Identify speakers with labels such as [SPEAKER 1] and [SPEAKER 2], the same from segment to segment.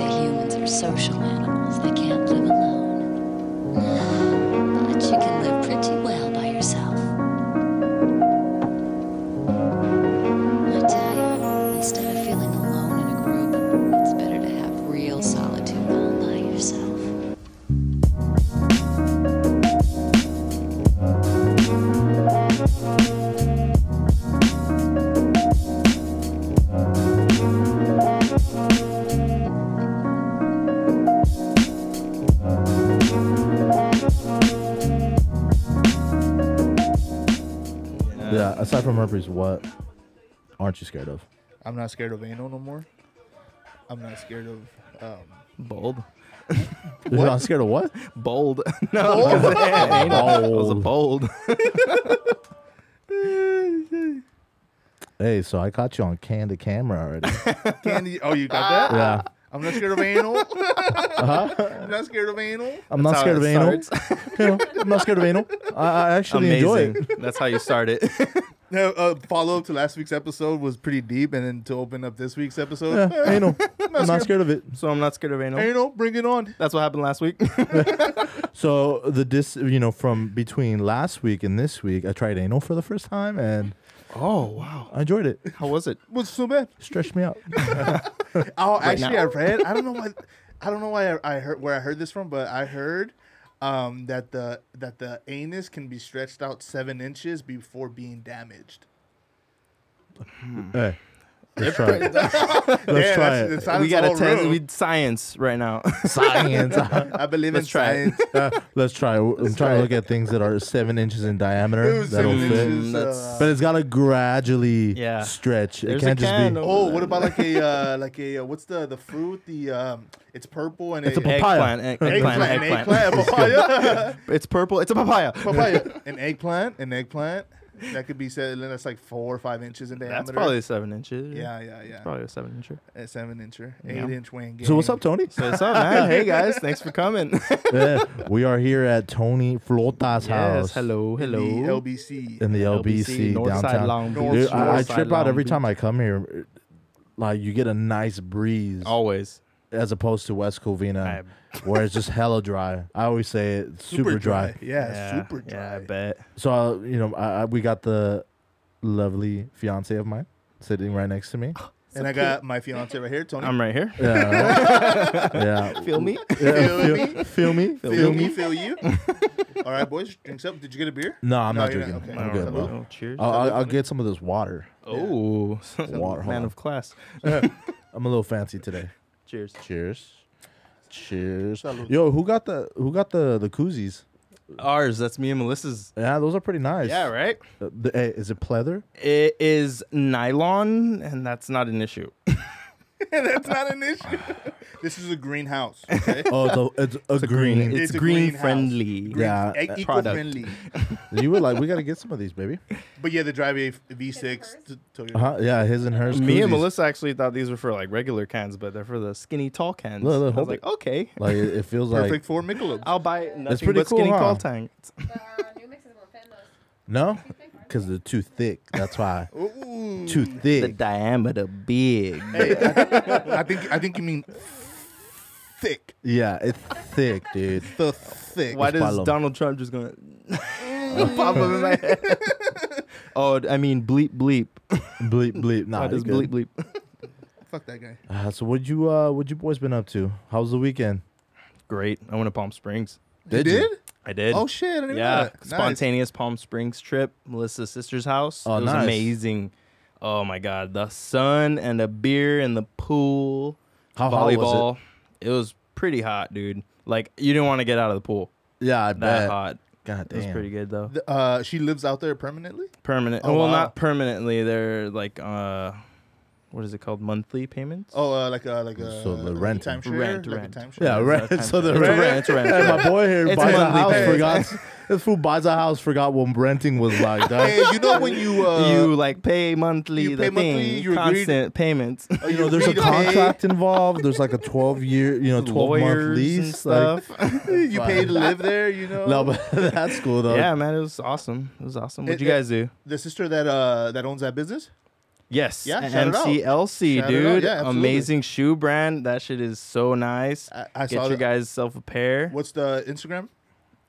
[SPEAKER 1] They're social animals. They can't live alone. But you can live pretty well by yourself. I tell you, instead of feeling alone in a group, it's better to have real solitude all by yourself.
[SPEAKER 2] Yeah. Aside from herpes, what aren't you scared of?
[SPEAKER 3] I'm not scared of anal no more. I'm not scared of. Um,
[SPEAKER 4] Bold.
[SPEAKER 2] You're not scared of what?
[SPEAKER 4] Bold. no. Bold. It was a
[SPEAKER 2] Bold.
[SPEAKER 4] bold.
[SPEAKER 2] Hey, so I caught you on candid camera already.
[SPEAKER 3] candy. Oh, you got that?
[SPEAKER 2] yeah.
[SPEAKER 3] I'm not scared of anal.
[SPEAKER 4] Uh-huh.
[SPEAKER 3] I'm not scared of anal.
[SPEAKER 2] I'm
[SPEAKER 4] That's
[SPEAKER 2] not
[SPEAKER 4] how
[SPEAKER 2] scared
[SPEAKER 4] it
[SPEAKER 2] of anal.
[SPEAKER 4] starts.
[SPEAKER 2] You know, I'm not scared of anal. I, I actually enjoy
[SPEAKER 4] Amazing.
[SPEAKER 2] it.
[SPEAKER 4] That's how you start it.
[SPEAKER 3] No, uh, follow up to last week's episode was pretty deep, and then to open up this week's episode,
[SPEAKER 2] Yeah, anal. I'm not scared of it.
[SPEAKER 4] so I'm not scared of anal.
[SPEAKER 3] anal, bring it on.
[SPEAKER 4] That's what happened last week.
[SPEAKER 2] So the dis, you know, from between last week and this week, I tried anal for the first time and
[SPEAKER 4] oh wow.
[SPEAKER 2] I enjoyed it.
[SPEAKER 4] How was it?
[SPEAKER 3] What's so bad?
[SPEAKER 2] Stretched me out.
[SPEAKER 3] Oh, actually,
[SPEAKER 4] now.
[SPEAKER 3] I read. I don't know why. I don't know why I, I heard where I heard this from, but I heard um, that the that the anus can be stretched out seven inches before being damaged.
[SPEAKER 2] Hey, let's try it. Let's
[SPEAKER 3] Yeah,
[SPEAKER 2] try
[SPEAKER 3] that's-
[SPEAKER 2] it.
[SPEAKER 3] that's how
[SPEAKER 4] we
[SPEAKER 3] it's
[SPEAKER 4] got
[SPEAKER 3] all
[SPEAKER 4] a ten.
[SPEAKER 3] room.
[SPEAKER 4] We science right now.
[SPEAKER 2] Science.
[SPEAKER 3] I believe in
[SPEAKER 4] Oh, Let's try it.
[SPEAKER 3] science.
[SPEAKER 2] Uh, let's try. it. I'm trying
[SPEAKER 4] try
[SPEAKER 2] to
[SPEAKER 4] it.
[SPEAKER 2] look at things that are seven inches in diameter.
[SPEAKER 3] Dude,
[SPEAKER 2] That'll
[SPEAKER 3] seven
[SPEAKER 2] fit.
[SPEAKER 3] inches,
[SPEAKER 4] That's-
[SPEAKER 3] uh,
[SPEAKER 2] But it's gotta gradually
[SPEAKER 4] Yeah.
[SPEAKER 2] stretch. It
[SPEAKER 4] There's a
[SPEAKER 2] can't just
[SPEAKER 4] can
[SPEAKER 2] be.
[SPEAKER 4] over
[SPEAKER 3] oh, what about like a uh, like a uh, what's the the fruit? The um, it's purple and
[SPEAKER 2] It's a
[SPEAKER 3] it-
[SPEAKER 2] papaya.
[SPEAKER 4] Eggplant, egg- eggplant,
[SPEAKER 3] eggplant,
[SPEAKER 4] eggplant.
[SPEAKER 3] eggplant, papaya,
[SPEAKER 4] It's purple. It's a papaya.
[SPEAKER 3] papaya, an eggplant, an eggplant. That could be said. Then that's like four or five inches in diameter.
[SPEAKER 4] That's probably a seven inches.
[SPEAKER 3] yeah, yeah, yeah.
[SPEAKER 4] Probably a seven incher.
[SPEAKER 3] A seven incher, eight
[SPEAKER 4] Yeah.
[SPEAKER 3] inch wing.
[SPEAKER 2] So what's
[SPEAKER 3] gang.
[SPEAKER 2] up, Tony?
[SPEAKER 4] So what's up, man? hey guys, thanks for coming.
[SPEAKER 2] Yeah, we are here at Tony Flota's house
[SPEAKER 4] yes, hello, hello.
[SPEAKER 3] The LBC.
[SPEAKER 2] in the LBC,
[SPEAKER 4] LBC, Northside
[SPEAKER 2] downtown.
[SPEAKER 4] Long Beach.
[SPEAKER 2] Dude, I, I
[SPEAKER 4] Northside
[SPEAKER 2] trip out
[SPEAKER 4] Long
[SPEAKER 2] every time
[SPEAKER 4] Beach.
[SPEAKER 2] I come here. Like you get a nice breeze
[SPEAKER 4] Always.
[SPEAKER 2] as opposed to West Covina,
[SPEAKER 4] Oh. I-
[SPEAKER 2] where it's just hella dry. I always say it super, dry.
[SPEAKER 3] Yeah,
[SPEAKER 4] Yeah,
[SPEAKER 3] super dry.
[SPEAKER 4] Yeah, I bet.
[SPEAKER 2] So uh, you know, I, I, we got the lovely fiance of mine sitting right next to me.
[SPEAKER 3] and I got my fiance right here, Tony.
[SPEAKER 4] I'm right here.
[SPEAKER 2] Yeah, yeah.
[SPEAKER 4] Feel me?
[SPEAKER 2] Yeah,
[SPEAKER 3] Feel me?
[SPEAKER 2] Feel me?
[SPEAKER 3] feel me, feel you. All right, boys, drinks up. Did you get a beer?
[SPEAKER 2] No, I'm
[SPEAKER 3] No,
[SPEAKER 2] not
[SPEAKER 3] you're
[SPEAKER 2] drinking.
[SPEAKER 3] not. Okay.
[SPEAKER 2] I'm
[SPEAKER 3] All
[SPEAKER 2] good,
[SPEAKER 3] right.
[SPEAKER 2] bro.
[SPEAKER 4] Oh, cheers.
[SPEAKER 2] I'll, I'll, I'll get some of this water.
[SPEAKER 4] oh,
[SPEAKER 2] Water, hold
[SPEAKER 4] man
[SPEAKER 2] on.
[SPEAKER 4] of class.
[SPEAKER 2] I'm a little fancy today.
[SPEAKER 4] Cheers.
[SPEAKER 2] Cheers. Cheers. Yo, who got the who got the the koozies?
[SPEAKER 4] Ours. That's me and Melissa's.
[SPEAKER 2] Yeah, those are pretty nice.
[SPEAKER 4] Yeah, right.
[SPEAKER 2] Uh, the- hey, is it pleather?
[SPEAKER 4] It is nylon, and that's not an issue.
[SPEAKER 3] That's not an issue. this is a greenhouse. Okay?
[SPEAKER 2] Oh, it's a, it's a green.
[SPEAKER 4] It's,
[SPEAKER 3] It's a
[SPEAKER 4] green
[SPEAKER 3] greenhouse.
[SPEAKER 4] friendly.
[SPEAKER 2] Green- Yeah,
[SPEAKER 3] E-
[SPEAKER 2] uh,
[SPEAKER 3] eco-friendly.
[SPEAKER 2] you were like, we gotta get some of these, baby.
[SPEAKER 3] But yeah, the drive a V6 to Toyota.
[SPEAKER 2] Uh-huh. Yeah, his and hers.
[SPEAKER 4] Me
[SPEAKER 2] koozies.
[SPEAKER 4] and Melissa actually thought these were for like regular cans, but they're for the skinny tall cans.
[SPEAKER 2] Look, look,
[SPEAKER 4] I
[SPEAKER 2] hold
[SPEAKER 4] was like, okay,
[SPEAKER 2] Like it, it feels
[SPEAKER 3] Perfect
[SPEAKER 2] like
[SPEAKER 3] for Michelob.
[SPEAKER 4] I'll buy nothing
[SPEAKER 2] pretty
[SPEAKER 4] but
[SPEAKER 2] cool,
[SPEAKER 4] skinny
[SPEAKER 2] huh?
[SPEAKER 4] tall tank.
[SPEAKER 5] But our new mixes won't fit in those.
[SPEAKER 2] no, because they're too thick. That's why
[SPEAKER 3] Ooh.
[SPEAKER 2] too
[SPEAKER 4] The
[SPEAKER 2] thick.
[SPEAKER 4] diameter big.
[SPEAKER 3] I think I think you mean thick.
[SPEAKER 2] Yeah, it's thick, dude.
[SPEAKER 3] The thick.
[SPEAKER 4] Why
[SPEAKER 2] It's
[SPEAKER 4] does
[SPEAKER 2] Pablo.
[SPEAKER 4] Donald Trump just going pop up in my head? oh, I mean bleep bleep. Ah,
[SPEAKER 2] bleep bleep. Nah,
[SPEAKER 4] Why does
[SPEAKER 2] it's good.
[SPEAKER 4] bleep bleep?
[SPEAKER 3] Fuck that guy.
[SPEAKER 2] Uh, so what you uh what you boys been up to? How's the weekend?
[SPEAKER 4] Great. I went to Palm Springs.
[SPEAKER 2] Did you?
[SPEAKER 4] I did.
[SPEAKER 3] Oh shit! I didn't even know
[SPEAKER 4] yeah,
[SPEAKER 3] that. Nice.
[SPEAKER 4] spontaneous Palm Springs trip, Melissa's sister's house.
[SPEAKER 2] Oh,
[SPEAKER 4] it was
[SPEAKER 2] nice.
[SPEAKER 4] amazing. Oh my god, the sun and the beer and the pool,
[SPEAKER 2] How hot was it?
[SPEAKER 4] volleyball. it? was pretty hot, dude. Like you didn't want to get out of the pool.
[SPEAKER 2] Yeah, I
[SPEAKER 4] That
[SPEAKER 2] bet.
[SPEAKER 4] hot.
[SPEAKER 2] God damn.
[SPEAKER 4] It was pretty good though.
[SPEAKER 3] The- Uh, she lives out there permanently.
[SPEAKER 4] Permanent.
[SPEAKER 3] Oh,
[SPEAKER 4] well,
[SPEAKER 3] wow.
[SPEAKER 4] not permanently. They're like uh, what is it called? Monthly payments.
[SPEAKER 3] Oh, uh, like a like a
[SPEAKER 2] So the
[SPEAKER 3] like a
[SPEAKER 2] rent.
[SPEAKER 3] timeshare,
[SPEAKER 4] Rent,
[SPEAKER 3] like
[SPEAKER 4] rent.
[SPEAKER 3] a timeshare.
[SPEAKER 2] Yeah, right.
[SPEAKER 4] It's a
[SPEAKER 2] So
[SPEAKER 4] timeshare.
[SPEAKER 2] the
[SPEAKER 4] It's a
[SPEAKER 2] rent.
[SPEAKER 4] rent, it's a rent.
[SPEAKER 2] Hey, my boy here
[SPEAKER 4] It's
[SPEAKER 2] buys a
[SPEAKER 4] monthly
[SPEAKER 2] house.
[SPEAKER 4] pay.
[SPEAKER 2] Forgot this fool buys a house. Forgot what renting was like. dog.
[SPEAKER 3] Hey, you know when you uh,
[SPEAKER 4] you like pay monthly.
[SPEAKER 3] you
[SPEAKER 4] the
[SPEAKER 3] pay
[SPEAKER 4] thing,
[SPEAKER 3] monthly, you agreed-
[SPEAKER 4] constant payments.
[SPEAKER 3] uh,
[SPEAKER 2] You know, there's a
[SPEAKER 3] agree to pay-
[SPEAKER 2] contract involved. There's like a 12 year, you know, 12 month
[SPEAKER 4] Lawyers and
[SPEAKER 2] lease. Like,
[SPEAKER 4] stuff.
[SPEAKER 3] you pay to live there. You know.
[SPEAKER 2] no, but that's cool though.
[SPEAKER 4] yeah, man, it was awesome. It was awesome. What'd
[SPEAKER 3] It-
[SPEAKER 4] you
[SPEAKER 3] it-
[SPEAKER 4] guys do?
[SPEAKER 3] The sister that uh that owns that business.
[SPEAKER 4] Yes.
[SPEAKER 3] Yeah,
[SPEAKER 4] and
[SPEAKER 3] shout it out.
[SPEAKER 4] MCLC,
[SPEAKER 3] Shout it out.
[SPEAKER 4] dude.
[SPEAKER 3] Yeah, absolutely.
[SPEAKER 4] Amazing shoe brand. That shit is so nice.
[SPEAKER 3] I- I
[SPEAKER 4] Get
[SPEAKER 3] saw
[SPEAKER 4] your
[SPEAKER 3] that-
[SPEAKER 4] guys self a pair.
[SPEAKER 3] What's the Instagram?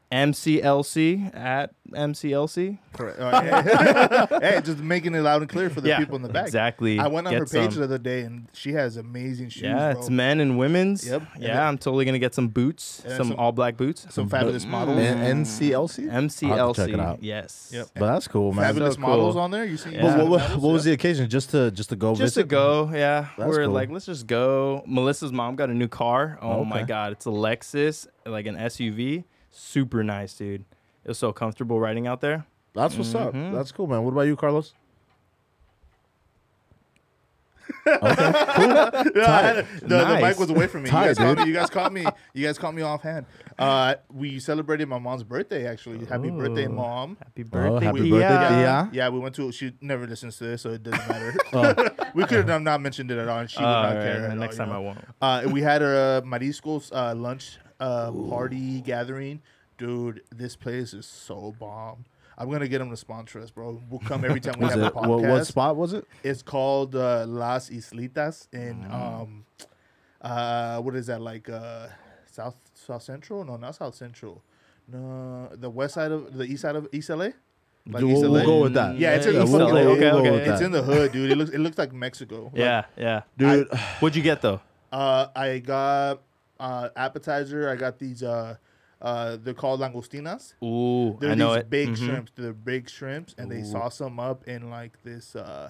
[SPEAKER 4] MCLC at MCLC.
[SPEAKER 3] Correct. All right. hey, just making it loud and clear for the
[SPEAKER 4] Yeah,
[SPEAKER 3] people in the back.
[SPEAKER 4] exactly.
[SPEAKER 3] I went on
[SPEAKER 4] Get
[SPEAKER 3] her page
[SPEAKER 4] some.
[SPEAKER 3] the other day, and she has amazing shoes.
[SPEAKER 4] Yeah,
[SPEAKER 3] bro.
[SPEAKER 4] it's men and women's.
[SPEAKER 3] Yep. And then-
[SPEAKER 4] Yeah, I'm totally gonna get some boots,
[SPEAKER 3] And then
[SPEAKER 4] some,
[SPEAKER 3] some-
[SPEAKER 4] all black boots.
[SPEAKER 3] some fabulous
[SPEAKER 4] mm.
[SPEAKER 3] models.
[SPEAKER 2] N- NCLC. I'll have to
[SPEAKER 4] MCLC.
[SPEAKER 2] check it out.
[SPEAKER 4] Yes.
[SPEAKER 3] Yep.
[SPEAKER 2] But that's cool, man.
[SPEAKER 3] fabulous
[SPEAKER 4] so
[SPEAKER 3] models
[SPEAKER 4] cool.
[SPEAKER 3] on there. You see?
[SPEAKER 4] Yeah.
[SPEAKER 2] But what, what,
[SPEAKER 3] Models,
[SPEAKER 2] what
[SPEAKER 3] yeah.
[SPEAKER 2] was the occasion? Just to just to go
[SPEAKER 4] Just
[SPEAKER 2] visit?
[SPEAKER 4] to go, yeah.
[SPEAKER 2] That's
[SPEAKER 4] We're
[SPEAKER 2] cool.
[SPEAKER 4] like, let's just go. Melissa's mom got a new car. Oh my
[SPEAKER 2] Okay.
[SPEAKER 4] god, it's a Lexus, like an SUV. Super nice, dude. It was so comfortable riding out there.
[SPEAKER 2] That's what's
[SPEAKER 3] Mm-hmm.
[SPEAKER 2] up. That's cool, man. What about you, Carlos?
[SPEAKER 3] Yeah, the, the mic
[SPEAKER 4] Nice.
[SPEAKER 3] was away from me. You
[SPEAKER 2] Tight,
[SPEAKER 3] guys, caught me.
[SPEAKER 2] dude.
[SPEAKER 3] you guys caught me. You guys caught me offhand. Uh, we celebrated my mom's birthday actually. Happy birthday,
[SPEAKER 4] Oh.
[SPEAKER 3] mom.
[SPEAKER 4] Happy
[SPEAKER 2] Oh,
[SPEAKER 4] birthday,
[SPEAKER 2] happy
[SPEAKER 4] Tia.
[SPEAKER 2] birthday, Tia.
[SPEAKER 3] Yeah, we went to. She never listens to this, so it doesn't matter.
[SPEAKER 2] Oh,
[SPEAKER 3] we could have not mentioned it at all, and she would
[SPEAKER 4] All
[SPEAKER 3] not
[SPEAKER 4] right,
[SPEAKER 3] care.
[SPEAKER 4] the
[SPEAKER 3] At all,
[SPEAKER 4] next
[SPEAKER 3] you
[SPEAKER 4] time
[SPEAKER 3] know?
[SPEAKER 4] I won't.
[SPEAKER 3] Uh, we had a Marisco's uh, lunch uh, party gathering. Dude, this place is so bomb. I'm gonna get them to sponsor us, bro. We'll come every time we
[SPEAKER 2] was
[SPEAKER 3] have a
[SPEAKER 2] it,
[SPEAKER 3] podcast.
[SPEAKER 2] what, what spot was it?
[SPEAKER 3] It's called uh, Las Islitas in
[SPEAKER 4] Mm.
[SPEAKER 3] um, uh, what is that like uh, South South Central? No, not South Central. No, the west side of the east side of East LA. Like
[SPEAKER 2] We'll- we'll
[SPEAKER 3] LA?
[SPEAKER 2] go with that.
[SPEAKER 3] Yeah, it's in
[SPEAKER 4] Yeah,
[SPEAKER 3] the
[SPEAKER 4] we'll
[SPEAKER 3] fucking-
[SPEAKER 4] go-
[SPEAKER 3] it-
[SPEAKER 4] okay, okay.
[SPEAKER 3] It's
[SPEAKER 2] that.
[SPEAKER 3] in the hood, dude. It looks it looks like Mexico. Like,
[SPEAKER 4] Yeah, yeah.
[SPEAKER 2] Dude,
[SPEAKER 4] What'd you get though?
[SPEAKER 3] uh, I got uh, appetizer. I got these. Uh, uh, they're called langostinas.
[SPEAKER 4] Ooh,
[SPEAKER 3] They're
[SPEAKER 4] I know
[SPEAKER 3] these
[SPEAKER 4] it.
[SPEAKER 3] big
[SPEAKER 4] Mhm.
[SPEAKER 3] shrimps. They're big shrimps, and they sauce them up in like this uh,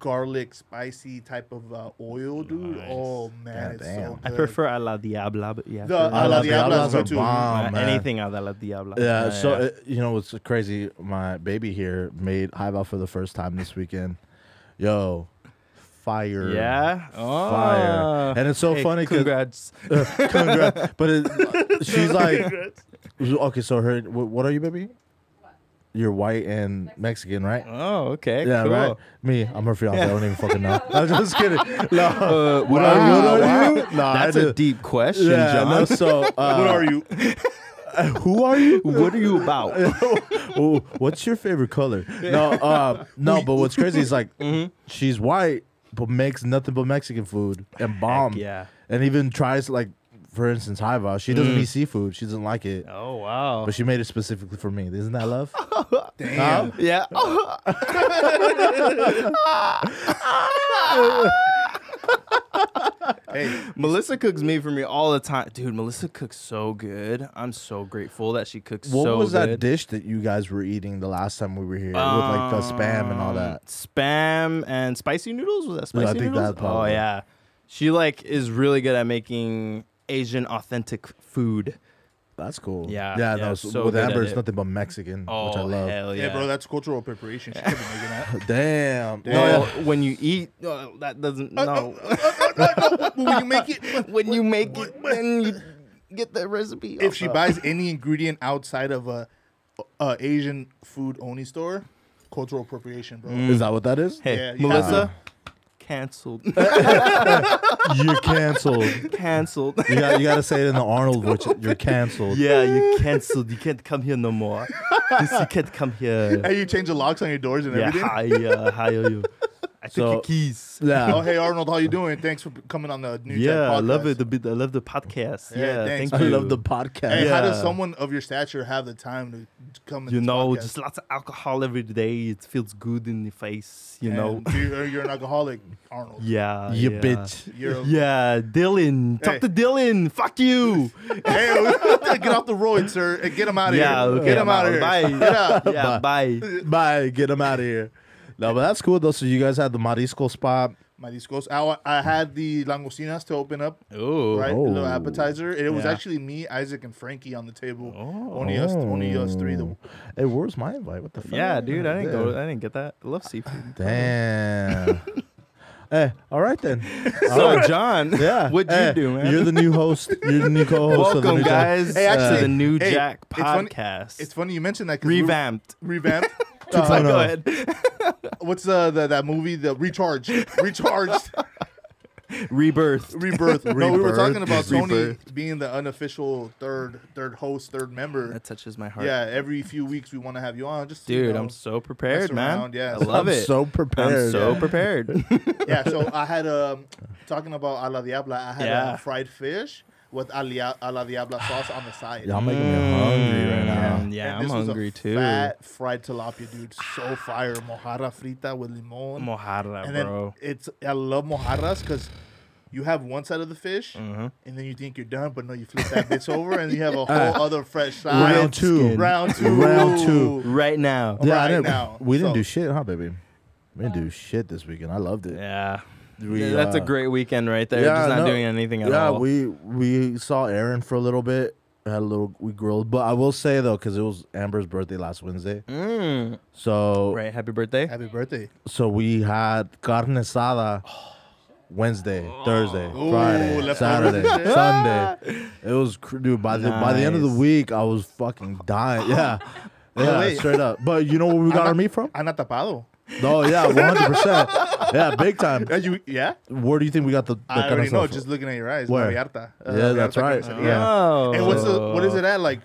[SPEAKER 3] garlic spicy type of uh, oil, dude.
[SPEAKER 4] Nice.
[SPEAKER 3] Oh man,
[SPEAKER 2] God
[SPEAKER 3] it's
[SPEAKER 2] damn.
[SPEAKER 3] so
[SPEAKER 4] I
[SPEAKER 3] good.
[SPEAKER 4] prefer a la diabla, but yeah.
[SPEAKER 3] The
[SPEAKER 4] sure.
[SPEAKER 3] a la
[SPEAKER 2] Ala
[SPEAKER 3] diabla
[SPEAKER 2] Diablas
[SPEAKER 3] is good
[SPEAKER 2] are
[SPEAKER 3] too.
[SPEAKER 2] bomb,
[SPEAKER 4] Uh,
[SPEAKER 2] man.
[SPEAKER 4] anything a la diabla.
[SPEAKER 2] Yeah, so
[SPEAKER 4] yeah.
[SPEAKER 2] uh you know what's crazy? My baby here made highball for the first time this weekend. Yo, fire!
[SPEAKER 4] Yeah?
[SPEAKER 2] fire!
[SPEAKER 4] Oh.
[SPEAKER 2] And it's so
[SPEAKER 4] Hey,
[SPEAKER 2] funny because
[SPEAKER 4] Congrats.
[SPEAKER 2] but it, she's like, okay, so her, wh- what are you, baby? You're white and Mexican, right?
[SPEAKER 4] Oh, okay.
[SPEAKER 2] Yeah,
[SPEAKER 4] cool.
[SPEAKER 2] right. Me, I'm her fiance. I don't even fucking know. I'm just kidding. No,
[SPEAKER 4] Uh,
[SPEAKER 2] What
[SPEAKER 4] wow,
[SPEAKER 2] are you- what are
[SPEAKER 4] wow.
[SPEAKER 2] you? Nah, I
[SPEAKER 4] That's a
[SPEAKER 2] just-
[SPEAKER 4] deep question,
[SPEAKER 2] yeah,
[SPEAKER 4] John.
[SPEAKER 2] no, so
[SPEAKER 3] What
[SPEAKER 2] uh,
[SPEAKER 3] are you?
[SPEAKER 2] who are you?
[SPEAKER 4] What are you about?
[SPEAKER 2] Ooh, what's your favorite color? No, uh, no. But what's crazy is like she's white, but makes nothing but Mexican food and bomb.
[SPEAKER 4] yeah.
[SPEAKER 2] and even tries like, for instance, Haiva. She doesn't eat seafood. She doesn't like it,
[SPEAKER 4] oh wow.
[SPEAKER 2] but she made it specifically for me. Isn't that love?
[SPEAKER 3] Damn.
[SPEAKER 4] Yeah.
[SPEAKER 3] hey,
[SPEAKER 4] Melissa cooks meat for me all the time. Dude, Melissa cooks so good. I'm so grateful that she cooks
[SPEAKER 2] What
[SPEAKER 4] so
[SPEAKER 2] was
[SPEAKER 4] good.
[SPEAKER 2] that dish that you guys were eating the last time we were here with like the spam and all
[SPEAKER 3] Um,
[SPEAKER 2] that?
[SPEAKER 4] Um, Spam and spicy noodles? Was that
[SPEAKER 2] Yeah, I
[SPEAKER 4] spicy
[SPEAKER 2] think
[SPEAKER 4] noodles?
[SPEAKER 2] that probably.
[SPEAKER 4] Oh yeah. She like is really good at making Asian authentic food.
[SPEAKER 2] That's cool.
[SPEAKER 4] Yeah,
[SPEAKER 2] yeah.
[SPEAKER 4] yeah,
[SPEAKER 2] no, so
[SPEAKER 4] so
[SPEAKER 2] with
[SPEAKER 4] good at
[SPEAKER 2] Amber, it's
[SPEAKER 4] it.
[SPEAKER 2] nothing but Mexican,
[SPEAKER 4] Oh
[SPEAKER 2] which I love.
[SPEAKER 4] hell yeah.
[SPEAKER 3] yeah, bro, that's cultural appropriation. She could be making that.
[SPEAKER 2] Damn. No,
[SPEAKER 4] no,
[SPEAKER 2] yeah.
[SPEAKER 4] when you eat, no, that doesn't. No,
[SPEAKER 3] Well, when you make it,
[SPEAKER 4] when you make it, then you get the recipe.
[SPEAKER 3] if she buys any ingredient outside of a, a Asian food only store, cultural appropriation, bro.
[SPEAKER 4] Mm.
[SPEAKER 2] Is that what that is?
[SPEAKER 4] hey,
[SPEAKER 3] Yeah, you
[SPEAKER 4] Melissa, canceled,
[SPEAKER 2] You're canceled.
[SPEAKER 4] canceled.
[SPEAKER 2] You got you got to say it in the Arnold voice. You're canceled.
[SPEAKER 4] yeah, you canceled. You can't come here no more. This- you can't come here.
[SPEAKER 3] Hey, you change the locks on your doors and
[SPEAKER 4] Yeah,
[SPEAKER 3] everything.
[SPEAKER 4] hi, uh, hi, are you? I took
[SPEAKER 2] So-
[SPEAKER 4] your keys.
[SPEAKER 3] Oh,
[SPEAKER 2] Yeah.
[SPEAKER 3] hey Arnold, how you doing? Thanks for coming on the new. Tech
[SPEAKER 4] Yeah, I love
[SPEAKER 3] podcast.
[SPEAKER 4] it. The bit, I love the podcast.
[SPEAKER 3] Yeah,
[SPEAKER 4] Yeah,
[SPEAKER 3] thanks,
[SPEAKER 4] thank
[SPEAKER 2] I
[SPEAKER 4] you.
[SPEAKER 2] love the podcast.
[SPEAKER 3] Hey, how does
[SPEAKER 4] Yeah.
[SPEAKER 3] someone of your stature have the time to come? in
[SPEAKER 4] You
[SPEAKER 3] this
[SPEAKER 4] know,
[SPEAKER 3] podcast?
[SPEAKER 4] just lots of alcohol every day. It feels good in the face. You
[SPEAKER 3] And
[SPEAKER 4] know.
[SPEAKER 3] you're, you're an alcoholic, Arnold.
[SPEAKER 4] Yeah.
[SPEAKER 2] You
[SPEAKER 4] yeah.
[SPEAKER 2] bitch.
[SPEAKER 3] You're a-
[SPEAKER 4] Yeah, Dylan. Talk
[SPEAKER 3] Hey.
[SPEAKER 4] to Dylan. Fuck you.
[SPEAKER 3] hey, get off the roid, sir, and get him out of
[SPEAKER 4] Yeah,
[SPEAKER 3] here.
[SPEAKER 4] okay,
[SPEAKER 3] get him
[SPEAKER 4] I'm
[SPEAKER 3] out of
[SPEAKER 4] out.
[SPEAKER 3] here.
[SPEAKER 4] Bye.
[SPEAKER 3] Get out.
[SPEAKER 4] yeah, bye.
[SPEAKER 2] Bye. Get them out of here. No, but that's cool though. So you guys had the Marisco spot.
[SPEAKER 3] Mariscos. I, I had the langostinas to open up,
[SPEAKER 4] Oh.
[SPEAKER 3] right?
[SPEAKER 2] Oh.
[SPEAKER 3] A little appetizer. It was
[SPEAKER 4] Yeah. Oh.
[SPEAKER 3] actually me, Isaac, and Frankie on the table. Only us, only us three. The,
[SPEAKER 2] Oh. Hey, where's my invite? What the fuck?
[SPEAKER 4] Yeah, dude, I didn't
[SPEAKER 2] Yeah.
[SPEAKER 4] go. I didn't get that. I love seafood.
[SPEAKER 2] Damn. hey, all right then. All
[SPEAKER 4] So,
[SPEAKER 2] right.
[SPEAKER 4] John,
[SPEAKER 2] Yeah.
[SPEAKER 4] what'd you
[SPEAKER 2] Hey,
[SPEAKER 4] do, man?
[SPEAKER 2] You're the new host. You're the new co-host. of the new
[SPEAKER 4] Welcome,
[SPEAKER 2] show.
[SPEAKER 4] guys,
[SPEAKER 3] Hey, actually-
[SPEAKER 4] to the New
[SPEAKER 3] hey,
[SPEAKER 4] Jack
[SPEAKER 3] it's funny-
[SPEAKER 4] podcast.
[SPEAKER 3] it's funny you mentioned that. 'cause we were-
[SPEAKER 4] revamped.
[SPEAKER 3] Revamped.
[SPEAKER 4] It's
[SPEAKER 2] Oh,
[SPEAKER 4] like,
[SPEAKER 2] no.
[SPEAKER 4] go ahead.
[SPEAKER 3] What's uh, the that movie? The Recharged. Recharged.
[SPEAKER 4] Rebirth.
[SPEAKER 3] Rebirth. no, we were
[SPEAKER 2] Rebirth.
[SPEAKER 3] talking about Tony
[SPEAKER 4] Rebirth.
[SPEAKER 3] being the unofficial third third host, third member.
[SPEAKER 4] That touches my heart.
[SPEAKER 3] yeah, every few weeks we want to have you on. Just you
[SPEAKER 4] Dude,
[SPEAKER 3] know,
[SPEAKER 4] I'm so prepared, man.
[SPEAKER 3] around, yeah.
[SPEAKER 4] I love
[SPEAKER 2] I'm
[SPEAKER 4] it.
[SPEAKER 2] So
[SPEAKER 4] I'm
[SPEAKER 2] prepared.
[SPEAKER 4] so prepared.
[SPEAKER 3] yeah. So I had um talking about a la diabla. I had
[SPEAKER 4] Yeah.
[SPEAKER 3] a fried fish with a la, a la diabla sauce on the side.
[SPEAKER 2] Y'all making me hungry right now.
[SPEAKER 4] Mm, yeah,
[SPEAKER 3] And
[SPEAKER 4] I'm
[SPEAKER 3] this was a
[SPEAKER 4] hungry too.
[SPEAKER 3] Fat fried tilapia, dude, so fire. Mojarra frita with limon.
[SPEAKER 4] Mojarra,
[SPEAKER 3] and then
[SPEAKER 4] bro.
[SPEAKER 3] it's I love mojarras because you have one side of the fish
[SPEAKER 2] Mm-hmm.
[SPEAKER 3] and then you think you're done, but no, you flip that bitch over and you have a whole other fresh side.
[SPEAKER 2] Ah. Round two.
[SPEAKER 3] Round two.
[SPEAKER 2] Round two.
[SPEAKER 4] Right now.
[SPEAKER 2] Yeah,
[SPEAKER 3] Right
[SPEAKER 2] I didn't,
[SPEAKER 3] now.
[SPEAKER 2] we didn't
[SPEAKER 3] So-
[SPEAKER 2] do shit, huh, baby? We didn't do shit this weekend. I loved it.
[SPEAKER 4] Yeah.
[SPEAKER 2] We,
[SPEAKER 4] Th- That's a
[SPEAKER 2] uh,
[SPEAKER 4] great weekend right there.
[SPEAKER 2] Yeah,
[SPEAKER 4] Just not
[SPEAKER 2] no.
[SPEAKER 4] doing anything at
[SPEAKER 2] yeah,
[SPEAKER 4] all.
[SPEAKER 2] we we saw Aaron for a little bit. Had a little we grilled, but I will say though, because it was Amber's birthday last Wednesday,
[SPEAKER 4] Mm.
[SPEAKER 2] so
[SPEAKER 4] Right. Happy birthday.
[SPEAKER 3] Happy birthday.
[SPEAKER 2] so we had carne asada Wednesday, Thursday,
[SPEAKER 3] Ooh,
[SPEAKER 2] Friday,
[SPEAKER 3] leftovers
[SPEAKER 2] Saturday,
[SPEAKER 3] and shit.
[SPEAKER 2] Sunday. It was cr- dude by the by the end of the
[SPEAKER 4] Nice.
[SPEAKER 2] week, I was fucking dying. Yeah, yeah,
[SPEAKER 3] wait.
[SPEAKER 2] straight up. But you know where we got our meat from?
[SPEAKER 3] Ana tapado.
[SPEAKER 2] Oh yeah, one hundred percent. Yeah, big time.
[SPEAKER 3] Uh, you, yeah?
[SPEAKER 2] Where do you think we got the? the
[SPEAKER 3] I
[SPEAKER 2] carne
[SPEAKER 3] already know,
[SPEAKER 2] asada
[SPEAKER 3] just
[SPEAKER 2] from?
[SPEAKER 3] looking at your eyes.
[SPEAKER 2] Where?
[SPEAKER 3] Vallarta. Uh,
[SPEAKER 2] Yeah, that's
[SPEAKER 3] Vallarta
[SPEAKER 2] right. Uh,
[SPEAKER 3] Carniceria. Yeah.
[SPEAKER 4] Oh.
[SPEAKER 3] And what's the, what is it at? Like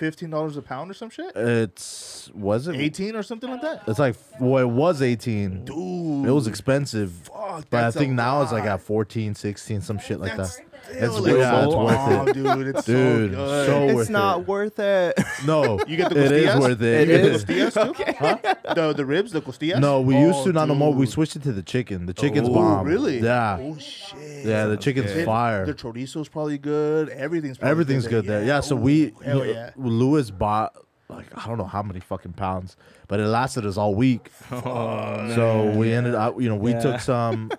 [SPEAKER 3] $15 a pound or some
[SPEAKER 2] uh,
[SPEAKER 3] shit?
[SPEAKER 2] it's was it
[SPEAKER 3] 18 or something like that?
[SPEAKER 2] It's like well, it was 18.
[SPEAKER 3] Dude.
[SPEAKER 2] It was expensive.
[SPEAKER 3] fuck,
[SPEAKER 2] but I
[SPEAKER 3] that's a
[SPEAKER 2] think now it's like
[SPEAKER 3] lot.
[SPEAKER 2] at 14, some shit like that.
[SPEAKER 3] That's
[SPEAKER 2] It's-
[SPEAKER 3] still
[SPEAKER 2] yeah,
[SPEAKER 3] so
[SPEAKER 2] it's worth it.
[SPEAKER 3] bomb, dude. It's
[SPEAKER 2] Dude,
[SPEAKER 3] so good.
[SPEAKER 2] so
[SPEAKER 4] It's
[SPEAKER 2] worth
[SPEAKER 4] not
[SPEAKER 2] it.
[SPEAKER 4] worth it.
[SPEAKER 2] No,
[SPEAKER 3] You get the
[SPEAKER 2] it is
[SPEAKER 3] costillas?
[SPEAKER 2] worth it.
[SPEAKER 4] It
[SPEAKER 2] It
[SPEAKER 4] is.
[SPEAKER 2] is.
[SPEAKER 3] Tortillas too? The the ribs, the costillas.
[SPEAKER 2] No, we used
[SPEAKER 3] Oh,
[SPEAKER 2] to not no more. We
[SPEAKER 3] dude.
[SPEAKER 2] switched it to the chicken. The chicken's
[SPEAKER 4] Oh,
[SPEAKER 2] bomb.
[SPEAKER 3] Really?
[SPEAKER 2] Yeah,
[SPEAKER 3] Oh shit.
[SPEAKER 2] yeah. The chicken's
[SPEAKER 3] It-
[SPEAKER 2] fire.
[SPEAKER 3] The chorizo's probably good. Everything's probably
[SPEAKER 2] Everything's good there. Yeah. So we,
[SPEAKER 3] Ooh, Oh, hell yeah.
[SPEAKER 2] Lewis bought like I don't know how many fucking pounds, but it lasted us all week.
[SPEAKER 3] Oh,
[SPEAKER 2] so we ended up, you know, we
[SPEAKER 4] Yeah.
[SPEAKER 2] took some,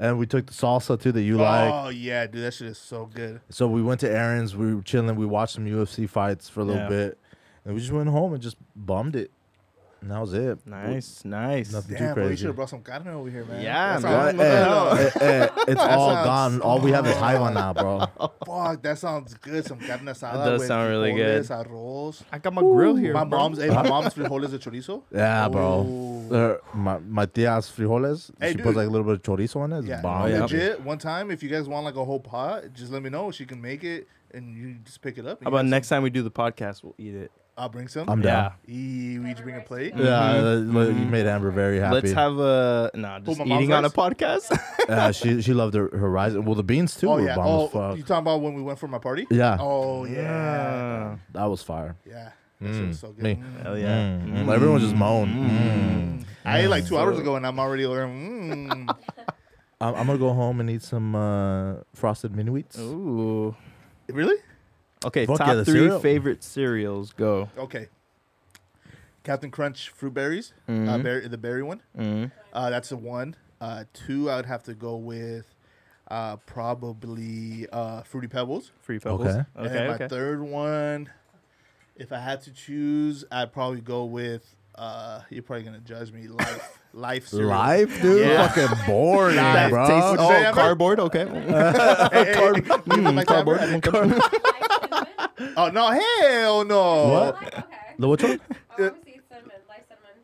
[SPEAKER 2] and we took the salsa too that you like.
[SPEAKER 3] oh yeah, dude, that shit is so good.
[SPEAKER 2] So we went to Aaron's. We were chilling. We watched some UFC fights for a little
[SPEAKER 4] Yeah.
[SPEAKER 2] bit, and we just went home and just bummed it. And that was it.
[SPEAKER 4] nice, nice.
[SPEAKER 2] Nothing. Too
[SPEAKER 3] Damn, bro, you
[SPEAKER 2] crazy.
[SPEAKER 3] should have brought some carne over here, man.
[SPEAKER 4] Yeah,
[SPEAKER 3] that
[SPEAKER 2] Well,
[SPEAKER 4] man.
[SPEAKER 3] sounds-
[SPEAKER 2] eh,
[SPEAKER 3] that
[SPEAKER 2] eh, eh, it's all
[SPEAKER 3] sounds-
[SPEAKER 2] gone. All we have is Taiwan now, bro.
[SPEAKER 3] sounds- Fuck, that sounds good. Some carne asada.
[SPEAKER 4] does
[SPEAKER 3] with
[SPEAKER 4] sound really good.
[SPEAKER 3] frijoles, Arroz.
[SPEAKER 4] I got my grill here.
[SPEAKER 3] My
[SPEAKER 4] bro.
[SPEAKER 3] mom's, hey, my mom's frijoles de chorizo.
[SPEAKER 2] Yeah, bro.
[SPEAKER 3] Ooh.
[SPEAKER 2] Uh, my my tia's frijoles.
[SPEAKER 3] Hey,
[SPEAKER 2] she
[SPEAKER 3] dude.
[SPEAKER 2] puts like a little bit of chorizo on it. It's
[SPEAKER 3] Yeah,
[SPEAKER 2] bomb.
[SPEAKER 3] legit. One time, if you guys want like a whole pot, just let me know. She can make it, and you just pick it up. and
[SPEAKER 4] How
[SPEAKER 3] you
[SPEAKER 4] about
[SPEAKER 3] guys-
[SPEAKER 4] next time we do the podcast, we'll eat it.
[SPEAKER 3] I'll bring some.
[SPEAKER 2] I'm down.
[SPEAKER 3] Eee, we each bring a plate.
[SPEAKER 2] Yeah,
[SPEAKER 3] Mm-hmm.
[SPEAKER 2] uh, you made Amber very happy.
[SPEAKER 4] Mm-hmm. Let's have a nah, just
[SPEAKER 3] my mom's
[SPEAKER 4] eating on a
[SPEAKER 3] rice?
[SPEAKER 4] podcast.
[SPEAKER 2] Yeah, she she loved her horizon. Well, the beans too.
[SPEAKER 3] Oh
[SPEAKER 2] were
[SPEAKER 3] yeah.
[SPEAKER 2] bomb
[SPEAKER 3] Oh,
[SPEAKER 2] as fuck.
[SPEAKER 3] you talking about when we went for my party?
[SPEAKER 2] Yeah.
[SPEAKER 3] Oh yeah.
[SPEAKER 4] Uh,
[SPEAKER 2] That was fire.
[SPEAKER 3] Yeah. That shit was so good.
[SPEAKER 2] Me.
[SPEAKER 3] Mm.
[SPEAKER 4] hell yeah. Mm-hmm.
[SPEAKER 2] Mm. Everyone just moaned. Mm.
[SPEAKER 3] I ate like two hours ago, and I'm already learning. Mm.
[SPEAKER 2] I'm, I'm gonna go home and eat some uh, frosted mini wheats.
[SPEAKER 4] Mm. Ooh.
[SPEAKER 3] really?
[SPEAKER 4] Okay,
[SPEAKER 2] Fuck
[SPEAKER 4] top
[SPEAKER 2] yeah, the
[SPEAKER 4] three
[SPEAKER 2] cereal.
[SPEAKER 4] favorite cereals. Go.
[SPEAKER 3] Okay. Captain Crunch fruit berries, uh,
[SPEAKER 4] Mhm.
[SPEAKER 3] berry, the berry one.
[SPEAKER 4] Mm.
[SPEAKER 3] Uh, that's the one. Uh, two, I would have to go with uh, probably uh, fruity pebbles.
[SPEAKER 4] Free pebbles.
[SPEAKER 2] Okay.
[SPEAKER 3] And
[SPEAKER 4] Okay.
[SPEAKER 3] then
[SPEAKER 4] okay.
[SPEAKER 3] my third one, if I had to choose, I'd probably go with. Uh, you're probably gonna judge me. Life, life, cereal.
[SPEAKER 2] Life, dude,
[SPEAKER 4] Yeah.
[SPEAKER 2] fucking boring,
[SPEAKER 3] That
[SPEAKER 2] bro. Uh,
[SPEAKER 3] tastes- What'd you say,
[SPEAKER 4] oh,
[SPEAKER 3] Amber?
[SPEAKER 4] cardboard. Okay.
[SPEAKER 3] Hey, hey, hey, leave it
[SPEAKER 2] hmm,
[SPEAKER 3] like that, bro.
[SPEAKER 4] cardboard.
[SPEAKER 3] I didn't-
[SPEAKER 5] Life cinnamon?
[SPEAKER 3] Oh no! Hell no!
[SPEAKER 2] What?
[SPEAKER 5] Like, okay.
[SPEAKER 2] The which one?
[SPEAKER 5] I want to see cinnamon. Life cinnamon.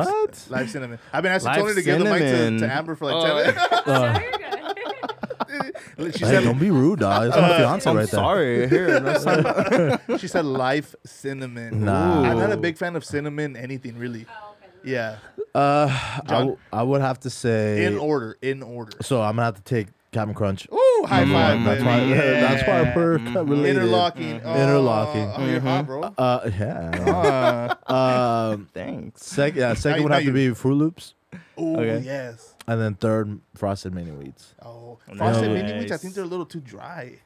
[SPEAKER 3] Life,
[SPEAKER 2] What?
[SPEAKER 3] Life cinnamon. I've been asking
[SPEAKER 4] Live
[SPEAKER 3] Tony to give the mic to,
[SPEAKER 4] cinnamon.
[SPEAKER 3] to Amber for like ten
[SPEAKER 5] No, Oh, you're good.
[SPEAKER 3] minutes. She
[SPEAKER 2] Hey, don't
[SPEAKER 3] said, uh,
[SPEAKER 2] be rude, dog. It's my fiance
[SPEAKER 4] I'm
[SPEAKER 2] right there.
[SPEAKER 4] sorry. Here, that's not-
[SPEAKER 3] she said life cinnamon.
[SPEAKER 2] Nah.
[SPEAKER 3] I'm not a big fan of cinnamon anything really.
[SPEAKER 5] Oh, okay.
[SPEAKER 3] Yeah.
[SPEAKER 2] Uh, I,
[SPEAKER 3] John?
[SPEAKER 2] w- I would have to say.
[SPEAKER 3] In order. In order.
[SPEAKER 2] so I'm gonna have to take Captain Crunch. Mm,
[SPEAKER 3] Ooh, high five,
[SPEAKER 2] that's
[SPEAKER 3] baby.
[SPEAKER 2] why.
[SPEAKER 3] Yeah. Mm-hmm.
[SPEAKER 2] That's why we're related.
[SPEAKER 3] Interlocking. Oh,
[SPEAKER 2] Interlocking.
[SPEAKER 3] Oh, you're hot, bro.
[SPEAKER 2] Uh, yeah.
[SPEAKER 3] Uh,
[SPEAKER 2] um,
[SPEAKER 4] Thanks.
[SPEAKER 2] sec- yeah, second
[SPEAKER 3] you-
[SPEAKER 2] would
[SPEAKER 3] now
[SPEAKER 2] have to
[SPEAKER 3] you-
[SPEAKER 2] be Fruit Loops,
[SPEAKER 3] ooh,
[SPEAKER 4] Okay.
[SPEAKER 3] yes.
[SPEAKER 2] and then third Frosted Mini Wheats.
[SPEAKER 3] Oh, frosted mini wheats. I
[SPEAKER 4] Nice.
[SPEAKER 3] think they're a little too dry.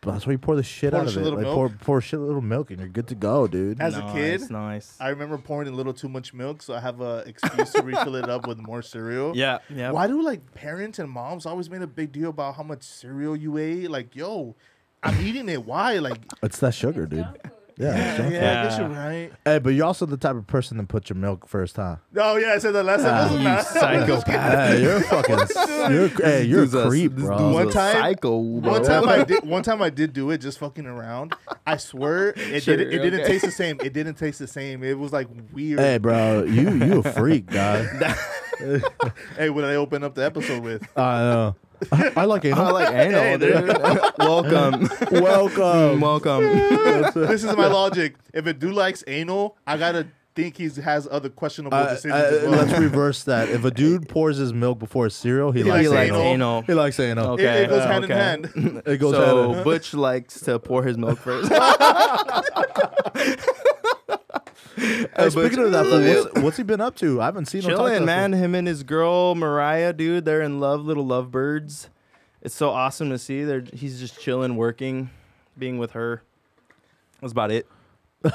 [SPEAKER 2] But that's why you pour the shit
[SPEAKER 3] Pour
[SPEAKER 2] out
[SPEAKER 3] a
[SPEAKER 2] of it.
[SPEAKER 3] shitload of
[SPEAKER 2] Like
[SPEAKER 3] milk?
[SPEAKER 2] pour pour shit little milk, and you're good to go, dude.
[SPEAKER 3] As a
[SPEAKER 4] Nice,
[SPEAKER 3] kid,
[SPEAKER 4] Nice.
[SPEAKER 3] I remember pouring a little too much milk, so I have a excuse to refill it up with more cereal.
[SPEAKER 4] Yeah. Yeah.
[SPEAKER 3] Why do like parents and moms always made a big deal about how much cereal you ate? Like, yo, I'm eating it. Why? Like,
[SPEAKER 2] It's that sugar, dude.
[SPEAKER 5] Junk food.
[SPEAKER 2] Yeah. it's
[SPEAKER 3] yeah,
[SPEAKER 2] junk food.
[SPEAKER 3] I guess
[SPEAKER 4] Yeah.
[SPEAKER 3] you're right.
[SPEAKER 2] Hey, but you're also the type of person that puts your milk first, huh?
[SPEAKER 3] Oh yeah, I said that last time. wasn't I?
[SPEAKER 4] Ah, Psychopath.
[SPEAKER 2] hey, you're a fucking. You're, hey, you're a
[SPEAKER 4] Dude's a-
[SPEAKER 2] creep,
[SPEAKER 4] this
[SPEAKER 2] bro.
[SPEAKER 4] dude's
[SPEAKER 3] One
[SPEAKER 4] a
[SPEAKER 3] time-
[SPEAKER 4] Psycho. Bro.
[SPEAKER 3] One time I did. One time I did do it, just fucking around. I swear, it
[SPEAKER 4] Sure,
[SPEAKER 3] didn't. It didn't
[SPEAKER 4] okay. Eh.
[SPEAKER 3] taste the same. It didn't taste the same. It was like weird.
[SPEAKER 2] Hey,
[SPEAKER 3] Hey,
[SPEAKER 2] bro, you you a freak, guy.
[SPEAKER 3] what did I open up the episode with?
[SPEAKER 2] I know. I like anal.
[SPEAKER 4] I like anal, dude. Welcome.
[SPEAKER 2] Welcome.
[SPEAKER 4] Welcome.
[SPEAKER 3] this is my logic. If a dude likes anal, I gotta think he has other questionable
[SPEAKER 2] Uh,
[SPEAKER 3] decisions.
[SPEAKER 2] uh,
[SPEAKER 3] as well.
[SPEAKER 2] let's reverse that. If a dude pours his milk before his cereal, he,
[SPEAKER 3] He
[SPEAKER 2] likes,
[SPEAKER 3] likes
[SPEAKER 2] anal.
[SPEAKER 4] anal.
[SPEAKER 2] He likes anal.
[SPEAKER 3] It- it,
[SPEAKER 4] okay,
[SPEAKER 3] goes
[SPEAKER 4] uh,
[SPEAKER 3] hand
[SPEAKER 4] okay.
[SPEAKER 3] in hand.
[SPEAKER 2] It goes
[SPEAKER 4] so
[SPEAKER 2] ahead.
[SPEAKER 4] Butch likes to pour his milk first.
[SPEAKER 2] Hey, speaking of that, what's, what's he been up to? I haven't seen him. talk to
[SPEAKER 4] chilling,
[SPEAKER 2] that
[SPEAKER 4] man. Him and his girl Mariah, dude. They're in love, little lovebirds. It's so awesome to see. They're he's just chilling, working, being with her. That's about it.
[SPEAKER 2] fool.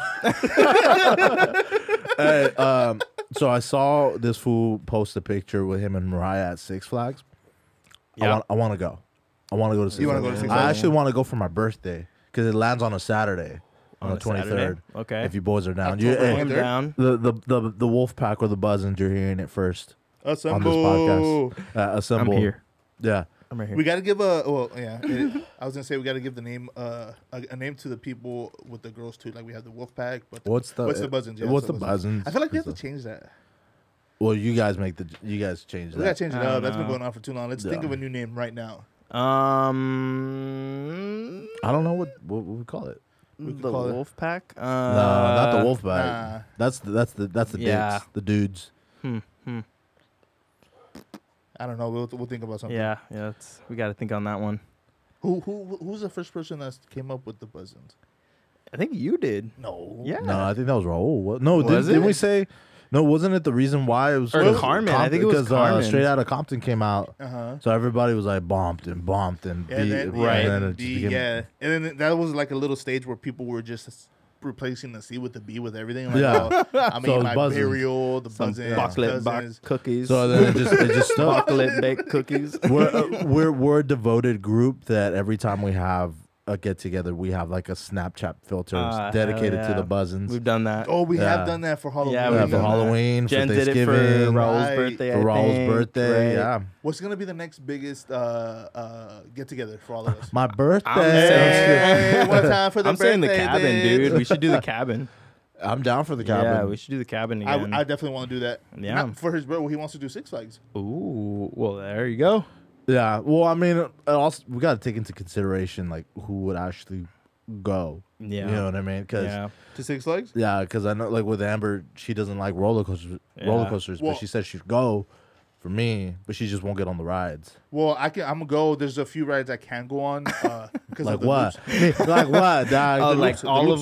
[SPEAKER 2] Hey, um, so I saw this fool post a picture with him and Mariah at Six Flags. I want. I want to go. I want to go to Six.
[SPEAKER 3] You wanna
[SPEAKER 2] Flags.
[SPEAKER 3] go to Six
[SPEAKER 2] I
[SPEAKER 3] Flags?
[SPEAKER 2] actually want to go for my birthday because it lands on a Saturday, on,
[SPEAKER 4] On
[SPEAKER 2] the
[SPEAKER 4] a Saturday?
[SPEAKER 2] twenty third.
[SPEAKER 4] Okay.
[SPEAKER 2] If you boys are down, you, hey,
[SPEAKER 4] I'm
[SPEAKER 3] They're-
[SPEAKER 4] down.
[SPEAKER 2] the, the the the wolf pack or the buzzins, you're hearing it first on this
[SPEAKER 3] Assemble.
[SPEAKER 2] podcast. Uh,
[SPEAKER 4] I'm
[SPEAKER 2] assemble.
[SPEAKER 4] here.
[SPEAKER 2] Yeah.
[SPEAKER 4] I'm right here.
[SPEAKER 3] We gotta give a well, yeah. it- I was gonna say we gotta give the name uh, a, a name to the people with the girls too. Like we have the wolf pack, but
[SPEAKER 2] What's the
[SPEAKER 3] what's the buzzins? Yeah,
[SPEAKER 2] what's the
[SPEAKER 3] what's the buzzins?
[SPEAKER 2] buzzins?
[SPEAKER 3] I feel like we have to
[SPEAKER 2] It's a-
[SPEAKER 3] change that.
[SPEAKER 2] Well, you guys make the you guys change
[SPEAKER 3] We gotta
[SPEAKER 2] that.
[SPEAKER 3] change it
[SPEAKER 4] I don't
[SPEAKER 3] up. That's been
[SPEAKER 4] know.
[SPEAKER 3] going on for too long. Let's think
[SPEAKER 2] Yeah.
[SPEAKER 3] of a new name right now.
[SPEAKER 4] Um,
[SPEAKER 2] I don't know what what, what we call it.
[SPEAKER 3] We could
[SPEAKER 4] the
[SPEAKER 3] call it-
[SPEAKER 4] wolf pack. Uh, no,
[SPEAKER 2] No, not
[SPEAKER 4] Uh,
[SPEAKER 2] the wolf pack.
[SPEAKER 3] nah.
[SPEAKER 2] That's the, that's the that's the
[SPEAKER 4] Yeah.
[SPEAKER 2] dicks, the dudes.
[SPEAKER 3] I don't know. We'll, we'll think about something.
[SPEAKER 4] Yeah, yeah. That's, we got to think on that one.
[SPEAKER 3] Who who who's the first person that came up with the buzzins?
[SPEAKER 4] I think you did.
[SPEAKER 3] No.
[SPEAKER 4] Yeah.
[SPEAKER 2] No, I think that was Raul. What? No,
[SPEAKER 4] Was
[SPEAKER 2] did, didn't
[SPEAKER 4] it?
[SPEAKER 2] we say? No, wasn't it the reason why it was?
[SPEAKER 4] Or
[SPEAKER 2] Well,
[SPEAKER 4] Carmen. I think it was Uh-huh.
[SPEAKER 2] because, uh,
[SPEAKER 4] Carmen.
[SPEAKER 2] straight out of Compton came out,
[SPEAKER 3] Uh huh.
[SPEAKER 2] so everybody was like bombed and bombed and beat,
[SPEAKER 3] And then,
[SPEAKER 4] right,
[SPEAKER 2] And then it just
[SPEAKER 3] the,
[SPEAKER 2] became-
[SPEAKER 3] yeah, and then that was like a little stage where people were just s- replacing the C with the B with everything. Like,
[SPEAKER 2] Yeah.
[SPEAKER 3] yeah,
[SPEAKER 2] So
[SPEAKER 3] I mean,
[SPEAKER 2] it's
[SPEAKER 3] my
[SPEAKER 2] buzzing.
[SPEAKER 3] burial, the
[SPEAKER 4] Some
[SPEAKER 3] buzzing,
[SPEAKER 4] chocolate box
[SPEAKER 3] buzzings.
[SPEAKER 4] cookies.
[SPEAKER 2] So then it just it just stuck.
[SPEAKER 4] chocolate baked cookies.
[SPEAKER 2] we're, uh, we're we're a devoted group that every time we have a get together, we have like a Snapchat filter
[SPEAKER 4] Ah,
[SPEAKER 2] dedicated
[SPEAKER 4] hell
[SPEAKER 2] to the
[SPEAKER 4] yeah.
[SPEAKER 2] buzzins.
[SPEAKER 4] We've done that.
[SPEAKER 3] Oh, we
[SPEAKER 2] Yeah.
[SPEAKER 3] have done that for Halloween.
[SPEAKER 4] yeah,
[SPEAKER 2] we
[SPEAKER 4] we've
[SPEAKER 2] have for
[SPEAKER 4] done that.
[SPEAKER 2] Halloween, for
[SPEAKER 4] Jen did it for
[SPEAKER 2] Thanksgiving,
[SPEAKER 4] Raul's
[SPEAKER 3] Right.
[SPEAKER 4] birthday.
[SPEAKER 2] for
[SPEAKER 4] I
[SPEAKER 2] Raul's
[SPEAKER 4] think,
[SPEAKER 2] birthday.
[SPEAKER 4] right?
[SPEAKER 2] Yeah,
[SPEAKER 3] What's gonna be the next biggest uh, uh, get together for all of us?
[SPEAKER 2] my birthday.
[SPEAKER 3] Hey, one time for the
[SPEAKER 4] I'm saying the
[SPEAKER 3] birthday,
[SPEAKER 4] cabin,
[SPEAKER 3] bitch.
[SPEAKER 4] dude. We should do the cabin.
[SPEAKER 2] I'm down for the cabin.
[SPEAKER 4] Yeah, we should do the cabin
[SPEAKER 3] I,
[SPEAKER 4] again.
[SPEAKER 3] I definitely want to do that.
[SPEAKER 4] Yeah.
[SPEAKER 3] Not for his birthday, he wants to do Six Flags.
[SPEAKER 4] Ooh, well, there you go.
[SPEAKER 2] Yeah, well, I mean, it also we got to take into consideration like who would actually go.
[SPEAKER 4] Yeah.
[SPEAKER 2] you know what I mean? Because yeah,
[SPEAKER 4] Yeah.
[SPEAKER 3] To Six Flags?
[SPEAKER 2] because I know like with Amber, she doesn't like roller coasters, roller
[SPEAKER 4] Yeah.
[SPEAKER 2] coasters,
[SPEAKER 3] Well-
[SPEAKER 2] but she said she'd go for me, but she just won't get on the rides.
[SPEAKER 3] Well, I can. I'm gonna go. There's a few rides I can go on. Uh, 'cause
[SPEAKER 2] Like
[SPEAKER 3] of the
[SPEAKER 2] what? like what? Dog?
[SPEAKER 4] Oh,
[SPEAKER 2] The
[SPEAKER 4] like
[SPEAKER 2] loops- the
[SPEAKER 4] all
[SPEAKER 2] loops-
[SPEAKER 4] of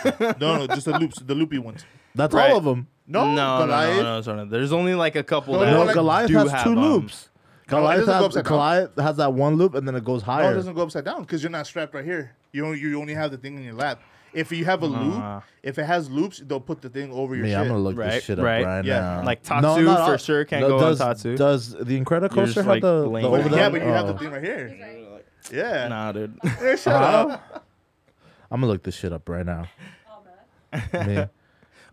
[SPEAKER 4] them.
[SPEAKER 3] loops. No, no, just the loops, the loopy ones.
[SPEAKER 2] That's
[SPEAKER 4] Right.
[SPEAKER 2] all of them.
[SPEAKER 3] No,
[SPEAKER 4] no, no,
[SPEAKER 3] Goliath.
[SPEAKER 4] no, no, sorry. There's only like a couple.
[SPEAKER 3] No,
[SPEAKER 4] that
[SPEAKER 2] No,
[SPEAKER 3] like,
[SPEAKER 2] Goliath
[SPEAKER 4] do
[SPEAKER 2] has
[SPEAKER 4] have
[SPEAKER 2] two
[SPEAKER 4] them.
[SPEAKER 2] loops. Goliath,
[SPEAKER 3] doesn't go
[SPEAKER 2] has,
[SPEAKER 3] upside down.
[SPEAKER 2] Goliath has that one loop and then it goes
[SPEAKER 3] No, it
[SPEAKER 2] higher.
[SPEAKER 3] doesn't go upside down because you're not strapped right here. You only, you only have the thing in your lap. If you have a
[SPEAKER 4] Uh-huh.
[SPEAKER 3] loop, if it has loops, they'll put the thing over your
[SPEAKER 2] Yeah,
[SPEAKER 3] shit.
[SPEAKER 2] I'm gonna look
[SPEAKER 4] Right,
[SPEAKER 2] this shit up
[SPEAKER 4] right.
[SPEAKER 2] right,
[SPEAKER 3] Yeah.
[SPEAKER 2] now.
[SPEAKER 4] Like Tatsu
[SPEAKER 2] not
[SPEAKER 4] for
[SPEAKER 2] all-
[SPEAKER 4] sure can't go on
[SPEAKER 2] does,
[SPEAKER 4] Tatsu.
[SPEAKER 2] Does the Incredicoaster
[SPEAKER 4] just,
[SPEAKER 2] have
[SPEAKER 4] like,
[SPEAKER 2] the, the
[SPEAKER 4] blank.
[SPEAKER 2] over
[SPEAKER 3] but yeah,
[SPEAKER 2] there?
[SPEAKER 3] but you have the
[SPEAKER 2] Oh.
[SPEAKER 3] thing right
[SPEAKER 5] He's
[SPEAKER 3] here.
[SPEAKER 5] right.
[SPEAKER 3] Yeah.
[SPEAKER 4] Nah, dude.
[SPEAKER 3] Yeah, shut
[SPEAKER 2] Uh-huh.
[SPEAKER 3] up.
[SPEAKER 2] I'm gonna look this shit up right now.
[SPEAKER 5] All that.
[SPEAKER 2] Me.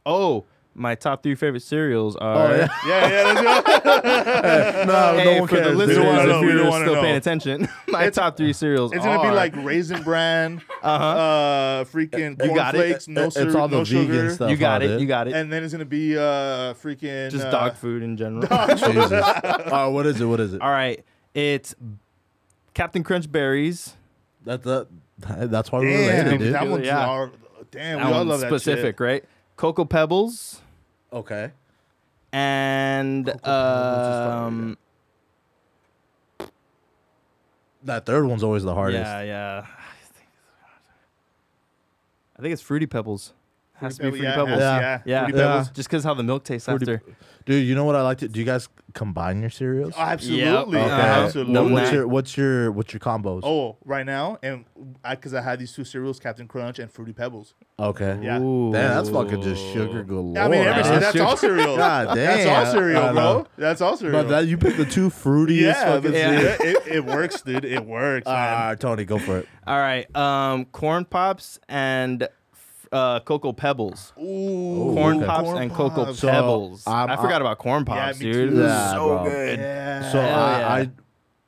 [SPEAKER 4] Oh, my top three favorite cereals are.
[SPEAKER 3] Yeah, yeah, let's go.
[SPEAKER 2] Oh, no,
[SPEAKER 4] Oh, Hey, for the
[SPEAKER 2] dude.
[SPEAKER 4] listeners,
[SPEAKER 3] We don't wanna know,
[SPEAKER 4] if
[SPEAKER 3] we
[SPEAKER 4] you're
[SPEAKER 3] don't wanna
[SPEAKER 4] still paying
[SPEAKER 3] know.
[SPEAKER 4] attention, my top three cereals
[SPEAKER 3] It's
[SPEAKER 4] are.
[SPEAKER 3] gonna be like Raisin Bran, uh-huh. uh, freaking
[SPEAKER 4] You got it.
[SPEAKER 3] cornflakes, no
[SPEAKER 2] It's
[SPEAKER 3] syrup,
[SPEAKER 2] all the
[SPEAKER 3] no
[SPEAKER 2] vegan
[SPEAKER 3] sugar,
[SPEAKER 2] stuff.
[SPEAKER 4] you got
[SPEAKER 2] That's
[SPEAKER 4] it,
[SPEAKER 2] all
[SPEAKER 4] you got it.
[SPEAKER 3] and then it's gonna be uh, freaking
[SPEAKER 4] Just
[SPEAKER 3] uh,
[SPEAKER 4] dog food in general.
[SPEAKER 2] Jesus. Oh, what is it? What is it?
[SPEAKER 4] All right, it's Captain Crunch berries.
[SPEAKER 2] That's that, that's why we're
[SPEAKER 3] Damn,
[SPEAKER 2] related, dude.
[SPEAKER 3] that one's
[SPEAKER 4] Yeah.
[SPEAKER 3] our, damn,
[SPEAKER 4] That
[SPEAKER 3] we all
[SPEAKER 4] one's
[SPEAKER 3] love that
[SPEAKER 4] um, specific,
[SPEAKER 3] shit.
[SPEAKER 4] right? Cocoa Pebbles
[SPEAKER 2] Okay.
[SPEAKER 4] and
[SPEAKER 3] Pebbles is fire,
[SPEAKER 4] um,
[SPEAKER 2] That third one's always the hardest.
[SPEAKER 4] yeah, yeah. I think it's Fruity Pebbles. Has to be
[SPEAKER 3] Fruity
[SPEAKER 4] Fruity
[SPEAKER 3] Pebble,
[SPEAKER 4] Pebbles.
[SPEAKER 3] Yeah,
[SPEAKER 2] Yeah.
[SPEAKER 3] yeah,
[SPEAKER 4] Yeah,
[SPEAKER 3] Fruity
[SPEAKER 2] Yeah.
[SPEAKER 3] Pebbles.
[SPEAKER 4] just because how the milk tastes
[SPEAKER 2] Fruity-
[SPEAKER 4] after.
[SPEAKER 2] Dude, you know what I like to do you guys combine your cereals?
[SPEAKER 3] Oh, Absolutely,
[SPEAKER 4] Okay.
[SPEAKER 3] absolutely.
[SPEAKER 4] No,
[SPEAKER 2] What- what's
[SPEAKER 4] nah.
[SPEAKER 2] your what's your what's your combos?
[SPEAKER 3] Oh, right now, and I because I had these two cereals, Captain Crunch and Fruity Pebbles.
[SPEAKER 2] Okay.
[SPEAKER 3] Yeah.
[SPEAKER 4] Ooh.
[SPEAKER 2] Damn, that's fucking just sugar galore.
[SPEAKER 3] I mean, every,
[SPEAKER 2] huh?
[SPEAKER 3] that's all cereal.
[SPEAKER 2] God
[SPEAKER 3] That's
[SPEAKER 2] damn.
[SPEAKER 3] all cereal,
[SPEAKER 2] I know.
[SPEAKER 3] bro. That's all cereal.
[SPEAKER 2] But that you picked the two fruitiest
[SPEAKER 3] yeah,
[SPEAKER 2] fucking
[SPEAKER 3] but-
[SPEAKER 2] cereals.
[SPEAKER 3] yeah, it, it works, dude. It works. man.
[SPEAKER 2] Ah, Tony, go for it.
[SPEAKER 4] All right, um, corn pops and uh, cocoa pebbles.
[SPEAKER 3] Ooh,
[SPEAKER 4] corn
[SPEAKER 2] okay.
[SPEAKER 4] pops and cocoa
[SPEAKER 3] Pops.
[SPEAKER 2] So,
[SPEAKER 4] pebbles.
[SPEAKER 2] I'm-
[SPEAKER 4] I forgot about corn pops,
[SPEAKER 3] me too.
[SPEAKER 4] dude.
[SPEAKER 2] Yeah,
[SPEAKER 4] so
[SPEAKER 2] bro.
[SPEAKER 4] good.
[SPEAKER 3] Yeah.
[SPEAKER 2] So
[SPEAKER 4] Hell
[SPEAKER 2] I,
[SPEAKER 4] yeah.
[SPEAKER 2] I,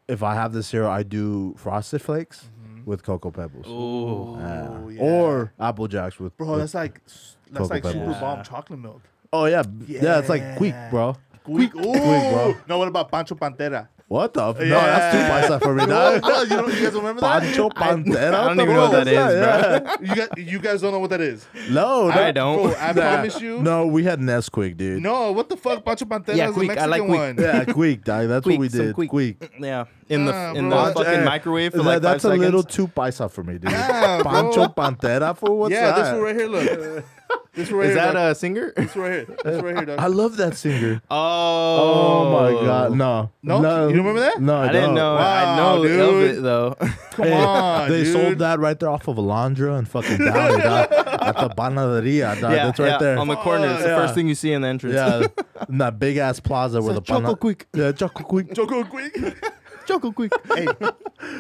[SPEAKER 2] if I have the cereal, I do Frosted Flakes with Cocoa Pebbles,
[SPEAKER 4] Ooh.
[SPEAKER 2] Yeah.
[SPEAKER 3] yeah.
[SPEAKER 2] or Apple Jacks with.
[SPEAKER 3] bro,
[SPEAKER 2] with-
[SPEAKER 3] that's like that's
[SPEAKER 2] Cocoa
[SPEAKER 3] like super
[SPEAKER 2] Pebbles.
[SPEAKER 3] bomb chocolate milk.
[SPEAKER 2] oh yeah, b- yeah, it's like quick,
[SPEAKER 3] Yeah.
[SPEAKER 2] bro.
[SPEAKER 3] Quick. Ooh.
[SPEAKER 2] bro.
[SPEAKER 3] No, what about Pancho Pantera?
[SPEAKER 2] What the? f No,
[SPEAKER 3] Yeah.
[SPEAKER 2] that's too paisa for me.
[SPEAKER 3] Oh,
[SPEAKER 2] Now.
[SPEAKER 3] you, don't, you guys remember that?
[SPEAKER 2] Pancho Pantera.
[SPEAKER 4] I
[SPEAKER 2] What
[SPEAKER 4] don't
[SPEAKER 2] the
[SPEAKER 4] even know
[SPEAKER 2] fuck
[SPEAKER 4] what that is,
[SPEAKER 2] Yeah.
[SPEAKER 3] You guys, you guys don't know what that is.
[SPEAKER 2] No,
[SPEAKER 4] I
[SPEAKER 2] that-
[SPEAKER 4] don't.
[SPEAKER 3] Bro, I promise you.
[SPEAKER 2] No, we had Nesquik, dude.
[SPEAKER 3] No, what the fuck? Pancho Pantera
[SPEAKER 4] Yeah,
[SPEAKER 3] is the
[SPEAKER 4] quick, I
[SPEAKER 3] Mexican
[SPEAKER 4] like quick.
[SPEAKER 3] one.
[SPEAKER 2] Yeah, quick, dog. That's what
[SPEAKER 4] Quick,
[SPEAKER 2] we
[SPEAKER 4] some
[SPEAKER 2] did.
[SPEAKER 4] quick.
[SPEAKER 2] Quick.
[SPEAKER 4] Yeah, in the
[SPEAKER 3] Nah,
[SPEAKER 4] in
[SPEAKER 3] Ah, bro.
[SPEAKER 4] the fucking
[SPEAKER 2] Eh,
[SPEAKER 4] microwave for
[SPEAKER 2] that-
[SPEAKER 4] like
[SPEAKER 2] that's
[SPEAKER 4] five
[SPEAKER 2] a
[SPEAKER 4] seconds.
[SPEAKER 2] little too paisa for me, dude.
[SPEAKER 3] Yeah, bro.
[SPEAKER 2] Pancho Pantera for what's
[SPEAKER 3] yeah,
[SPEAKER 2] that?
[SPEAKER 3] this one right here. Look, this one right
[SPEAKER 4] Is
[SPEAKER 3] here.
[SPEAKER 4] that
[SPEAKER 3] dog.
[SPEAKER 4] a singer?
[SPEAKER 3] This one right here. This one right here.
[SPEAKER 2] I
[SPEAKER 3] dog.
[SPEAKER 2] love that singer.
[SPEAKER 4] Oh,
[SPEAKER 2] Oh, my god, no,
[SPEAKER 3] No? You remember that?
[SPEAKER 2] No, I,
[SPEAKER 4] I didn't
[SPEAKER 2] don't.
[SPEAKER 4] know. I
[SPEAKER 3] Wow,
[SPEAKER 4] know
[SPEAKER 3] dude.
[SPEAKER 4] of it though.
[SPEAKER 3] Come
[SPEAKER 2] Hey,
[SPEAKER 3] on,
[SPEAKER 2] they
[SPEAKER 3] dude.
[SPEAKER 2] sold that right there off of Alondra and fucking down it up at the panaderia. dog. that's right there.
[SPEAKER 4] on the corner. It's the
[SPEAKER 2] Oh, Yeah.
[SPEAKER 4] first thing you see in the entrance.
[SPEAKER 2] yeah, in that big ass plaza where the
[SPEAKER 4] Choco
[SPEAKER 2] pana-
[SPEAKER 4] quick,
[SPEAKER 2] Yeah, choco quick.
[SPEAKER 3] Choco quick.
[SPEAKER 4] choco quick.
[SPEAKER 3] hey,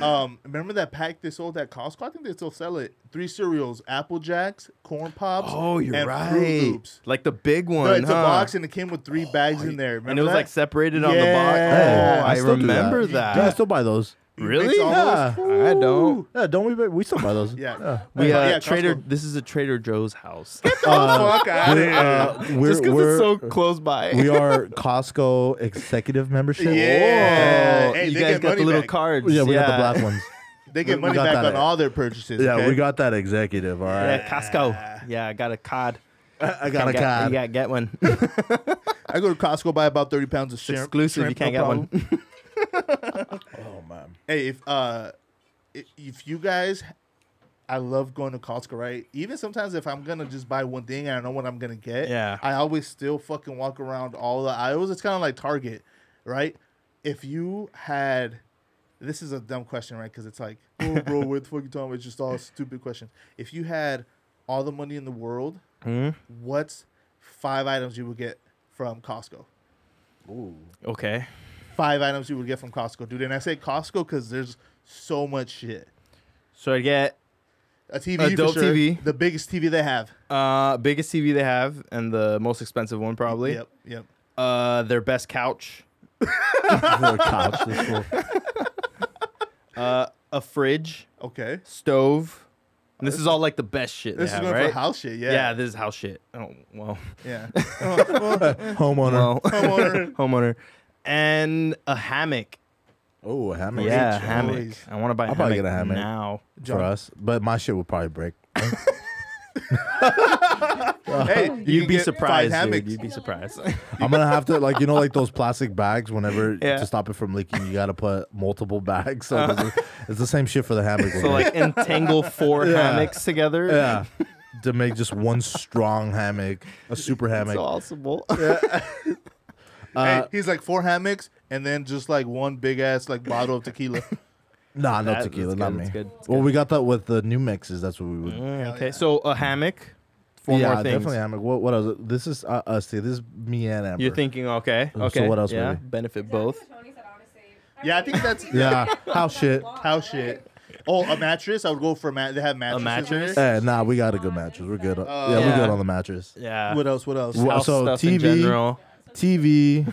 [SPEAKER 3] um, remember that pack they sold at Costco? I think they still sell it. Three cereals: Apple Jacks, Corn Pops.
[SPEAKER 4] Oh, you're
[SPEAKER 3] and Fruit
[SPEAKER 4] right.
[SPEAKER 3] Loops.
[SPEAKER 4] Like the big one.
[SPEAKER 3] No, it's
[SPEAKER 4] huh?
[SPEAKER 3] a box, and it came with three bags in there. Remember
[SPEAKER 4] and it was
[SPEAKER 3] that?
[SPEAKER 4] like separated on the box.
[SPEAKER 3] Yeah.
[SPEAKER 4] Oh,
[SPEAKER 2] I
[SPEAKER 4] I,
[SPEAKER 2] still do that.
[SPEAKER 4] remember that.
[SPEAKER 2] Yeah, I still buy those.
[SPEAKER 3] You
[SPEAKER 4] really?
[SPEAKER 3] mix all
[SPEAKER 2] Yeah.
[SPEAKER 3] those-
[SPEAKER 4] I don't.
[SPEAKER 2] Yeah, don't we? We still buy those.
[SPEAKER 3] Yeah.
[SPEAKER 4] We uh,
[SPEAKER 3] Yeah, Costco.
[SPEAKER 4] Trader. This is a Trader Joe's house.
[SPEAKER 2] Uh,
[SPEAKER 3] Fuck out
[SPEAKER 2] we're, uh, we're,
[SPEAKER 4] Just because
[SPEAKER 2] we're-
[SPEAKER 4] it's so close by.
[SPEAKER 2] we are Costco executive membership.
[SPEAKER 3] Yeah.
[SPEAKER 4] Oh,
[SPEAKER 3] Hey,
[SPEAKER 4] you
[SPEAKER 3] they
[SPEAKER 4] guys
[SPEAKER 3] get
[SPEAKER 4] got
[SPEAKER 3] money
[SPEAKER 4] the little
[SPEAKER 3] back.
[SPEAKER 4] cards.
[SPEAKER 2] Oh, Yeah, we got the black ones.
[SPEAKER 3] They get
[SPEAKER 2] We
[SPEAKER 3] money
[SPEAKER 2] got
[SPEAKER 3] back
[SPEAKER 2] that
[SPEAKER 3] on
[SPEAKER 2] at-
[SPEAKER 3] all their purchases.
[SPEAKER 2] Yeah,
[SPEAKER 3] okay?
[SPEAKER 2] we got that executive. All right.
[SPEAKER 4] Yeah, Costco. Yeah, I got a cod.
[SPEAKER 2] I got a
[SPEAKER 4] Can't get-
[SPEAKER 2] card.
[SPEAKER 4] You gotta get one.
[SPEAKER 3] I go to Costco buy about thirty pounds of shrimp.
[SPEAKER 4] Exclusive. You
[SPEAKER 3] shrimp,
[SPEAKER 4] can't
[SPEAKER 3] no
[SPEAKER 4] get
[SPEAKER 3] problem.
[SPEAKER 4] one.
[SPEAKER 2] Oh man.
[SPEAKER 3] Hey, if uh, i- if you guys, I love going to Costco, right? Even sometimes if I'm gonna just buy one thing and I know what I'm gonna get,
[SPEAKER 4] Yeah.
[SPEAKER 3] I always still fucking walk around all the aisles. It's kind of like Target, right? If you had, this is a dumb question, right? Because it's like, oh, bro, what the fuck you talking about? It's just all a stupid question. If you had all the money in the world, what's five items you would get from Costco?
[SPEAKER 4] Okay.
[SPEAKER 3] Five items you would get from Costco, dude. And I say Costco because there's so much shit.
[SPEAKER 4] So I get
[SPEAKER 3] A TV,
[SPEAKER 4] A
[SPEAKER 3] for
[SPEAKER 4] dope
[SPEAKER 3] sure.
[SPEAKER 4] TV.
[SPEAKER 3] the biggest TV they have.
[SPEAKER 4] uh biggest TV they have and the most expensive one probably.
[SPEAKER 3] Yep, yep.
[SPEAKER 4] Uh, their best couch,
[SPEAKER 2] Little couch, this fool.
[SPEAKER 4] a fridge,
[SPEAKER 3] Okay,
[SPEAKER 4] stove. And this is all like the best shit. They
[SPEAKER 3] this
[SPEAKER 4] have,
[SPEAKER 3] is going
[SPEAKER 4] right?
[SPEAKER 3] for house shit. Yeah,
[SPEAKER 4] Yeah. this is house shit. Oh well,
[SPEAKER 3] yeah.
[SPEAKER 2] Homeowner.
[SPEAKER 4] well,
[SPEAKER 3] Homeowner.
[SPEAKER 4] homeowner, and a hammock.
[SPEAKER 2] Oh, a hammock.
[SPEAKER 4] yeah, a
[SPEAKER 3] choice.
[SPEAKER 4] hammock. I want to buy. a
[SPEAKER 2] I'll
[SPEAKER 4] hammock
[SPEAKER 2] probably get a hammock.
[SPEAKER 4] now.
[SPEAKER 2] for us, but my shit would probably break.
[SPEAKER 3] hey,
[SPEAKER 4] Uh,
[SPEAKER 3] can
[SPEAKER 4] You'd be
[SPEAKER 3] get
[SPEAKER 4] surprised,
[SPEAKER 3] Five
[SPEAKER 4] dude.
[SPEAKER 3] hammocks.
[SPEAKER 4] You'd be surprised.
[SPEAKER 2] I'm gonna have to like you know like those plastic bags. Whenever
[SPEAKER 4] Yeah.
[SPEAKER 2] to stop it from leaking, you gotta put multiple bags. So this is- it's the same shit for the hammock.
[SPEAKER 4] so like entangle four
[SPEAKER 2] Yeah.
[SPEAKER 4] hammocks together.
[SPEAKER 2] yeah, to make just one strong hammock, a super
[SPEAKER 4] it's
[SPEAKER 2] hammock.
[SPEAKER 4] possible. uh,
[SPEAKER 3] hey, he's like four hammocks and then just like one big ass like bottle of tequila.
[SPEAKER 2] Nah, no
[SPEAKER 4] That-
[SPEAKER 2] tequila,
[SPEAKER 4] that's
[SPEAKER 2] not
[SPEAKER 4] good,
[SPEAKER 2] me.
[SPEAKER 4] that's good, that's
[SPEAKER 2] well,
[SPEAKER 4] good. Mm-hmm.
[SPEAKER 2] we got that with the new mixes. That's what we would.
[SPEAKER 4] okay, so a hammock. Four
[SPEAKER 2] yeah,
[SPEAKER 4] more things.
[SPEAKER 2] definitely hammock. What? What else? This is uh, us. Dude. This is me and Amber.
[SPEAKER 4] You're thinking, okay,
[SPEAKER 2] So
[SPEAKER 4] okay.
[SPEAKER 2] what else,
[SPEAKER 4] Yeah,
[SPEAKER 2] baby?
[SPEAKER 4] benefit both.
[SPEAKER 5] Tony said, honestly.
[SPEAKER 3] Yeah, I think that's
[SPEAKER 2] Yeah, house shit.
[SPEAKER 3] house shit. Oh, a mattress. I would go for a mat. They have mattresses. in
[SPEAKER 4] mattress?
[SPEAKER 3] there.
[SPEAKER 2] Eh, nah, we got a good mattress. We're good. yeah,
[SPEAKER 3] Oh, yeah.
[SPEAKER 2] we're good on the mattress.
[SPEAKER 4] Yeah.
[SPEAKER 3] What else? What else?
[SPEAKER 2] Well,
[SPEAKER 4] House
[SPEAKER 2] so
[SPEAKER 4] stuff in
[SPEAKER 2] TV,
[SPEAKER 4] general.
[SPEAKER 2] TV.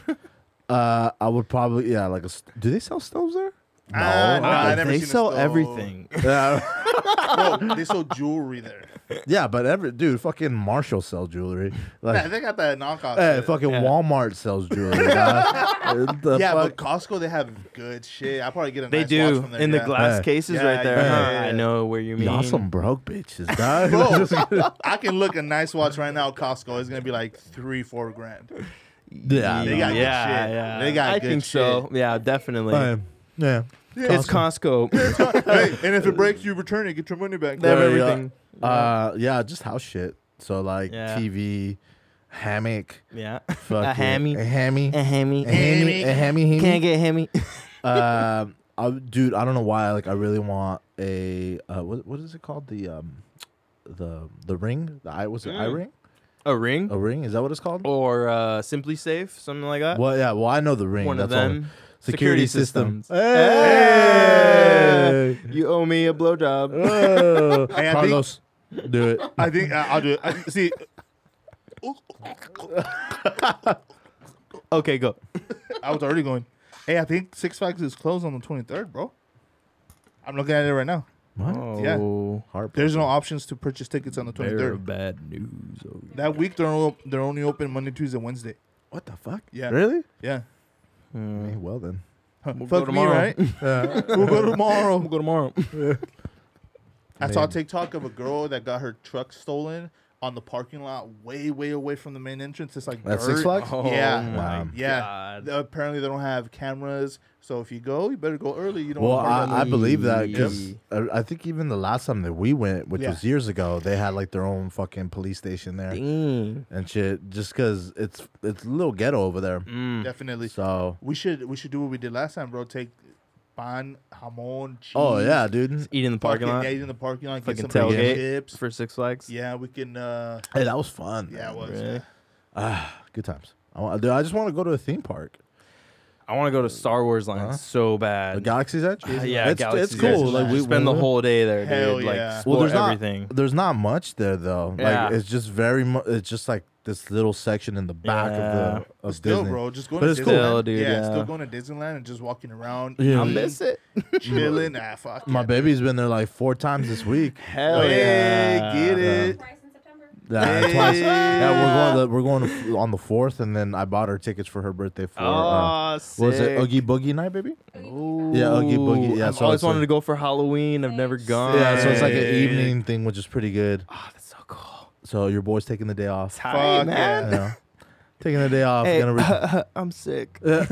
[SPEAKER 2] uh, I would probably yeah, like a. st- Do they sell stoves there?
[SPEAKER 3] Ah, nah, I
[SPEAKER 4] Oh,
[SPEAKER 3] never
[SPEAKER 4] they
[SPEAKER 3] seen a
[SPEAKER 4] sell
[SPEAKER 3] stove.
[SPEAKER 4] everything.
[SPEAKER 2] Yeah,
[SPEAKER 3] Bro, they sell jewelry there.
[SPEAKER 2] yeah, but every dude, fucking Marshall sells jewelry.
[SPEAKER 3] Nah,
[SPEAKER 2] Like,
[SPEAKER 3] they got that knockoff.
[SPEAKER 2] hey,
[SPEAKER 3] shit.
[SPEAKER 2] fucking
[SPEAKER 4] Yeah.
[SPEAKER 2] Walmart sells jewelry. dog. The
[SPEAKER 3] Yeah,
[SPEAKER 2] fuck-
[SPEAKER 3] but Costco they have good shit. I probably get a
[SPEAKER 4] They
[SPEAKER 3] nice watch
[SPEAKER 4] do
[SPEAKER 3] from there,
[SPEAKER 4] in
[SPEAKER 3] yeah.
[SPEAKER 4] the glass
[SPEAKER 2] Yeah.
[SPEAKER 4] cases
[SPEAKER 3] Yeah,
[SPEAKER 4] right there.
[SPEAKER 3] yeah,
[SPEAKER 4] huh?
[SPEAKER 3] yeah, yeah.
[SPEAKER 4] I know where you mean.
[SPEAKER 2] y'all some broke bitches, dog.
[SPEAKER 3] Bro, I can look a nice watch right now. at Costco It's gonna be like three, four grand.
[SPEAKER 2] yeah,
[SPEAKER 3] They
[SPEAKER 2] no.
[SPEAKER 3] got
[SPEAKER 4] yeah,
[SPEAKER 3] good shit.
[SPEAKER 4] yeah.
[SPEAKER 3] They got
[SPEAKER 4] I
[SPEAKER 3] good
[SPEAKER 4] think so. Yeah, definitely.
[SPEAKER 2] Hey, yeah.
[SPEAKER 4] It's Costco.
[SPEAKER 3] hey, and if it breaks, you return it. Get your money back.
[SPEAKER 4] They have
[SPEAKER 2] Yeah, yeah.
[SPEAKER 4] everything.
[SPEAKER 2] Uh, yeah, just house shit. So like
[SPEAKER 4] Yeah.
[SPEAKER 2] TV, hammock,
[SPEAKER 4] yeah.
[SPEAKER 2] fucking
[SPEAKER 4] a hammy.
[SPEAKER 2] a hammy,
[SPEAKER 4] A hammy.
[SPEAKER 2] a hammy, a hammy,
[SPEAKER 4] Can't get hammy.
[SPEAKER 2] um, I, dude, I don't know why. Like, I really want a uh, what, what is it called? The um, the the ring. The I was
[SPEAKER 4] Mm.
[SPEAKER 2] it I ring.
[SPEAKER 4] a ring
[SPEAKER 2] A ring is that what it's called?
[SPEAKER 4] or uh, simply safe, something like that.
[SPEAKER 2] Well, yeah. Well, I know the ring.
[SPEAKER 4] One of
[SPEAKER 2] That's all.
[SPEAKER 4] them.
[SPEAKER 2] Security,
[SPEAKER 4] Security
[SPEAKER 2] system.
[SPEAKER 4] systems.
[SPEAKER 2] Hey!
[SPEAKER 4] You owe me a blowjob.
[SPEAKER 2] Oh,
[SPEAKER 3] Hey, I
[SPEAKER 2] Carlos, do it.
[SPEAKER 3] I think I, I'll do it. I, see,
[SPEAKER 4] Okay, go.
[SPEAKER 3] I was already going. Hey, I think Six Flags is closed on the twenty third, bro. I'm looking at it right now.
[SPEAKER 2] What?
[SPEAKER 4] Oh,
[SPEAKER 3] Yeah.
[SPEAKER 2] Heartbreak.
[SPEAKER 3] There's no options to purchase tickets on the twenty
[SPEAKER 4] very
[SPEAKER 3] third.
[SPEAKER 2] Oh,
[SPEAKER 4] bad news. over here.
[SPEAKER 3] That week they're o- they're only open Monday, Tuesday, Wednesday.
[SPEAKER 2] What the fuck?
[SPEAKER 3] Yeah.
[SPEAKER 2] Really?
[SPEAKER 3] Yeah.
[SPEAKER 2] Hey, well then.
[SPEAKER 4] We'll go
[SPEAKER 3] Fuck me,
[SPEAKER 4] tomorrow.
[SPEAKER 3] right? we'll go tomorrow.
[SPEAKER 4] We'll go tomorrow.
[SPEAKER 3] I saw a
[SPEAKER 2] Maybe.
[SPEAKER 3] TikTok of a girl that got her truck stolen on the parking lot, way, way away from the main entrance. It's like
[SPEAKER 2] At
[SPEAKER 3] dirt.
[SPEAKER 2] Six Flags?
[SPEAKER 4] Oh
[SPEAKER 3] yeah,
[SPEAKER 4] my
[SPEAKER 3] yeah.
[SPEAKER 4] God.
[SPEAKER 3] The- apparently, they don't have cameras, so if you go, you better go early. You don't.
[SPEAKER 2] Well,
[SPEAKER 3] want
[SPEAKER 2] I, I believe that because
[SPEAKER 4] Yep.
[SPEAKER 2] I think even the last time that we went, which
[SPEAKER 3] Yeah.
[SPEAKER 2] was years ago, they had like their own fucking police station there
[SPEAKER 4] Dang.
[SPEAKER 2] and shit. Just because it's it's a little ghetto over there,
[SPEAKER 4] Mm.
[SPEAKER 3] Mm. definitely.
[SPEAKER 2] so
[SPEAKER 3] We should we should do what we did last time, bro. Take pan, hamon, cheese.
[SPEAKER 2] oh yeah, dude.
[SPEAKER 4] Eat in the parking
[SPEAKER 3] Parking
[SPEAKER 4] lot.
[SPEAKER 3] yeah, eat in the parking lot, get some
[SPEAKER 4] Fucking
[SPEAKER 3] fucking
[SPEAKER 4] tailgate.
[SPEAKER 3] chips.
[SPEAKER 4] for Six Flags.
[SPEAKER 3] Yeah, we can. uh
[SPEAKER 2] Hey, that was fun.
[SPEAKER 3] Yeah,
[SPEAKER 2] man.
[SPEAKER 3] it was.
[SPEAKER 4] Really?
[SPEAKER 2] Ah, good times. I, wa- dude, I just want to go to a theme park.
[SPEAKER 4] I want to go to Star Wars Land
[SPEAKER 2] Huh?
[SPEAKER 4] so
[SPEAKER 2] The
[SPEAKER 4] bad.
[SPEAKER 2] Galaxy's Edge.
[SPEAKER 4] Uh, yeah,
[SPEAKER 2] it's,
[SPEAKER 4] Galaxy's
[SPEAKER 2] it's cool.
[SPEAKER 4] Edge.
[SPEAKER 2] Like we
[SPEAKER 4] spend the
[SPEAKER 2] we-
[SPEAKER 4] whole day there,
[SPEAKER 3] Hell
[SPEAKER 4] dude. Like
[SPEAKER 3] yeah.
[SPEAKER 4] explore
[SPEAKER 2] there's not
[SPEAKER 4] everything.
[SPEAKER 2] there's not much there though.
[SPEAKER 4] Yeah.
[SPEAKER 2] Like it's just very mu- it's just like this little section in the back
[SPEAKER 4] Yeah.
[SPEAKER 2] of the of
[SPEAKER 3] Still,
[SPEAKER 2] Disney.
[SPEAKER 3] bro, just going
[SPEAKER 2] But
[SPEAKER 3] to
[SPEAKER 2] it's
[SPEAKER 3] Disneyland.
[SPEAKER 2] cool.
[SPEAKER 4] Still, dude,
[SPEAKER 3] yeah,
[SPEAKER 4] yeah.
[SPEAKER 3] still going to Disneyland and just walking around.
[SPEAKER 2] Yeah. I
[SPEAKER 3] eating,
[SPEAKER 2] miss
[SPEAKER 4] it.
[SPEAKER 3] Chilling. ah, fuck.
[SPEAKER 2] My
[SPEAKER 3] yeah,
[SPEAKER 2] baby's been there like four times this week.
[SPEAKER 4] Hell
[SPEAKER 3] Hey,
[SPEAKER 4] yeah.
[SPEAKER 3] get it.
[SPEAKER 5] Twice in September.
[SPEAKER 2] Yeah,
[SPEAKER 3] Hey.
[SPEAKER 2] twice. Yeah, we're going. To, we're going to, on the fourth, and then I bought her tickets for her birthday for. uh,
[SPEAKER 4] Oh,
[SPEAKER 2] what was
[SPEAKER 4] sick.
[SPEAKER 2] it Oogie Boogie night, baby?
[SPEAKER 5] Ooh.
[SPEAKER 2] Yeah, Oogie Boogie. Yeah,
[SPEAKER 4] I've
[SPEAKER 2] so
[SPEAKER 4] always
[SPEAKER 2] it's a-
[SPEAKER 4] wanted to go for Halloween. I've never gone.
[SPEAKER 2] Yeah, so it's like an
[SPEAKER 3] Hey.
[SPEAKER 2] evening thing, which is pretty good.
[SPEAKER 4] oh, that's so cool.
[SPEAKER 2] So your boy's taking the day off.
[SPEAKER 4] Tight,
[SPEAKER 3] Fuck
[SPEAKER 4] man.
[SPEAKER 2] You know? taking the day off.
[SPEAKER 4] Hey,
[SPEAKER 2] gonna re-
[SPEAKER 4] I'm sick.
[SPEAKER 2] Man,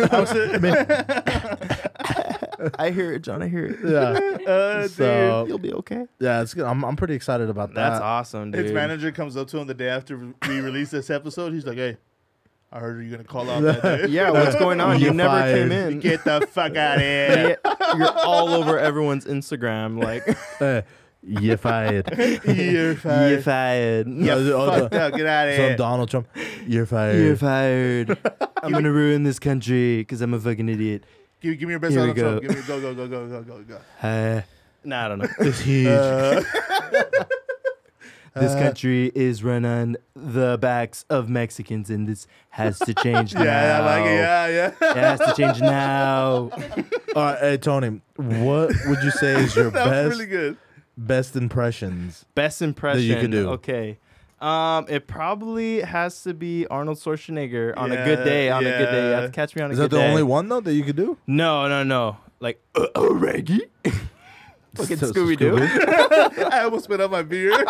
[SPEAKER 4] I hear it, John. I hear it.
[SPEAKER 2] yeah,
[SPEAKER 3] yeah. Uh, dude.
[SPEAKER 2] so
[SPEAKER 4] You'll be okay.
[SPEAKER 2] yeah, it's good. I'm I'm pretty excited about that.
[SPEAKER 4] That's awesome, dude.
[SPEAKER 3] His manager comes up to him the day after we release this episode. He's like, "Hey, I heard you're gonna call out that day.
[SPEAKER 4] Yeah, what's going on?
[SPEAKER 2] You're
[SPEAKER 4] you never
[SPEAKER 2] fired.
[SPEAKER 4] came in.
[SPEAKER 3] get the fuck out of here.
[SPEAKER 4] Yeah, You're all over everyone's Instagram. Like,
[SPEAKER 2] Uh, you fired.
[SPEAKER 3] You're fired.
[SPEAKER 4] you're fired.
[SPEAKER 3] Yeah,
[SPEAKER 2] No, no,
[SPEAKER 3] fucked
[SPEAKER 2] no.
[SPEAKER 3] up. Get out of
[SPEAKER 2] Some
[SPEAKER 3] here.
[SPEAKER 2] Donald Trump. You're fired.
[SPEAKER 4] You're fired. I'm gonna ruin this country because I'm a fucking idiot.
[SPEAKER 3] Give, give me your best
[SPEAKER 4] Here we
[SPEAKER 3] Donald Trump.
[SPEAKER 4] go.
[SPEAKER 3] Give me go go go go go go go.
[SPEAKER 4] Uh, nah, I don't know.
[SPEAKER 2] It's huge.
[SPEAKER 4] Uh, this
[SPEAKER 2] Uh,
[SPEAKER 4] country is run on the backs of Mexicans, and this has to change now.
[SPEAKER 3] Yeah, I like it. Yeah, yeah.
[SPEAKER 4] It has to change now.
[SPEAKER 2] All right, hey Tony, what would you say is your
[SPEAKER 3] That was
[SPEAKER 2] best
[SPEAKER 3] really good.
[SPEAKER 2] best impressions?
[SPEAKER 4] Best impression
[SPEAKER 2] could do.
[SPEAKER 4] Okay. Um, it probably has to be Arnold Schwarzenegger on a
[SPEAKER 3] Yeah,
[SPEAKER 4] good day. On a good day, you have
[SPEAKER 3] yeah.
[SPEAKER 4] to catch me on a
[SPEAKER 2] Is
[SPEAKER 4] good
[SPEAKER 2] that the
[SPEAKER 4] day.
[SPEAKER 2] only one though that you could do?
[SPEAKER 4] No, no, no. Like uh, uh, Reggie. Fucking
[SPEAKER 2] So- so
[SPEAKER 4] Scooby Doo.
[SPEAKER 3] I almost spit out my beer.
[SPEAKER 2] All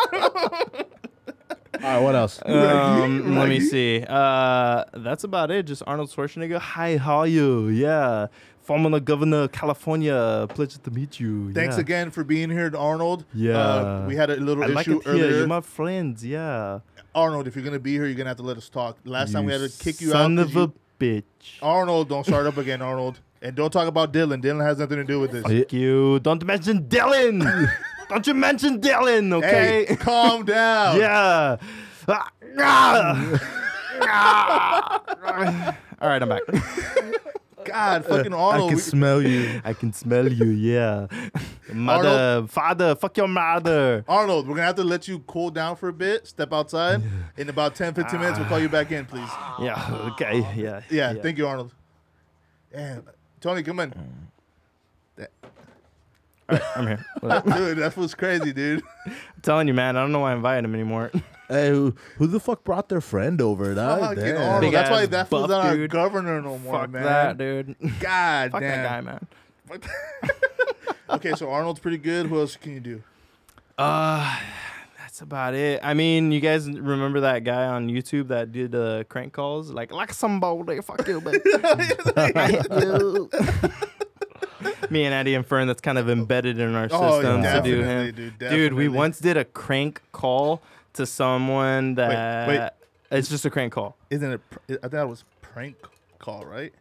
[SPEAKER 2] right, what else?
[SPEAKER 4] Um, let me see. Uh, that's about it. Just Arnold Schwarzenegger. Hi, how are you? Yeah. Former governor of California. Pleasure to meet you.
[SPEAKER 3] Thanks
[SPEAKER 4] Yeah.
[SPEAKER 3] again for being here, Arnold. Uh,
[SPEAKER 4] Yeah.
[SPEAKER 3] we had a little
[SPEAKER 4] I like
[SPEAKER 3] issue
[SPEAKER 4] it here.
[SPEAKER 3] earlier.
[SPEAKER 4] You're my friends. Yeah.
[SPEAKER 3] Arnold, if you're gonna be here, you're gonna have to let us talk. Last time we had to kick you
[SPEAKER 4] son
[SPEAKER 3] out. 'cause
[SPEAKER 4] of
[SPEAKER 3] you- Oh.
[SPEAKER 4] a bitch.
[SPEAKER 3] Arnold, don't start up again, Arnold. And don't talk about Dylan. Dylan has nothing to do with this.
[SPEAKER 4] Fuck you. Don't mention Dylan. Don't you mention Dylan, okay?
[SPEAKER 3] Hey, calm down.
[SPEAKER 4] yeah. Ah, ah. Ah. All right, I'm back.
[SPEAKER 3] God, fucking
[SPEAKER 2] I
[SPEAKER 3] Arnold.
[SPEAKER 2] can
[SPEAKER 3] we-
[SPEAKER 2] smell you.
[SPEAKER 4] I can smell you, yeah. Mother, father, fuck your mother.
[SPEAKER 3] Arnold, we're gonna have to let you cool down for a bit. Step outside. In about 10, 15 minutes, we'll call you back in, please.
[SPEAKER 4] Yeah, okay, yeah.
[SPEAKER 3] Uh, oh, Yeah, thank you, Arnold. Damn. Tony, come in.
[SPEAKER 4] I'm here. Whatever.
[SPEAKER 3] Dude, that was crazy, dude.
[SPEAKER 4] I'm telling you, man, I don't know why I invited him anymore.
[SPEAKER 2] Hey, who, who the fuck brought their friend over? That,
[SPEAKER 3] Fucking
[SPEAKER 2] damn.
[SPEAKER 3] Arnold.
[SPEAKER 4] Big
[SPEAKER 3] That's why
[SPEAKER 4] ass
[SPEAKER 3] that fool's
[SPEAKER 4] buff
[SPEAKER 3] not our
[SPEAKER 4] dude.
[SPEAKER 3] governor no more,
[SPEAKER 4] fuck
[SPEAKER 3] man.
[SPEAKER 4] that, dude.
[SPEAKER 3] God
[SPEAKER 4] fuck that guy,
[SPEAKER 3] damn.
[SPEAKER 4] man.
[SPEAKER 3] okay, so Arnold's pretty good. What else can you do?
[SPEAKER 4] Uh, that's about it. I mean, you guys remember that guy on YouTube that did uh, crank calls? Like, like somebody, fuck you, man. Me and Eddie and Fern, that's kind of embedded in our
[SPEAKER 3] Oh,
[SPEAKER 4] systems to do
[SPEAKER 3] definitely,
[SPEAKER 4] him.
[SPEAKER 3] dude,
[SPEAKER 4] Dude, we
[SPEAKER 3] definitely.
[SPEAKER 4] once did a crank call to someone that.
[SPEAKER 3] wait.
[SPEAKER 4] It's just a crank call.
[SPEAKER 3] Isn't it? pr- I thought it was prank call, right?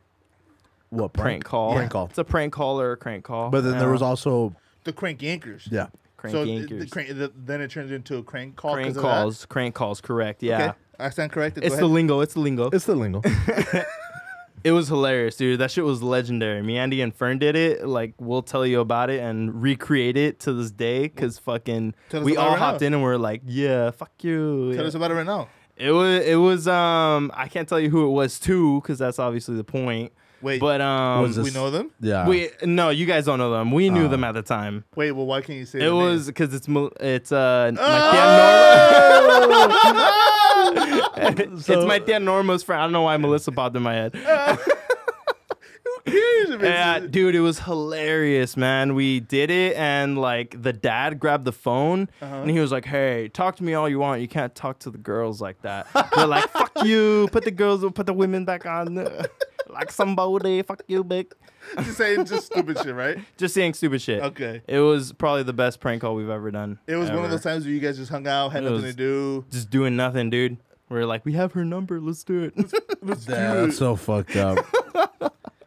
[SPEAKER 2] What
[SPEAKER 4] Prank call.
[SPEAKER 2] Prank call.
[SPEAKER 4] It's a prank call or a crank call. Uh,
[SPEAKER 2] But then there was also
[SPEAKER 3] The crank yankers.
[SPEAKER 2] yeah.
[SPEAKER 4] crank
[SPEAKER 3] so
[SPEAKER 4] yankers.
[SPEAKER 3] th- The crank, the, then it turns into a crank call.
[SPEAKER 4] crank
[SPEAKER 3] 'cause of that?
[SPEAKER 4] calls. Crank calls. Correct. Yeah.
[SPEAKER 3] Okay, I stand corrected.
[SPEAKER 4] It's
[SPEAKER 3] Go
[SPEAKER 4] the
[SPEAKER 3] ahead.
[SPEAKER 4] lingo. It's the lingo.
[SPEAKER 2] It's the lingo.
[SPEAKER 4] It was hilarious, dude. That shit was legendary. Me, Andy, and Fern did it. Like, we'll tell you about it and recreate it to this day because fucking
[SPEAKER 3] Tell us
[SPEAKER 4] we
[SPEAKER 3] about it
[SPEAKER 4] all
[SPEAKER 3] right
[SPEAKER 4] hopped
[SPEAKER 3] now.
[SPEAKER 4] in and we're like, yeah, fuck you.
[SPEAKER 3] Tell
[SPEAKER 4] yeah.
[SPEAKER 3] us about it right now.
[SPEAKER 4] It was, it was, um, I can't tell you who it was too because that's obviously the point.
[SPEAKER 3] Wait,
[SPEAKER 4] But, um,
[SPEAKER 2] Was
[SPEAKER 3] we
[SPEAKER 2] this-
[SPEAKER 3] know them.
[SPEAKER 2] Yeah.
[SPEAKER 4] we, no, you guys don't know them. We
[SPEAKER 3] Ah.
[SPEAKER 4] knew them at the time.
[SPEAKER 3] Wait, well, why can't you say
[SPEAKER 4] It
[SPEAKER 3] the name?
[SPEAKER 4] was because it's, Mo- it's, uh, my
[SPEAKER 3] Oh!
[SPEAKER 4] Norway. it's my Tia Norma's friend. I don't know why Melissa popped in my head. Yeah, dude, it was hilarious, man. We did it, and like the dad grabbed the phone,
[SPEAKER 3] Uh-huh.
[SPEAKER 4] and he was like, "Hey, talk to me all you want. You can't talk to the girls like that." They're like, "Fuck you! Put the girls, put the women back on, like somebody. Fuck you, big."
[SPEAKER 3] Just saying just stupid shit, right?
[SPEAKER 4] Just saying stupid shit.
[SPEAKER 3] Okay.
[SPEAKER 4] It was probably the best prank call we've ever done.
[SPEAKER 3] It was one
[SPEAKER 4] ever.
[SPEAKER 3] of those times where you guys just hung out, had
[SPEAKER 4] It
[SPEAKER 3] nothing
[SPEAKER 4] was-
[SPEAKER 3] to do.
[SPEAKER 4] just doing nothing, dude. We are like, we have her number. Let's do it.
[SPEAKER 2] that's so fucked up.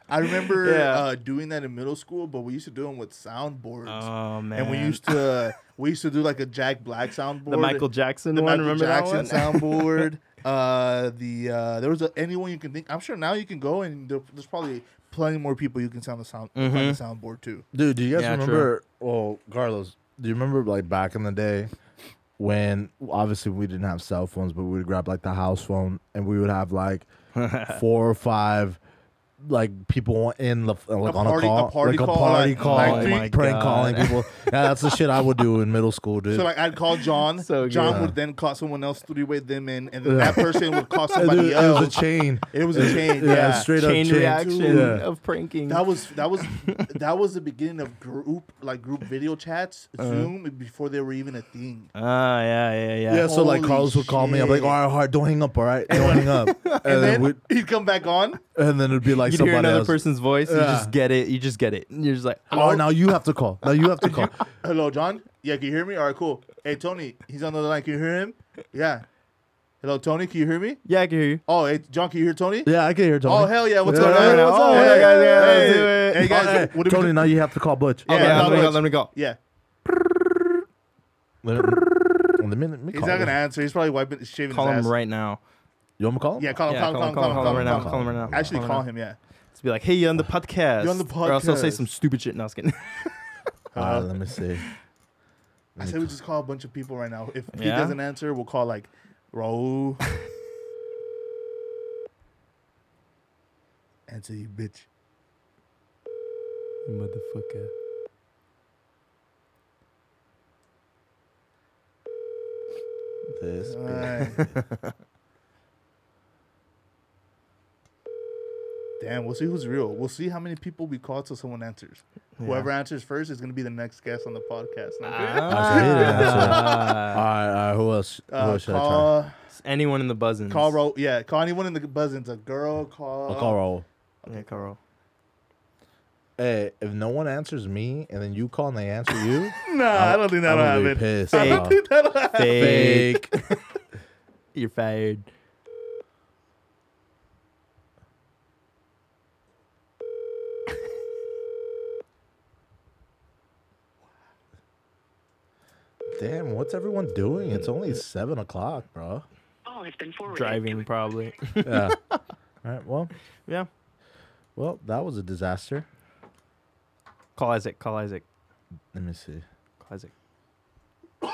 [SPEAKER 3] I remember
[SPEAKER 4] Yeah.
[SPEAKER 3] uh, doing that in middle school, but we used to do them with soundboards.
[SPEAKER 4] oh man.
[SPEAKER 3] and we used to we used to do like a Jack Black soundboard,
[SPEAKER 4] the Michael Jackson
[SPEAKER 3] the
[SPEAKER 4] one.
[SPEAKER 3] Michael
[SPEAKER 4] remember
[SPEAKER 3] Jackson
[SPEAKER 4] that one?
[SPEAKER 3] soundboard. Uh, the uh, there was a, anyone you can think. I'm sure now you can go and there- there's probably plenty more people you can sound the sound find
[SPEAKER 4] Mm-hmm.
[SPEAKER 3] the soundboard too.
[SPEAKER 2] Dude, do you guys
[SPEAKER 4] Yeah,
[SPEAKER 2] remember? Well, Carlos, do you remember like back in the day when obviously we didn't have cell phones, but we would grab like the house phone and we would have like four or five like people in the like on
[SPEAKER 3] party-
[SPEAKER 2] a
[SPEAKER 3] a
[SPEAKER 2] call,
[SPEAKER 3] party
[SPEAKER 2] like
[SPEAKER 3] call,
[SPEAKER 2] a party
[SPEAKER 3] like,
[SPEAKER 2] call,
[SPEAKER 3] like
[SPEAKER 2] like,
[SPEAKER 3] three-
[SPEAKER 2] prank
[SPEAKER 4] Oh God.
[SPEAKER 2] calling people. Yeah, that's the shit I would do in middle school, dude.
[SPEAKER 3] So like I'd call John.
[SPEAKER 4] So
[SPEAKER 3] John
[SPEAKER 4] good.
[SPEAKER 3] would then call someone else three way them in, and then that person would call somebody
[SPEAKER 2] Dude, it
[SPEAKER 3] else.
[SPEAKER 2] was a chain.
[SPEAKER 3] It was a chain.
[SPEAKER 2] Yeah,
[SPEAKER 3] Yeah,
[SPEAKER 2] straight up
[SPEAKER 4] Chain
[SPEAKER 2] chain.
[SPEAKER 4] reaction
[SPEAKER 2] Yeah.
[SPEAKER 4] of pranking.
[SPEAKER 3] That was that was that was the beginning of group like group video chats, Zoom before they were even a thing.
[SPEAKER 4] Ah, yeah, yeah, yeah.
[SPEAKER 2] Yeah, so like
[SPEAKER 3] Holy
[SPEAKER 2] Carlos would call me. I'm like,
[SPEAKER 3] shit.
[SPEAKER 2] all right, all right, don't hang up, all right, don't hang up. And,
[SPEAKER 3] And
[SPEAKER 2] then,
[SPEAKER 3] then
[SPEAKER 2] we'd-
[SPEAKER 3] he'd come back on.
[SPEAKER 2] and then it'd be like
[SPEAKER 4] You'd
[SPEAKER 2] somebody
[SPEAKER 4] hear another
[SPEAKER 2] else.
[SPEAKER 4] person's voice. You
[SPEAKER 2] Yeah.
[SPEAKER 4] just get it. You just get it. You're just like,
[SPEAKER 2] Oh, now you have to call. Now you have to call.
[SPEAKER 3] Hello, John. Yeah, can you hear me? All right, cool. Hey, Tony, he's on the other line. Can you hear him? Yeah. Hello, Tony. Can you hear me?
[SPEAKER 4] yeah, I can hear you.
[SPEAKER 3] Oh, hey, John. Can you hear Tony?
[SPEAKER 2] Yeah, I can hear Tony.
[SPEAKER 3] Oh hell yeah! What's
[SPEAKER 2] Yeah,
[SPEAKER 3] going on?
[SPEAKER 2] yeah, what's up?
[SPEAKER 3] Hey,
[SPEAKER 2] Yeah, guys,
[SPEAKER 4] yeah, let's
[SPEAKER 3] hey,
[SPEAKER 4] do it.
[SPEAKER 3] Hey guys,
[SPEAKER 2] Oh, hey,
[SPEAKER 3] what do we
[SPEAKER 2] Tony,
[SPEAKER 3] do?
[SPEAKER 2] now you have to call Butch.
[SPEAKER 3] Yeah,
[SPEAKER 4] Yeah,
[SPEAKER 3] that
[SPEAKER 4] let me go.
[SPEAKER 3] was-
[SPEAKER 4] Let me go.
[SPEAKER 3] Yeah,
[SPEAKER 2] Let me- let me- let me
[SPEAKER 3] he's
[SPEAKER 2] call
[SPEAKER 3] not
[SPEAKER 2] him.
[SPEAKER 3] gonna answer. He's probably wiping, shaving
[SPEAKER 4] Call
[SPEAKER 3] his ass.
[SPEAKER 4] him right now.
[SPEAKER 2] You want me to call him?
[SPEAKER 3] Yeah, call him.
[SPEAKER 4] Yeah,
[SPEAKER 3] call, him. Call him. Call him.
[SPEAKER 4] right now. Call him right now.
[SPEAKER 3] Actually, call
[SPEAKER 4] him.
[SPEAKER 3] him. Yeah.
[SPEAKER 4] Just be like, hey, you on the podcast.
[SPEAKER 3] You on the
[SPEAKER 4] Or else I'll say
[SPEAKER 3] podcast.
[SPEAKER 4] some stupid shit. No, I was kidding.
[SPEAKER 2] Uh, let me see.
[SPEAKER 3] I said we just call a bunch of people right now. If he
[SPEAKER 4] Yeah?
[SPEAKER 3] doesn't answer, we'll call like Raul. answer you, bitch.
[SPEAKER 4] Motherfucker.
[SPEAKER 2] This
[SPEAKER 3] All
[SPEAKER 2] bitch.
[SPEAKER 3] right. Damn, we'll see who's real. We'll see how many people we call till someone answers. Whoever answers first is gonna be the next guest on the podcast.
[SPEAKER 2] I hate it, actually. All
[SPEAKER 4] Ah.
[SPEAKER 2] right, all right. Who else? Who
[SPEAKER 3] Uh,
[SPEAKER 2] else should I try?
[SPEAKER 3] call,
[SPEAKER 4] Anyone in the buzzing.
[SPEAKER 3] call, Ro- yeah, call anyone in the buzz. It's a girl. Call,
[SPEAKER 2] I'll call Raul.
[SPEAKER 4] Yeah, call Ro.
[SPEAKER 2] Hey, if no one answers me and then you call and they answer you,
[SPEAKER 3] Nah, I don't think that'll
[SPEAKER 2] I'm gonna be
[SPEAKER 3] happen.
[SPEAKER 2] pissed,
[SPEAKER 4] Fake.
[SPEAKER 2] bro.
[SPEAKER 3] That'll happen.
[SPEAKER 4] Fake.
[SPEAKER 2] Fake.
[SPEAKER 4] You're fired.
[SPEAKER 2] Damn, what's everyone doing? It's only seven o'clock, bro.
[SPEAKER 6] call has been forwarded.
[SPEAKER 4] Driving, probably.
[SPEAKER 2] Yeah. all right. Well,
[SPEAKER 4] yeah.
[SPEAKER 2] well, that was a disaster.
[SPEAKER 4] Call Isaac. Call Isaac.
[SPEAKER 2] Let me see.
[SPEAKER 4] Call Isaac.
[SPEAKER 2] I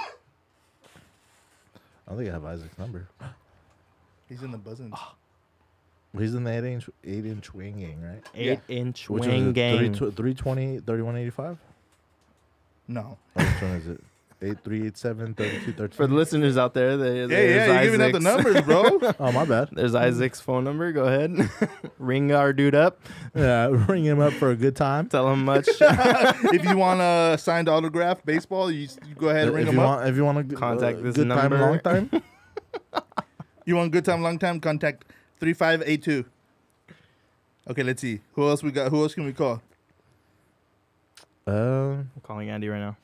[SPEAKER 2] don't think I have Isaac's number.
[SPEAKER 3] He's in the buzzing.
[SPEAKER 2] He's in the eight inch, eight inch wing gang, right?
[SPEAKER 4] Eight inch
[SPEAKER 2] Which
[SPEAKER 4] wing
[SPEAKER 2] is
[SPEAKER 4] gang.
[SPEAKER 2] 320, 3185?
[SPEAKER 3] No.
[SPEAKER 2] Or which one is it? 8387, 3213.
[SPEAKER 4] For the listeners out there, there,
[SPEAKER 3] Yeah, yeah,
[SPEAKER 4] there's
[SPEAKER 3] you're
[SPEAKER 4] Isaac's,
[SPEAKER 3] giving out the numbers, bro.
[SPEAKER 2] Oh, my bad.
[SPEAKER 4] There's Isaac's phone number. Go ahead, ring our dude up.
[SPEAKER 2] Yeah, ring him up for a good time.
[SPEAKER 4] Tell him much.
[SPEAKER 3] if you want a signed autograph, baseball, you, you go ahead and ring
[SPEAKER 2] if,
[SPEAKER 3] them
[SPEAKER 2] you
[SPEAKER 3] up.
[SPEAKER 2] want, if you want to
[SPEAKER 4] Contact this
[SPEAKER 2] good time,
[SPEAKER 4] number.
[SPEAKER 2] long time.
[SPEAKER 3] You want good time, long time? Contact three five eight two. Okay, let's see. Who else we got? Who else can we call?
[SPEAKER 2] Um,
[SPEAKER 4] I'm calling Andy right now.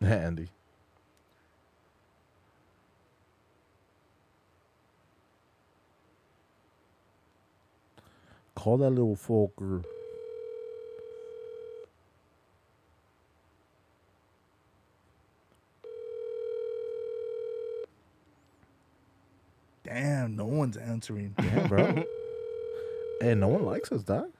[SPEAKER 2] Andy. Call that little fucker.
[SPEAKER 3] Damn, no one's answering.
[SPEAKER 2] Yeah, bro. hey, no one likes us, dog.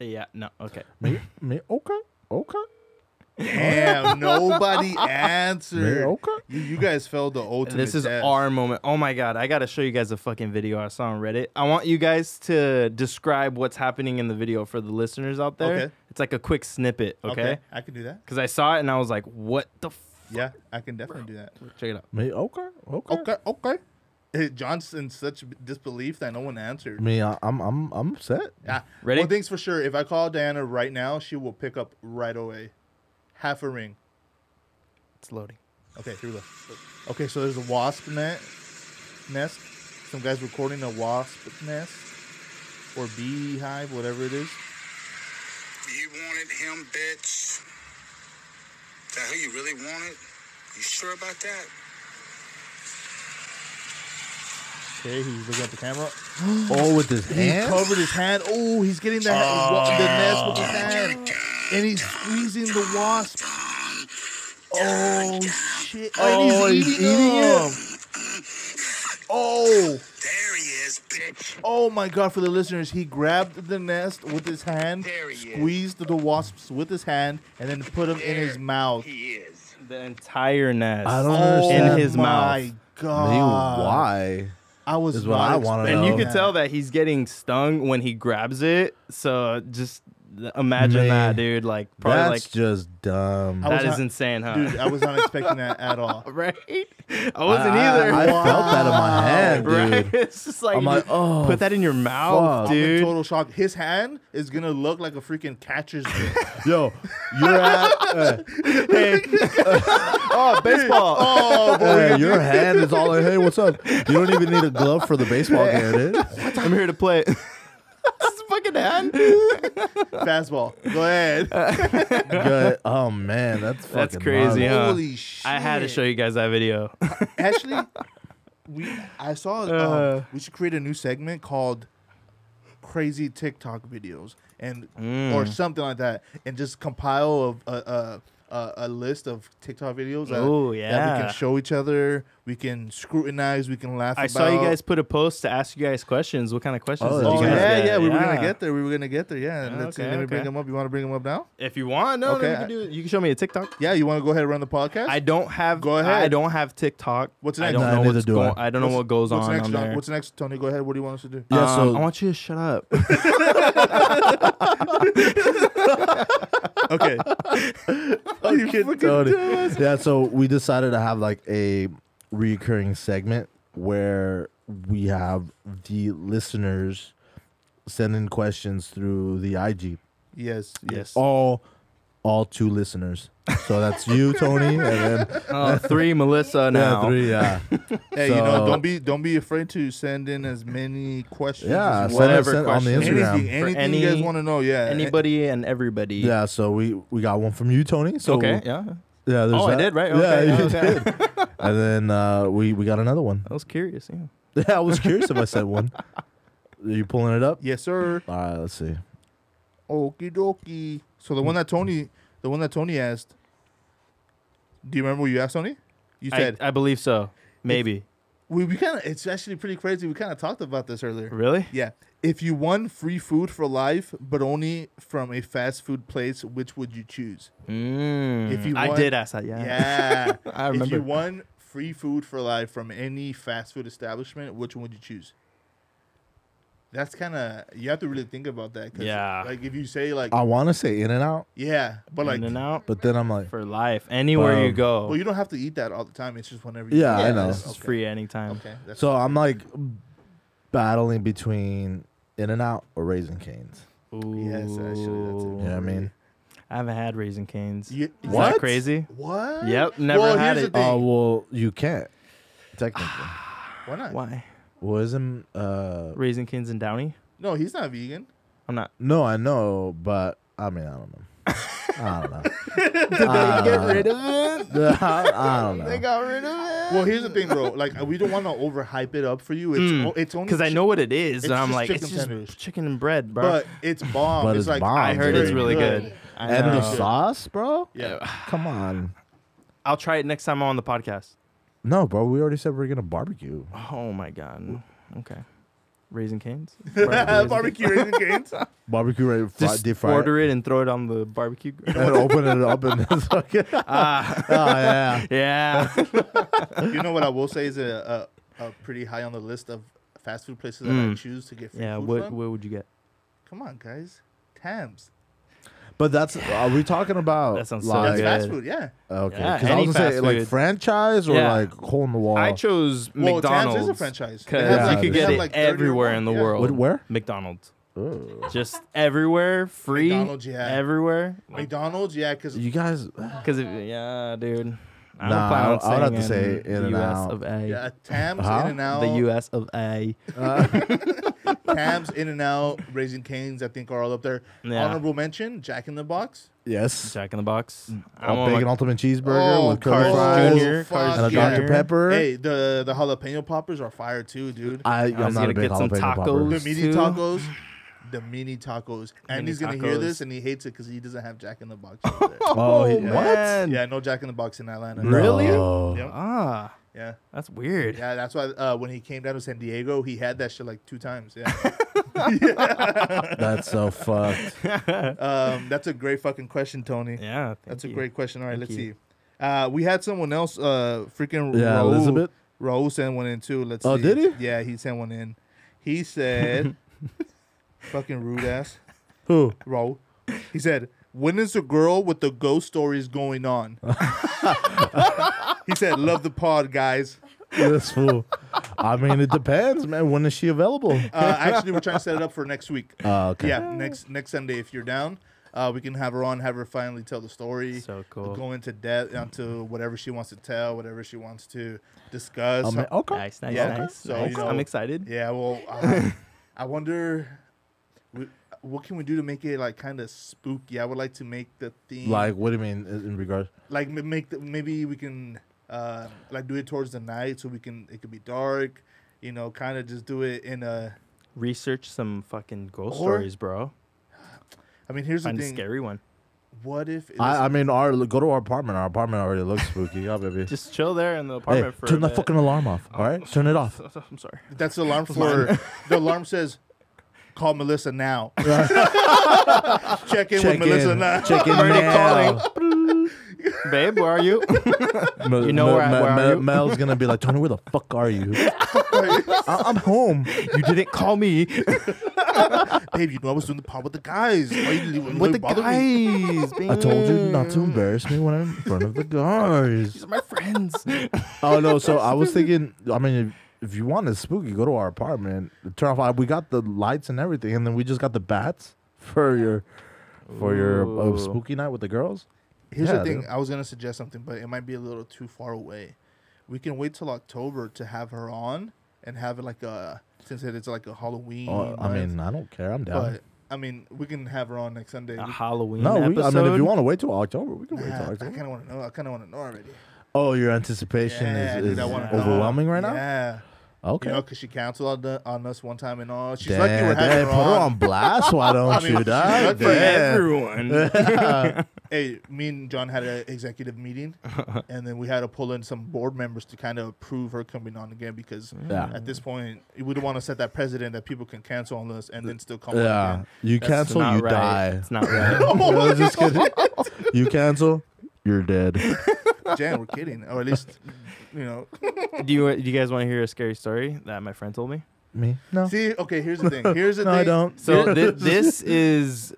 [SPEAKER 4] Yeah. No. Okay.
[SPEAKER 2] Me, me, okay, okay,
[SPEAKER 3] Damn, nobody
[SPEAKER 2] me,
[SPEAKER 3] answered.
[SPEAKER 2] okay.
[SPEAKER 3] You, you guys failed the ultimate.
[SPEAKER 4] This is
[SPEAKER 3] test.
[SPEAKER 4] our moment. Oh my god! I gotta show you guys a fucking video I saw on Reddit. I want you guys to describe what's happening in the video for the listeners out there.
[SPEAKER 3] Okay.
[SPEAKER 4] It's like a quick snippet, okay?
[SPEAKER 3] I can do that.
[SPEAKER 4] Because I saw it and I was like, what the f-?
[SPEAKER 3] Yeah, I can definitely do that.
[SPEAKER 4] Check it out.
[SPEAKER 2] Me, okay, okay.
[SPEAKER 3] Okay, okay. Eh, John's in such disbelief that no one answered.
[SPEAKER 2] Me, I, I'm, I'm, I'm upset.
[SPEAKER 3] Yeah.
[SPEAKER 4] Ready?
[SPEAKER 3] One Ah, thing's for sure. If I call Diana right now, she will pick up right away. Half a ring.
[SPEAKER 4] It's loading.
[SPEAKER 3] Okay, here we go. Okay, so there's a wasp net nest. Some guy's recording a wasp nest or beehive, whatever it is.
[SPEAKER 6] You wanted him, bitch. Is that who you really wanted? You sure about that?
[SPEAKER 3] Okay, he's looking at the camera.
[SPEAKER 2] Oh, with his
[SPEAKER 3] He
[SPEAKER 2] hand.
[SPEAKER 3] covered his hand. Oh, he's getting the, ha- wa-
[SPEAKER 4] Ah.
[SPEAKER 3] the nest with his hand. And he's squeezing the wasp. Oh, shit. Oh,
[SPEAKER 4] Oh,
[SPEAKER 3] and he's,
[SPEAKER 4] he's
[SPEAKER 3] eating,
[SPEAKER 4] eating
[SPEAKER 3] it. Oh,
[SPEAKER 6] There he is, bitch.
[SPEAKER 3] oh my God. For the listeners, he grabbed the nest with his hand,
[SPEAKER 6] There he is.
[SPEAKER 3] squeezed the wasps with his hand, and then put them in his
[SPEAKER 6] There
[SPEAKER 3] mouth.
[SPEAKER 6] He is.
[SPEAKER 4] The entire nest.
[SPEAKER 2] I don't
[SPEAKER 3] Oh,
[SPEAKER 2] understand.
[SPEAKER 4] In his
[SPEAKER 3] my
[SPEAKER 4] mouth.
[SPEAKER 3] God.
[SPEAKER 2] Me, why?
[SPEAKER 3] I was
[SPEAKER 2] is what
[SPEAKER 3] not
[SPEAKER 2] I wanna
[SPEAKER 3] expecting
[SPEAKER 4] and you
[SPEAKER 2] Oh.
[SPEAKER 4] could tell that he's getting stung when he grabs it. So just imagine
[SPEAKER 2] Man.
[SPEAKER 4] that, dude. Like, probably
[SPEAKER 2] That's
[SPEAKER 4] like,
[SPEAKER 2] just dumb.
[SPEAKER 3] I was
[SPEAKER 4] that is
[SPEAKER 3] not-
[SPEAKER 4] insane, huh?
[SPEAKER 3] Dude, I was not expecting that at all.
[SPEAKER 4] right? I wasn't
[SPEAKER 2] I-
[SPEAKER 4] either.
[SPEAKER 2] I, I felt that in my hand,
[SPEAKER 4] right?
[SPEAKER 2] dude.
[SPEAKER 4] It's just like,
[SPEAKER 2] I'm like, oh,
[SPEAKER 4] put that in your mouth,
[SPEAKER 2] fuck.
[SPEAKER 3] I'm in
[SPEAKER 4] dude.
[SPEAKER 3] total shock. His hand is gonna look like a freaking catcher's mitt.
[SPEAKER 2] Yo, your hand, uh,
[SPEAKER 4] Hey. oh, baseball.
[SPEAKER 3] oh, boy.
[SPEAKER 2] uh, your hand is all like, hey, what's up? You don't even need a glove for the baseball game, dude.
[SPEAKER 4] I'm here to play. this is fucking hand.
[SPEAKER 3] fastball. Go ahead.
[SPEAKER 2] Good. Oh man, that's fucking
[SPEAKER 4] That's crazy,
[SPEAKER 2] gnarly.
[SPEAKER 4] huh?
[SPEAKER 3] Holy shit!
[SPEAKER 4] I had to show you guys that video.
[SPEAKER 3] Actually, we I saw. Um,
[SPEAKER 4] Uh.
[SPEAKER 3] we should create a new segment called "Crazy TikTok Videos" and
[SPEAKER 4] Mm.
[SPEAKER 3] or something like that, and just compile of a a, a, a list of TikTok videos. that-
[SPEAKER 4] Ooh,
[SPEAKER 3] That we
[SPEAKER 4] yeah.
[SPEAKER 3] can show each other. We can scrutinize. We can laugh.
[SPEAKER 4] I saw you
[SPEAKER 3] about.
[SPEAKER 4] guys put a post to ask you guys questions. What kind of questions
[SPEAKER 2] Oh,
[SPEAKER 4] did
[SPEAKER 2] that's
[SPEAKER 4] you
[SPEAKER 3] Oh
[SPEAKER 4] guys
[SPEAKER 2] good.
[SPEAKER 3] yeah,
[SPEAKER 4] get?
[SPEAKER 3] yeah, we were gonna get there. We were gonna get there. Yeah, and let's see.
[SPEAKER 4] Okay,
[SPEAKER 3] Let me bring
[SPEAKER 4] okay.
[SPEAKER 3] them up. You want to bring them up now?
[SPEAKER 4] If you want, no,
[SPEAKER 3] Okay,
[SPEAKER 4] okay. you
[SPEAKER 3] I-
[SPEAKER 4] can do it. You can show me a TikTok.
[SPEAKER 3] Yeah, you want to go ahead and run the podcast?
[SPEAKER 4] I don't have.
[SPEAKER 3] Go ahead.
[SPEAKER 4] I don't have TikTok.
[SPEAKER 3] What's
[SPEAKER 4] I
[SPEAKER 3] next?
[SPEAKER 4] don't
[SPEAKER 3] No,
[SPEAKER 4] know
[SPEAKER 2] neither
[SPEAKER 4] what's
[SPEAKER 2] do I.
[SPEAKER 4] going. I don't know what goes
[SPEAKER 3] What's
[SPEAKER 4] on
[SPEAKER 3] next,
[SPEAKER 4] on
[SPEAKER 3] John?
[SPEAKER 4] there.
[SPEAKER 3] What's next, Tony? Go ahead. What do you want us to do?
[SPEAKER 2] Yeah,
[SPEAKER 4] Um,
[SPEAKER 2] so
[SPEAKER 4] I want you to shut up.
[SPEAKER 3] Okay. Oh, you fucking
[SPEAKER 2] Tony.
[SPEAKER 3] dumb.
[SPEAKER 2] Yeah, so we decided to have like a recurring segment where we have the listeners sending questions through the IG.
[SPEAKER 3] Yes, yes.
[SPEAKER 2] All all two listeners. So that's you, Tony, and then
[SPEAKER 4] Uh, three Melissa now.
[SPEAKER 2] yeah, three, yeah.
[SPEAKER 3] Hey, you know,
[SPEAKER 2] So-
[SPEAKER 3] don't be don't be afraid to send in as many questions.
[SPEAKER 2] Yeah, send
[SPEAKER 3] as you want.
[SPEAKER 4] whatever
[SPEAKER 2] us in- on the
[SPEAKER 4] question.
[SPEAKER 2] Instagram.
[SPEAKER 3] anything, anything
[SPEAKER 4] any-
[SPEAKER 3] you guys want to know. Yeah,
[SPEAKER 4] Anybody and everybody.
[SPEAKER 2] Yeah, so we we got one from you, Tony. So
[SPEAKER 4] Okay. Yeah.
[SPEAKER 2] yeah, there's
[SPEAKER 4] Oh, I
[SPEAKER 2] that.
[SPEAKER 4] did right.
[SPEAKER 2] Yeah,
[SPEAKER 4] Okay.
[SPEAKER 2] you
[SPEAKER 4] okay.
[SPEAKER 2] did. And then uh, we we got another one.
[SPEAKER 4] I was curious. Yeah.
[SPEAKER 2] Yeah, I was curious if I said one. Are you pulling it up?
[SPEAKER 3] Yes, sir.
[SPEAKER 2] All right, let's see.
[SPEAKER 3] Okie dokie. So the one that Tony, the one that Tony asked. Do you remember what you asked Tony? You
[SPEAKER 4] I,
[SPEAKER 3] said
[SPEAKER 4] I believe so. Maybe.
[SPEAKER 3] we, we kind of. It's actually pretty crazy. We kind of talked about this earlier.
[SPEAKER 4] Really?
[SPEAKER 3] Yeah. If you won free food for life, but only from a fast food place, which would you choose?
[SPEAKER 4] Mm.
[SPEAKER 3] If you
[SPEAKER 4] I
[SPEAKER 3] want-
[SPEAKER 4] did ask that. Yeah.
[SPEAKER 3] Yeah.
[SPEAKER 4] I
[SPEAKER 3] If
[SPEAKER 4] remember.
[SPEAKER 3] you won free food for life from any fast food establishment, which one would you choose? That's kind of you have to really think about that. 'cause,
[SPEAKER 4] Yeah.
[SPEAKER 3] Like if you say like
[SPEAKER 2] I want to say In and Out,
[SPEAKER 3] yeah, but like
[SPEAKER 4] In and out
[SPEAKER 2] but then I'm like,
[SPEAKER 4] for life. Anywhere you
[SPEAKER 2] Bro.
[SPEAKER 4] go.
[SPEAKER 3] well, you don't have to eat that all the time. It's just whenever.
[SPEAKER 2] Yeah,
[SPEAKER 3] you
[SPEAKER 2] I know.
[SPEAKER 4] This is free anytime.
[SPEAKER 3] Okay. That's
[SPEAKER 2] so I'm like battling between In and Out or Raising Canes.
[SPEAKER 3] yes, actually, that's it.
[SPEAKER 4] Ooh.
[SPEAKER 2] You know what I mean?
[SPEAKER 4] I haven't had Raising Canes.
[SPEAKER 3] You-
[SPEAKER 4] Is
[SPEAKER 3] What?
[SPEAKER 4] that crazy?
[SPEAKER 3] what?
[SPEAKER 4] Yep, never
[SPEAKER 3] well,
[SPEAKER 4] had
[SPEAKER 3] here's
[SPEAKER 4] it.
[SPEAKER 3] The thing.
[SPEAKER 2] Oh well, you can't technically.
[SPEAKER 3] Why not?
[SPEAKER 4] Oh, Why?
[SPEAKER 2] well, isn't uh?
[SPEAKER 4] Raising Canes and Downey?
[SPEAKER 3] No, he's not vegan.
[SPEAKER 4] I'm not.
[SPEAKER 2] No, I know, but I mean, I don't know. I don't know.
[SPEAKER 4] of it?
[SPEAKER 2] I, I don't know.
[SPEAKER 4] got rid of
[SPEAKER 3] Well, here's the thing, bro. Like we don't want to overhype it up for you. It's
[SPEAKER 4] Mm,
[SPEAKER 3] o- it's only
[SPEAKER 4] Because I know what it
[SPEAKER 3] It's
[SPEAKER 4] is. and I'm
[SPEAKER 3] just
[SPEAKER 4] like,
[SPEAKER 3] chicken
[SPEAKER 4] it's just
[SPEAKER 3] tenders.
[SPEAKER 4] chicken and bread, bro.
[SPEAKER 3] but it's bomb.
[SPEAKER 2] But
[SPEAKER 3] it's,
[SPEAKER 2] it's
[SPEAKER 3] like
[SPEAKER 2] bomb,
[SPEAKER 4] I heard it's
[SPEAKER 2] dude.
[SPEAKER 4] really good. I
[SPEAKER 2] And the
[SPEAKER 4] know.
[SPEAKER 2] sauce, bro.
[SPEAKER 3] Yeah.
[SPEAKER 2] Come on.
[SPEAKER 4] I'll try it next time I'm on the podcast.
[SPEAKER 2] No, bro. We already said we are gonna barbecue.
[SPEAKER 4] Oh my god. Okay. Raising Canes?
[SPEAKER 3] Barbecue raisin canes.
[SPEAKER 2] Barbecue right? Fri-
[SPEAKER 4] Just
[SPEAKER 2] deep fry it.
[SPEAKER 4] order it and throw it on the barbecue. grill.
[SPEAKER 2] and open it up and it's fucking.
[SPEAKER 4] Ah,
[SPEAKER 2] oh yeah.
[SPEAKER 4] yeah.
[SPEAKER 3] you know what I will say is a, a, a pretty high on the list of fast food places that I
[SPEAKER 4] Mm.
[SPEAKER 3] choose to get free
[SPEAKER 4] yeah,
[SPEAKER 3] food
[SPEAKER 4] what
[SPEAKER 3] from.
[SPEAKER 4] what would you get?
[SPEAKER 3] Come on, guys, Tams.
[SPEAKER 2] But that's are we talking about
[SPEAKER 4] That sounds so
[SPEAKER 2] like
[SPEAKER 3] That's fast
[SPEAKER 4] good.
[SPEAKER 3] food, yeah.
[SPEAKER 2] okay?
[SPEAKER 4] Yeah,
[SPEAKER 2] 'cause I
[SPEAKER 4] any
[SPEAKER 2] was gonna say
[SPEAKER 4] fast
[SPEAKER 2] like
[SPEAKER 4] food.
[SPEAKER 2] franchise or
[SPEAKER 4] Yeah.
[SPEAKER 2] like hole in the wall.
[SPEAKER 4] I chose
[SPEAKER 3] Well, Tabs
[SPEAKER 4] McDonald's.
[SPEAKER 3] is a franchise. They
[SPEAKER 4] 'cause
[SPEAKER 2] have,
[SPEAKER 4] you
[SPEAKER 2] like-
[SPEAKER 4] could
[SPEAKER 2] they
[SPEAKER 4] get
[SPEAKER 2] have,
[SPEAKER 4] it
[SPEAKER 3] like, 30 or
[SPEAKER 4] everywhere in the
[SPEAKER 3] more, yeah.
[SPEAKER 4] world.
[SPEAKER 2] What- where?
[SPEAKER 4] McDonald's.
[SPEAKER 2] Ooh.
[SPEAKER 4] Just everywhere, free.
[SPEAKER 3] McDonald's, yeah.
[SPEAKER 4] Everywhere.
[SPEAKER 3] McDonald's, yeah, because
[SPEAKER 2] You guys,
[SPEAKER 4] Because yeah, dude. I
[SPEAKER 2] Nah,
[SPEAKER 4] don't plan
[SPEAKER 2] I
[SPEAKER 4] on
[SPEAKER 2] would- I would have to
[SPEAKER 4] saying
[SPEAKER 2] say In-N-Out.
[SPEAKER 4] the U.S. of A.
[SPEAKER 3] yeah, Tams,
[SPEAKER 2] Huh?
[SPEAKER 3] In and Out,
[SPEAKER 4] The U.S. of A.
[SPEAKER 3] Tams, In and Out, Raising Canes, I think are all up there.
[SPEAKER 4] Yeah.
[SPEAKER 3] Honorable mention, Jack in the Box.
[SPEAKER 2] yes,
[SPEAKER 4] Jack in the Box.
[SPEAKER 2] a
[SPEAKER 4] on
[SPEAKER 2] bacon
[SPEAKER 4] my-
[SPEAKER 2] ultimate cheeseburger
[SPEAKER 3] Oh,
[SPEAKER 2] with curly
[SPEAKER 3] Carl's
[SPEAKER 2] fries
[SPEAKER 3] Jr.
[SPEAKER 4] Junior, Cars
[SPEAKER 2] and a
[SPEAKER 3] Fuck yeah.
[SPEAKER 2] Dr Pepper.
[SPEAKER 3] Hey, the the jalapeno poppers are fire too, dude.
[SPEAKER 2] I,
[SPEAKER 4] I
[SPEAKER 2] I'm
[SPEAKER 4] was
[SPEAKER 2] not a
[SPEAKER 4] gonna
[SPEAKER 2] big
[SPEAKER 4] get some
[SPEAKER 2] jalapeno
[SPEAKER 3] the
[SPEAKER 2] popper.
[SPEAKER 4] tacos.
[SPEAKER 3] mini
[SPEAKER 4] too.
[SPEAKER 3] tacos. The mini tacos. Andy's gonna hear
[SPEAKER 4] tacos.
[SPEAKER 3] this and he hates it because he doesn't have Jack in the Box. over there.
[SPEAKER 2] Oh, he-
[SPEAKER 4] man.
[SPEAKER 3] yeah, no Jack in the Box in Atlanta.
[SPEAKER 4] Really?
[SPEAKER 2] No.
[SPEAKER 3] Yep.
[SPEAKER 4] Ah,
[SPEAKER 3] Yeah,
[SPEAKER 4] that's weird.
[SPEAKER 3] yeah. That's why uh, when he came down to San Diego, he had that shit like two times. Yeah.
[SPEAKER 2] That's so fucked.
[SPEAKER 3] um, that's a great fucking question, Tony.
[SPEAKER 4] Yeah, thank
[SPEAKER 3] That's a
[SPEAKER 4] you.
[SPEAKER 3] great question. All right,
[SPEAKER 4] Thank
[SPEAKER 3] let's
[SPEAKER 4] you.
[SPEAKER 3] see. Uh, we had someone else, uh, freaking
[SPEAKER 2] Yeah,
[SPEAKER 3] Raul.
[SPEAKER 2] Elizabeth?
[SPEAKER 3] Raul sent one in too. Let's
[SPEAKER 2] Oh,
[SPEAKER 3] see.
[SPEAKER 2] did he?
[SPEAKER 3] Yeah, he sent one in. He said, fucking rude ass.
[SPEAKER 2] Who?
[SPEAKER 3] Raul. He said, When is the girl with the ghost stories going on? he said, Love the pod, guys.
[SPEAKER 2] This fool. I mean, it depends, man. When is she available?
[SPEAKER 3] Uh, actually, we're trying to set it up for next week.
[SPEAKER 2] Oh, okay.
[SPEAKER 3] Yeah, next next Sunday, if you're down, uh, we can have her on, have her finally tell the story.
[SPEAKER 4] So cool.
[SPEAKER 3] Go into depth onto whatever she wants to tell, whatever she wants to discuss.
[SPEAKER 2] I mean, okay.
[SPEAKER 4] Nice, nice,
[SPEAKER 3] Yeah.
[SPEAKER 4] nice.
[SPEAKER 3] So,
[SPEAKER 4] nice.
[SPEAKER 3] you know-
[SPEAKER 4] I'm excited.
[SPEAKER 3] Yeah, well, uh, I wonder. wh- What can we do to make it like kind of spooky? I would like to make the theme
[SPEAKER 2] Like, what do you mean in in regards?
[SPEAKER 3] like ma- make the, maybe we can uh like do it towards the night so we can it could be dark you know kind of just do it in a
[SPEAKER 4] Research some fucking ghost
[SPEAKER 3] Or-
[SPEAKER 4] stories, bro.
[SPEAKER 3] i mean here's
[SPEAKER 4] Find
[SPEAKER 3] the
[SPEAKER 4] a
[SPEAKER 3] thing
[SPEAKER 4] scary one.
[SPEAKER 3] what if it is-
[SPEAKER 2] I, I mean, our go to our apartment. Our apartment already looks spooky. Yeah, baby.
[SPEAKER 4] Just chill there in the Oh.
[SPEAKER 2] Hey,
[SPEAKER 4] apartment for
[SPEAKER 2] turn
[SPEAKER 4] a
[SPEAKER 2] that
[SPEAKER 4] bit.
[SPEAKER 2] fucking alarm off. All right, turn it off.
[SPEAKER 4] I'm sorry.
[SPEAKER 3] that's the alarm for the alarm says call melissa now check in with
[SPEAKER 2] Check
[SPEAKER 3] melissa
[SPEAKER 2] in.
[SPEAKER 3] now
[SPEAKER 2] Check in now.
[SPEAKER 4] Babe, where are you?
[SPEAKER 2] Mel,
[SPEAKER 4] You know where I- where are you?
[SPEAKER 2] Mel's gonna be like, Tony, where the fuck are you? I, I'm home.
[SPEAKER 4] you didn't call me.
[SPEAKER 3] babe you know i was doing the pod with the guys why you, why
[SPEAKER 4] What
[SPEAKER 3] you
[SPEAKER 4] the
[SPEAKER 3] bother me?
[SPEAKER 4] guys?
[SPEAKER 2] I told you not
[SPEAKER 4] Mm.
[SPEAKER 2] to embarrass me when I'm in front of the guys.
[SPEAKER 4] These are my friends.
[SPEAKER 2] Oh no! So I was thinking. I mean, if, if you want it spooky, go to our apartment. Turn off. I- We got the lights and everything, and then we just got the bats for your for your uh,
[SPEAKER 4] Ooh.
[SPEAKER 2] spooky night with the girls.
[SPEAKER 3] Here's
[SPEAKER 2] Yeah,
[SPEAKER 3] the thing.
[SPEAKER 2] dude.
[SPEAKER 3] I was gonna suggest something, but it might be a little too far away. We can wait till October to have her on and have it like a since it is like a Halloween.
[SPEAKER 2] Oh, I
[SPEAKER 3] month,
[SPEAKER 2] mean, I don't care. I'm down.
[SPEAKER 3] but I mean, we can have her on next Sunday.
[SPEAKER 4] A
[SPEAKER 2] Ah,
[SPEAKER 3] We-
[SPEAKER 4] Halloween
[SPEAKER 2] no, we, I
[SPEAKER 4] episode.
[SPEAKER 2] mean, if you want to wait till October, we can wait
[SPEAKER 3] Nah,
[SPEAKER 2] till
[SPEAKER 3] I
[SPEAKER 2] October.
[SPEAKER 3] kind of want to know. I kind of want to know already.
[SPEAKER 2] Oh, your anticipation
[SPEAKER 3] Yeah,
[SPEAKER 2] is,
[SPEAKER 3] dude,
[SPEAKER 2] is
[SPEAKER 3] I wanna know.
[SPEAKER 2] overwhelming right now.
[SPEAKER 3] Yeah,
[SPEAKER 2] Okay.
[SPEAKER 3] you know, because she canceled on, the, on us one time and all. She's
[SPEAKER 2] Damn,
[SPEAKER 3] lucky we're having
[SPEAKER 2] damn,
[SPEAKER 3] her
[SPEAKER 2] put her
[SPEAKER 3] on.
[SPEAKER 2] on blast. Why don't
[SPEAKER 3] mean,
[SPEAKER 2] you?
[SPEAKER 3] she's
[SPEAKER 2] Dog?
[SPEAKER 3] lucky
[SPEAKER 4] For
[SPEAKER 2] Damn.
[SPEAKER 4] everyone.
[SPEAKER 3] Hey, me and John had an executive meeting, and then we had to pull in some board members to kind of approve her coming on again because
[SPEAKER 2] Yeah.
[SPEAKER 3] at this point we don't want to set that precedent that people can cancel on us and then still come on
[SPEAKER 2] Yeah,
[SPEAKER 3] again.
[SPEAKER 2] you
[SPEAKER 3] That's
[SPEAKER 2] cancel,
[SPEAKER 4] not
[SPEAKER 2] you
[SPEAKER 4] right.
[SPEAKER 2] die.
[SPEAKER 4] It's not right.
[SPEAKER 2] No, just kidding. You cancel, you're dead.
[SPEAKER 3] Jan, we're kidding, or at least you know.
[SPEAKER 4] do you do you guys want to hear a scary story that my friend told me?
[SPEAKER 2] Me? No.
[SPEAKER 3] See, okay, here's the thing. Here's the
[SPEAKER 2] no,
[SPEAKER 3] thing.
[SPEAKER 2] I don't.
[SPEAKER 4] So thi- this is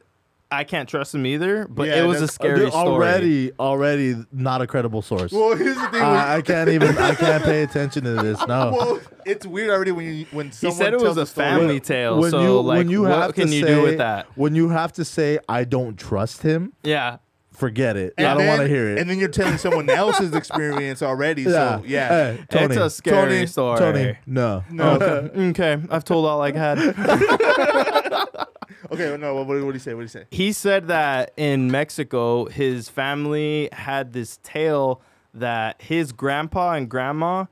[SPEAKER 4] I can't trust him either, but
[SPEAKER 3] Yeah,
[SPEAKER 4] it was a
[SPEAKER 3] that's-
[SPEAKER 4] scary
[SPEAKER 2] Dude,
[SPEAKER 4] story.
[SPEAKER 2] uh, already, already not a credible source.
[SPEAKER 3] Well, here's the thing.
[SPEAKER 2] I, I can't even. I can't pay attention to this. No.
[SPEAKER 3] well, it's weird already when you when
[SPEAKER 4] He
[SPEAKER 3] someone
[SPEAKER 4] said it
[SPEAKER 3] tells
[SPEAKER 4] was a
[SPEAKER 3] story.
[SPEAKER 4] family tale. so like, what can you do with that?
[SPEAKER 2] When you have to say, "I don't trust him,"
[SPEAKER 4] Yeah.
[SPEAKER 2] forget it.
[SPEAKER 3] And
[SPEAKER 2] I don't want to
[SPEAKER 3] then-
[SPEAKER 2] hear it.
[SPEAKER 3] And then you're telling someone else's experience already. So yeah.
[SPEAKER 2] Hey, Tony,
[SPEAKER 4] it's a scary
[SPEAKER 2] Tony,
[SPEAKER 4] story.
[SPEAKER 2] Tony, no.
[SPEAKER 3] No.
[SPEAKER 4] Okay, I've told all I had.
[SPEAKER 3] Okay. No. What, what, what do you say? What do you say?
[SPEAKER 4] He said that in Mexico, his family had this tale that his grandpa and grandma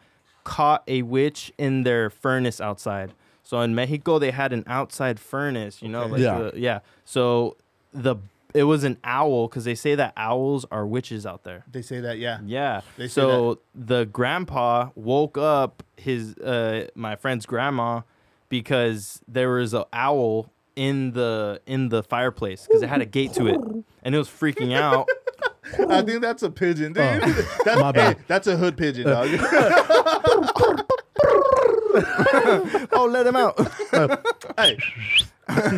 [SPEAKER 4] caught a witch in their furnace outside. So in Mexico, they had an outside furnace, you know, like
[SPEAKER 2] Yeah.
[SPEAKER 4] yeah. The, yeah. So the it was an owl because they say that owls are witches out there.
[SPEAKER 3] They say that. Yeah.
[SPEAKER 4] Yeah.
[SPEAKER 3] They say
[SPEAKER 4] so the grandpa woke up his uh my friend's grandma because there was an owl in the in the fireplace because it had a gate to it and it was freaking out.
[SPEAKER 3] I think that's a pigeon, dude.
[SPEAKER 2] Oh,
[SPEAKER 3] that's,
[SPEAKER 2] my bad.
[SPEAKER 3] hey, that's a hood pigeon, dog.
[SPEAKER 4] oh, let him out.
[SPEAKER 3] hey.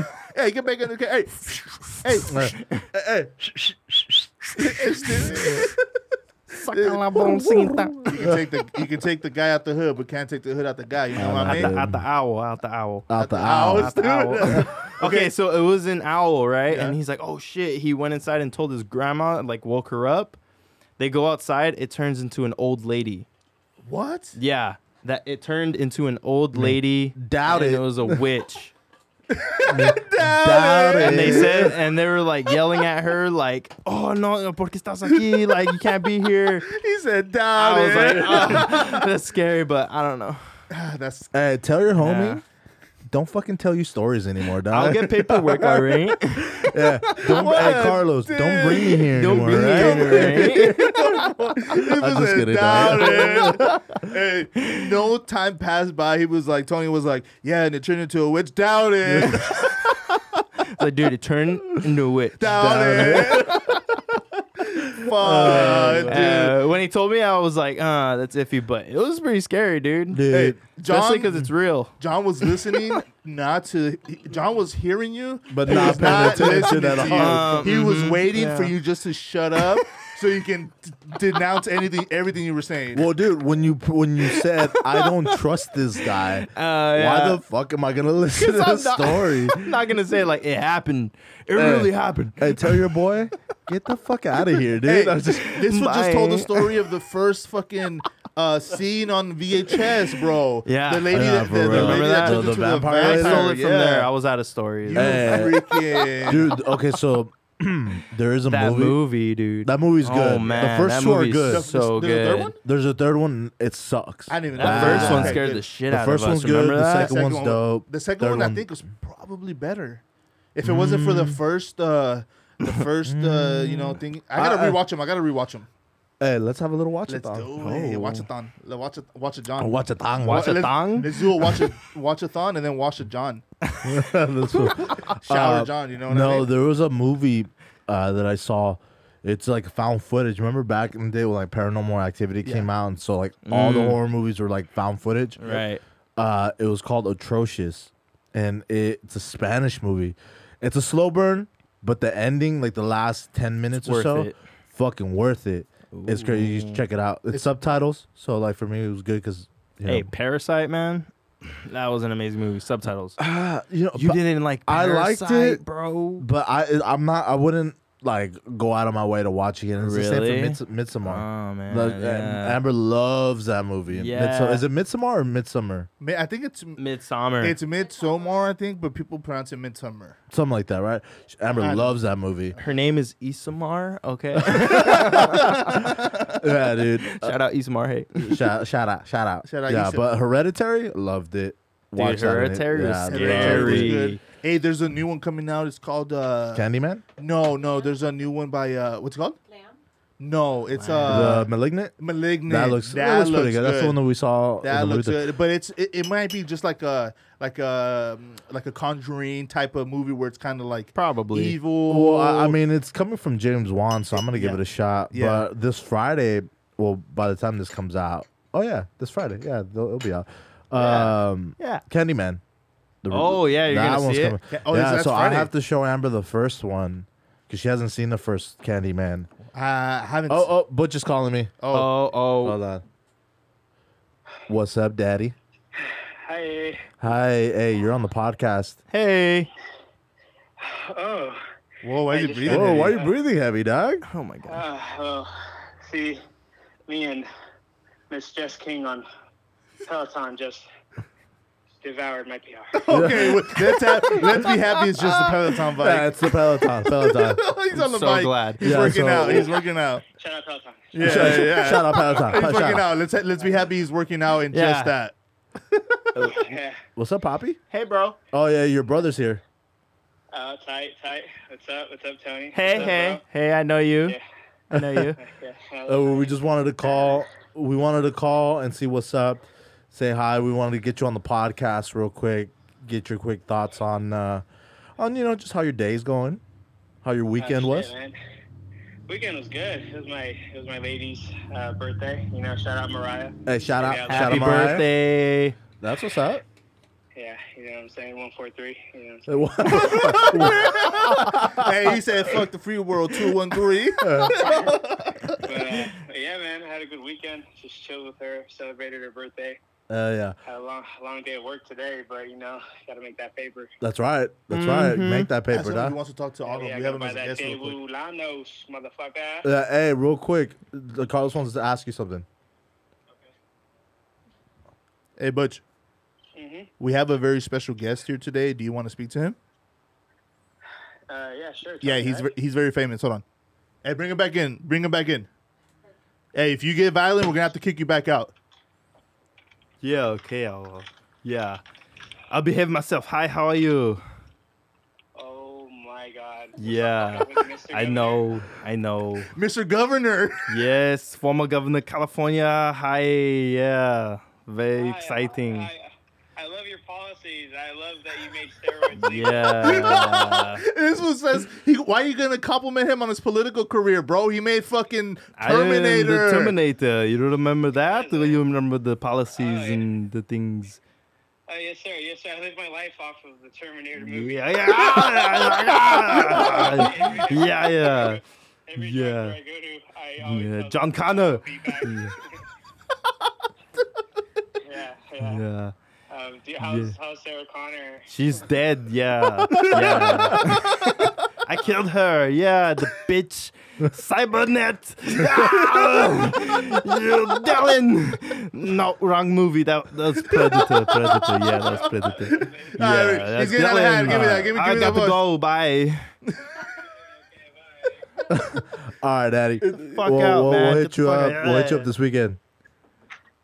[SPEAKER 3] Hey, get back in the car. Hey, hey, hey, hey. It's this- you can take the you can take the guy out the hood, but can't take the hood out the guy. You know what I
[SPEAKER 4] At the,
[SPEAKER 3] mean?
[SPEAKER 4] at the owl, at the owl.
[SPEAKER 3] Uh,
[SPEAKER 2] Out the
[SPEAKER 3] I
[SPEAKER 2] owl.
[SPEAKER 3] was doing that.
[SPEAKER 4] okay, so it was an owl, right?
[SPEAKER 3] Yeah.
[SPEAKER 4] And he's like, "Oh shit!" He went inside and told his grandma, like woke her up. They go outside. It turns into an old lady.
[SPEAKER 3] What?
[SPEAKER 4] Yeah, that it turned into an old lady.
[SPEAKER 2] Mm. Doubt
[SPEAKER 4] and
[SPEAKER 2] it.
[SPEAKER 4] It was a witch.
[SPEAKER 2] Doubt
[SPEAKER 4] and they
[SPEAKER 2] it.
[SPEAKER 4] said, and they were like yelling at her, like, "Oh no, por qué estás aquí? Like you can't be here."
[SPEAKER 3] He said, "Down."
[SPEAKER 4] I was like,
[SPEAKER 3] it."
[SPEAKER 4] "Oh, "That's scary," but I don't know.
[SPEAKER 3] Ah, That's
[SPEAKER 2] Hey, tell your homie.
[SPEAKER 4] Yeah.
[SPEAKER 2] Don't fucking tell you stories anymore, dog.
[SPEAKER 4] I'll get paperwork, all right?
[SPEAKER 2] yeah. Don't, hey, Carlos, don't bring me here
[SPEAKER 4] Don't
[SPEAKER 2] anymore.
[SPEAKER 4] bring me
[SPEAKER 2] right?
[SPEAKER 4] in, all right?
[SPEAKER 3] He
[SPEAKER 2] I'm
[SPEAKER 3] was
[SPEAKER 2] just
[SPEAKER 3] like,
[SPEAKER 2] kidding,
[SPEAKER 3] "Down it." Hey, no time passed by. He was like, Tony was like, yeah, and it turned into a witch. Down it.
[SPEAKER 4] like, dude, it turned into a witch.
[SPEAKER 3] Down it. Fuck, dude.
[SPEAKER 4] Uh, when he told me, I was like, uh, that's iffy, but it was pretty scary, dude.
[SPEAKER 2] Dude.
[SPEAKER 3] Hey,
[SPEAKER 4] Especially
[SPEAKER 3] John,
[SPEAKER 4] because it's real.
[SPEAKER 3] John was listening, not to. John was hearing you,
[SPEAKER 2] But
[SPEAKER 3] he
[SPEAKER 2] not
[SPEAKER 3] was
[SPEAKER 2] paying attention
[SPEAKER 3] listening
[SPEAKER 2] at
[SPEAKER 3] to you.
[SPEAKER 2] all.
[SPEAKER 3] he was waiting for
[SPEAKER 4] Um, mm-hmm. yeah.
[SPEAKER 3] you just to shut up, so you can d- denounce anything, everything you were saying.
[SPEAKER 2] Well, dude, when you when you said I don't trust this guy,
[SPEAKER 4] Uh,
[SPEAKER 2] why
[SPEAKER 4] yeah.
[SPEAKER 2] the fuck am I gonna listen to
[SPEAKER 4] 'Cause I'm
[SPEAKER 2] this
[SPEAKER 4] not-
[SPEAKER 2] story?
[SPEAKER 4] I'm not gonna say like it happened. It really happened.
[SPEAKER 2] hey, tell your boy, get the fuck out of here,
[SPEAKER 3] Hey,
[SPEAKER 2] dude. I'm just-
[SPEAKER 3] this one just told the
[SPEAKER 4] Bye.
[SPEAKER 3] story of the first fucking uh, scene on VHS, bro.
[SPEAKER 4] Yeah.
[SPEAKER 3] the lady
[SPEAKER 2] Yeah,
[SPEAKER 3] that
[SPEAKER 2] for
[SPEAKER 3] the, the
[SPEAKER 2] real.
[SPEAKER 3] lady
[SPEAKER 4] Remember
[SPEAKER 3] that
[SPEAKER 4] that?
[SPEAKER 3] turned
[SPEAKER 2] The
[SPEAKER 3] into
[SPEAKER 2] vampire
[SPEAKER 4] I
[SPEAKER 2] lady?
[SPEAKER 3] vampire.
[SPEAKER 4] stole it from
[SPEAKER 3] yeah.
[SPEAKER 4] there. I was out of stories.
[SPEAKER 3] You
[SPEAKER 2] Hey.
[SPEAKER 3] freaking
[SPEAKER 2] dude. Okay, so there is a
[SPEAKER 4] that
[SPEAKER 2] movie.
[SPEAKER 4] movie, dude.
[SPEAKER 2] That movie's good.
[SPEAKER 4] Oh man,
[SPEAKER 2] the first
[SPEAKER 4] that
[SPEAKER 2] two are
[SPEAKER 4] movie's
[SPEAKER 2] good.
[SPEAKER 4] So
[SPEAKER 3] The- the
[SPEAKER 4] good.
[SPEAKER 3] third one?
[SPEAKER 2] There's a third one. It sucks.
[SPEAKER 3] I didn't even.
[SPEAKER 4] That
[SPEAKER 3] know.
[SPEAKER 2] Ah.
[SPEAKER 4] first one
[SPEAKER 2] Okay,
[SPEAKER 4] scared
[SPEAKER 3] good.
[SPEAKER 4] the shit
[SPEAKER 2] The
[SPEAKER 4] out
[SPEAKER 2] first
[SPEAKER 4] of us.
[SPEAKER 2] one's good,
[SPEAKER 4] Remember
[SPEAKER 2] the
[SPEAKER 4] that?
[SPEAKER 2] second- one's
[SPEAKER 3] one-
[SPEAKER 2] dope.
[SPEAKER 3] The second
[SPEAKER 2] Third
[SPEAKER 3] one, I
[SPEAKER 2] one- Mm.
[SPEAKER 3] think was probably better. If it wasn't for the first, uh, the first, uh, you know, thing. I gotta
[SPEAKER 2] I- I-
[SPEAKER 3] rewatch them. I gotta rewatch them.
[SPEAKER 2] Hey, let's have a little watch
[SPEAKER 3] Let's
[SPEAKER 2] it. Oh.
[SPEAKER 3] do it. Watch a thon. Watch it. Watch it, John.
[SPEAKER 2] Watch it.
[SPEAKER 4] Watch a
[SPEAKER 3] Let's-
[SPEAKER 4] thong?
[SPEAKER 3] Let's do a watch a watch a thon and then watch a John. Shower
[SPEAKER 2] Uh,
[SPEAKER 3] John. You know what
[SPEAKER 2] no,
[SPEAKER 3] I mean?
[SPEAKER 2] there was a movie uh, that I saw. It's like found footage. Remember back in the day when like Paranormal Activity came out, and so like all the horror movies were like found footage.
[SPEAKER 4] Mm. Right.
[SPEAKER 2] Uh, it was called Atrocious, and it, it's a Spanish movie. It's a slow burn, but the ending, like the last ten minutes or
[SPEAKER 4] worth
[SPEAKER 2] so,
[SPEAKER 4] it.
[SPEAKER 2] fucking worth it. It's crazy. You should check it out. It's, subtitles, so like for me, it was good because you know,
[SPEAKER 4] Hey, Parasite, man. That was an amazing movie. Subtitles.
[SPEAKER 2] uh, you know,
[SPEAKER 4] You
[SPEAKER 2] but-
[SPEAKER 4] didn't like
[SPEAKER 2] I liked
[SPEAKER 4] Parasite,
[SPEAKER 2] it.
[SPEAKER 4] bro.
[SPEAKER 2] But I, I'm not. I wouldn't like go out of my way to watch it. And it's
[SPEAKER 4] Really?
[SPEAKER 2] the same for Mids- Midsommar.
[SPEAKER 4] Oh man.
[SPEAKER 2] Like,
[SPEAKER 4] yeah.
[SPEAKER 2] Amber loves that movie.
[SPEAKER 4] Yeah.
[SPEAKER 2] Midsom- is it Midsummer or Midsummer?
[SPEAKER 3] Ma- I think it's
[SPEAKER 4] Midsummer.
[SPEAKER 3] it's midsummer. I think, but people pronounce it midsummer.
[SPEAKER 2] Something like that, right? Sh- Amber
[SPEAKER 3] I don't-
[SPEAKER 2] loves that movie.
[SPEAKER 4] Her name is Isamar. Okay.
[SPEAKER 2] yeah, dude. Uh,
[SPEAKER 4] Shout out Isamar. Hey.
[SPEAKER 2] shout, shout out, shout out.
[SPEAKER 3] Shout out,
[SPEAKER 2] Yeah,
[SPEAKER 3] you said-
[SPEAKER 2] but Hereditary loved it. Watched that and it-
[SPEAKER 4] Hereditary was
[SPEAKER 2] loved
[SPEAKER 4] scary.
[SPEAKER 2] it.
[SPEAKER 3] It's good. Hey, there's a new one coming out. It's called uh,
[SPEAKER 2] Candyman,
[SPEAKER 3] no, no. There's a new one by uh, what's it called?
[SPEAKER 5] Lamb?
[SPEAKER 3] No, it's
[SPEAKER 2] the
[SPEAKER 3] uh,
[SPEAKER 2] Malignant.
[SPEAKER 3] malignant.
[SPEAKER 2] That looks that looks pretty good. That's the one that we saw. in
[SPEAKER 3] That
[SPEAKER 2] the
[SPEAKER 3] looks
[SPEAKER 2] movie.
[SPEAKER 3] good, but it's it, it might be just like a like a um, like a Conjuring type of movie where it's kind of like
[SPEAKER 4] Probably.
[SPEAKER 3] evil.
[SPEAKER 2] Well, I, I mean, it's coming from James Wan, so I'm gonna give
[SPEAKER 3] Yeah.
[SPEAKER 2] it a shot.
[SPEAKER 3] Yeah.
[SPEAKER 2] But this Friday, well, by the time this comes out, oh yeah, this Friday, yeah, they'll- it'll be out. Um,
[SPEAKER 4] Yeah.
[SPEAKER 2] Candyman. The-
[SPEAKER 4] Oh, yeah, you're
[SPEAKER 2] that
[SPEAKER 4] gonna
[SPEAKER 2] one's
[SPEAKER 4] see it?
[SPEAKER 2] coming.
[SPEAKER 3] Ca- oh,
[SPEAKER 2] yeah,
[SPEAKER 3] that's- that's
[SPEAKER 2] so
[SPEAKER 3] Friday.
[SPEAKER 2] I have to show Amber the first one because she hasn't seen the first Candyman.
[SPEAKER 3] I haven't.
[SPEAKER 2] Oh,
[SPEAKER 3] s-
[SPEAKER 2] oh, Butch is calling me.
[SPEAKER 3] oh,
[SPEAKER 4] Oh
[SPEAKER 2] Hold
[SPEAKER 4] oh.
[SPEAKER 2] on. What's up, Daddy?
[SPEAKER 7] Hi.
[SPEAKER 2] Hi, hey, you're on the podcast.
[SPEAKER 4] Hey.
[SPEAKER 7] Oh.
[SPEAKER 3] whoa! Why is he
[SPEAKER 7] just
[SPEAKER 3] breathing?
[SPEAKER 2] Whoa,
[SPEAKER 3] heavy?
[SPEAKER 2] Oh, why are you breathing heavy, dog?
[SPEAKER 4] Oh my god.
[SPEAKER 7] Uh, well, see, me and Miss Jess King on Peloton just devoured my PR.
[SPEAKER 3] Okay, well, let's, have, let's be happy. It's just a Peloton
[SPEAKER 2] Yeah,
[SPEAKER 3] bike.
[SPEAKER 2] it's the Peloton. Peloton.
[SPEAKER 3] He's on the
[SPEAKER 4] so
[SPEAKER 3] bike.
[SPEAKER 4] glad.
[SPEAKER 3] He's
[SPEAKER 2] Yeah,
[SPEAKER 3] working
[SPEAKER 2] so-
[SPEAKER 3] out. He's working out.
[SPEAKER 7] Shout out Peloton.
[SPEAKER 3] Yeah,
[SPEAKER 2] Shut-
[SPEAKER 3] yeah.
[SPEAKER 2] Shout out Peloton.
[SPEAKER 3] He's
[SPEAKER 2] Shout
[SPEAKER 3] working
[SPEAKER 2] out.
[SPEAKER 3] out. Let's let's be happy. He's working out and
[SPEAKER 4] Yeah.
[SPEAKER 3] just that.
[SPEAKER 7] Yeah.
[SPEAKER 2] What's up, Poppy?
[SPEAKER 4] Hey bro.
[SPEAKER 2] Oh yeah, your brother's here.
[SPEAKER 7] Uh, tight, tight. What's up? What's up, Tony?
[SPEAKER 4] Hey
[SPEAKER 7] What's
[SPEAKER 4] hey
[SPEAKER 7] up,
[SPEAKER 4] hey. I know you.
[SPEAKER 7] Yeah.
[SPEAKER 4] I know you.
[SPEAKER 7] bro? Yeah.
[SPEAKER 2] Uh, we just wanted to call. We wanted to call and see what's up. Say hi. We wanted to get you on the podcast real quick. Get your quick thoughts on, uh, on you know just how your day's going, how your weekend
[SPEAKER 7] Oh,
[SPEAKER 2] was.
[SPEAKER 7] shit, man. Weekend was good. It was my it was my lady's uh, birthday. You know, shout out Mariah.
[SPEAKER 2] Hey, shout out,
[SPEAKER 7] Yeah,
[SPEAKER 2] shout
[SPEAKER 4] Happy
[SPEAKER 2] out, Mariah.
[SPEAKER 4] birthday.
[SPEAKER 2] That's what's up.
[SPEAKER 7] Yeah, you know what I'm saying? 143. You know what I'm saying?
[SPEAKER 3] hey, he said, "Fuck the free world." Two one three.
[SPEAKER 7] But, uh, yeah, man, I had a good weekend. Just chilled with her, celebrated her birthday.
[SPEAKER 2] Uh, yeah,
[SPEAKER 7] Had a long, long day at work today, but you know, gotta make that paper.
[SPEAKER 2] that's right. That's right. Make that
[SPEAKER 3] Mm-hmm. That's
[SPEAKER 2] paper,
[SPEAKER 3] what he
[SPEAKER 2] dog.
[SPEAKER 3] wants to talk to all of them.
[SPEAKER 7] yeah,
[SPEAKER 3] We
[SPEAKER 7] I
[SPEAKER 3] have
[SPEAKER 7] gotta
[SPEAKER 3] him
[SPEAKER 7] buy
[SPEAKER 3] as a
[SPEAKER 7] that
[SPEAKER 3] guest real quick.
[SPEAKER 7] Daewoo Lanos, motherfucker.
[SPEAKER 2] Uh, hey, real quick, the Carlos wants to ask you something.
[SPEAKER 3] Hey, Butch.
[SPEAKER 7] Mhm.
[SPEAKER 3] We have a very special guest here today. Do you want to speak to him?
[SPEAKER 7] Uh, yeah, sure.
[SPEAKER 3] Yeah,
[SPEAKER 7] Tony,
[SPEAKER 3] he's
[SPEAKER 7] right?
[SPEAKER 3] ver- he's very famous. Hold on. Hey, bring him back in. Bring him back in. Hey, if you get violent, we're gonna have to kick you back out.
[SPEAKER 4] Yeah, okay, I'll, yeah. I'll behave myself. Hi, how are you?
[SPEAKER 7] Oh my god.
[SPEAKER 4] Yeah, I know, I know.
[SPEAKER 3] Mr. Governor.
[SPEAKER 4] Yes, former governor California. Hi, yeah, very
[SPEAKER 7] Hi,
[SPEAKER 4] exciting.
[SPEAKER 7] uh, I, I, I love your policies. I love that you made steroids. legal.
[SPEAKER 4] Yeah,
[SPEAKER 3] this one says he, why are you gonna compliment him on his political career, bro? He made fucking
[SPEAKER 4] I am
[SPEAKER 3] Terminator.
[SPEAKER 4] the Terminator. You don't remember that? Or you remember the policies
[SPEAKER 7] Oh, yeah.
[SPEAKER 4] and the things?
[SPEAKER 7] Oh yes, sir. Yes, sir. I live my life off of the Terminator movie.
[SPEAKER 4] Yeah, yeah, yeah, yeah, yeah, yeah.
[SPEAKER 7] Every
[SPEAKER 4] Yeah.
[SPEAKER 7] doctor I go to, I always
[SPEAKER 4] Yeah,
[SPEAKER 7] tell them
[SPEAKER 4] John Connor.
[SPEAKER 7] to be back.
[SPEAKER 4] Yeah.
[SPEAKER 7] yeah, yeah.
[SPEAKER 4] yeah.
[SPEAKER 7] Um, do, how's, how's Sarah Connor?
[SPEAKER 4] She's dead, yeah. yeah. I killed her, yeah, the bitch. Cybernet! you Dylan! No, wrong movie. That, that was Predator. Predator, yeah, that was Predator. Yeah,
[SPEAKER 3] All right,
[SPEAKER 4] that's
[SPEAKER 3] Uh, he's getting out of
[SPEAKER 4] Dylan.
[SPEAKER 3] hand. Give me that. Give me, give
[SPEAKER 4] I
[SPEAKER 3] me
[SPEAKER 4] got
[SPEAKER 3] that.
[SPEAKER 4] to
[SPEAKER 3] voice.
[SPEAKER 4] go, bye.
[SPEAKER 2] All right, Daddy.
[SPEAKER 4] Fuck
[SPEAKER 2] we'll,
[SPEAKER 4] out,
[SPEAKER 2] we'll,
[SPEAKER 4] man.
[SPEAKER 2] we'll
[SPEAKER 4] Get
[SPEAKER 2] hit
[SPEAKER 4] the
[SPEAKER 2] you
[SPEAKER 4] fuck
[SPEAKER 2] up.
[SPEAKER 4] out.
[SPEAKER 2] We'll hit you up this weekend.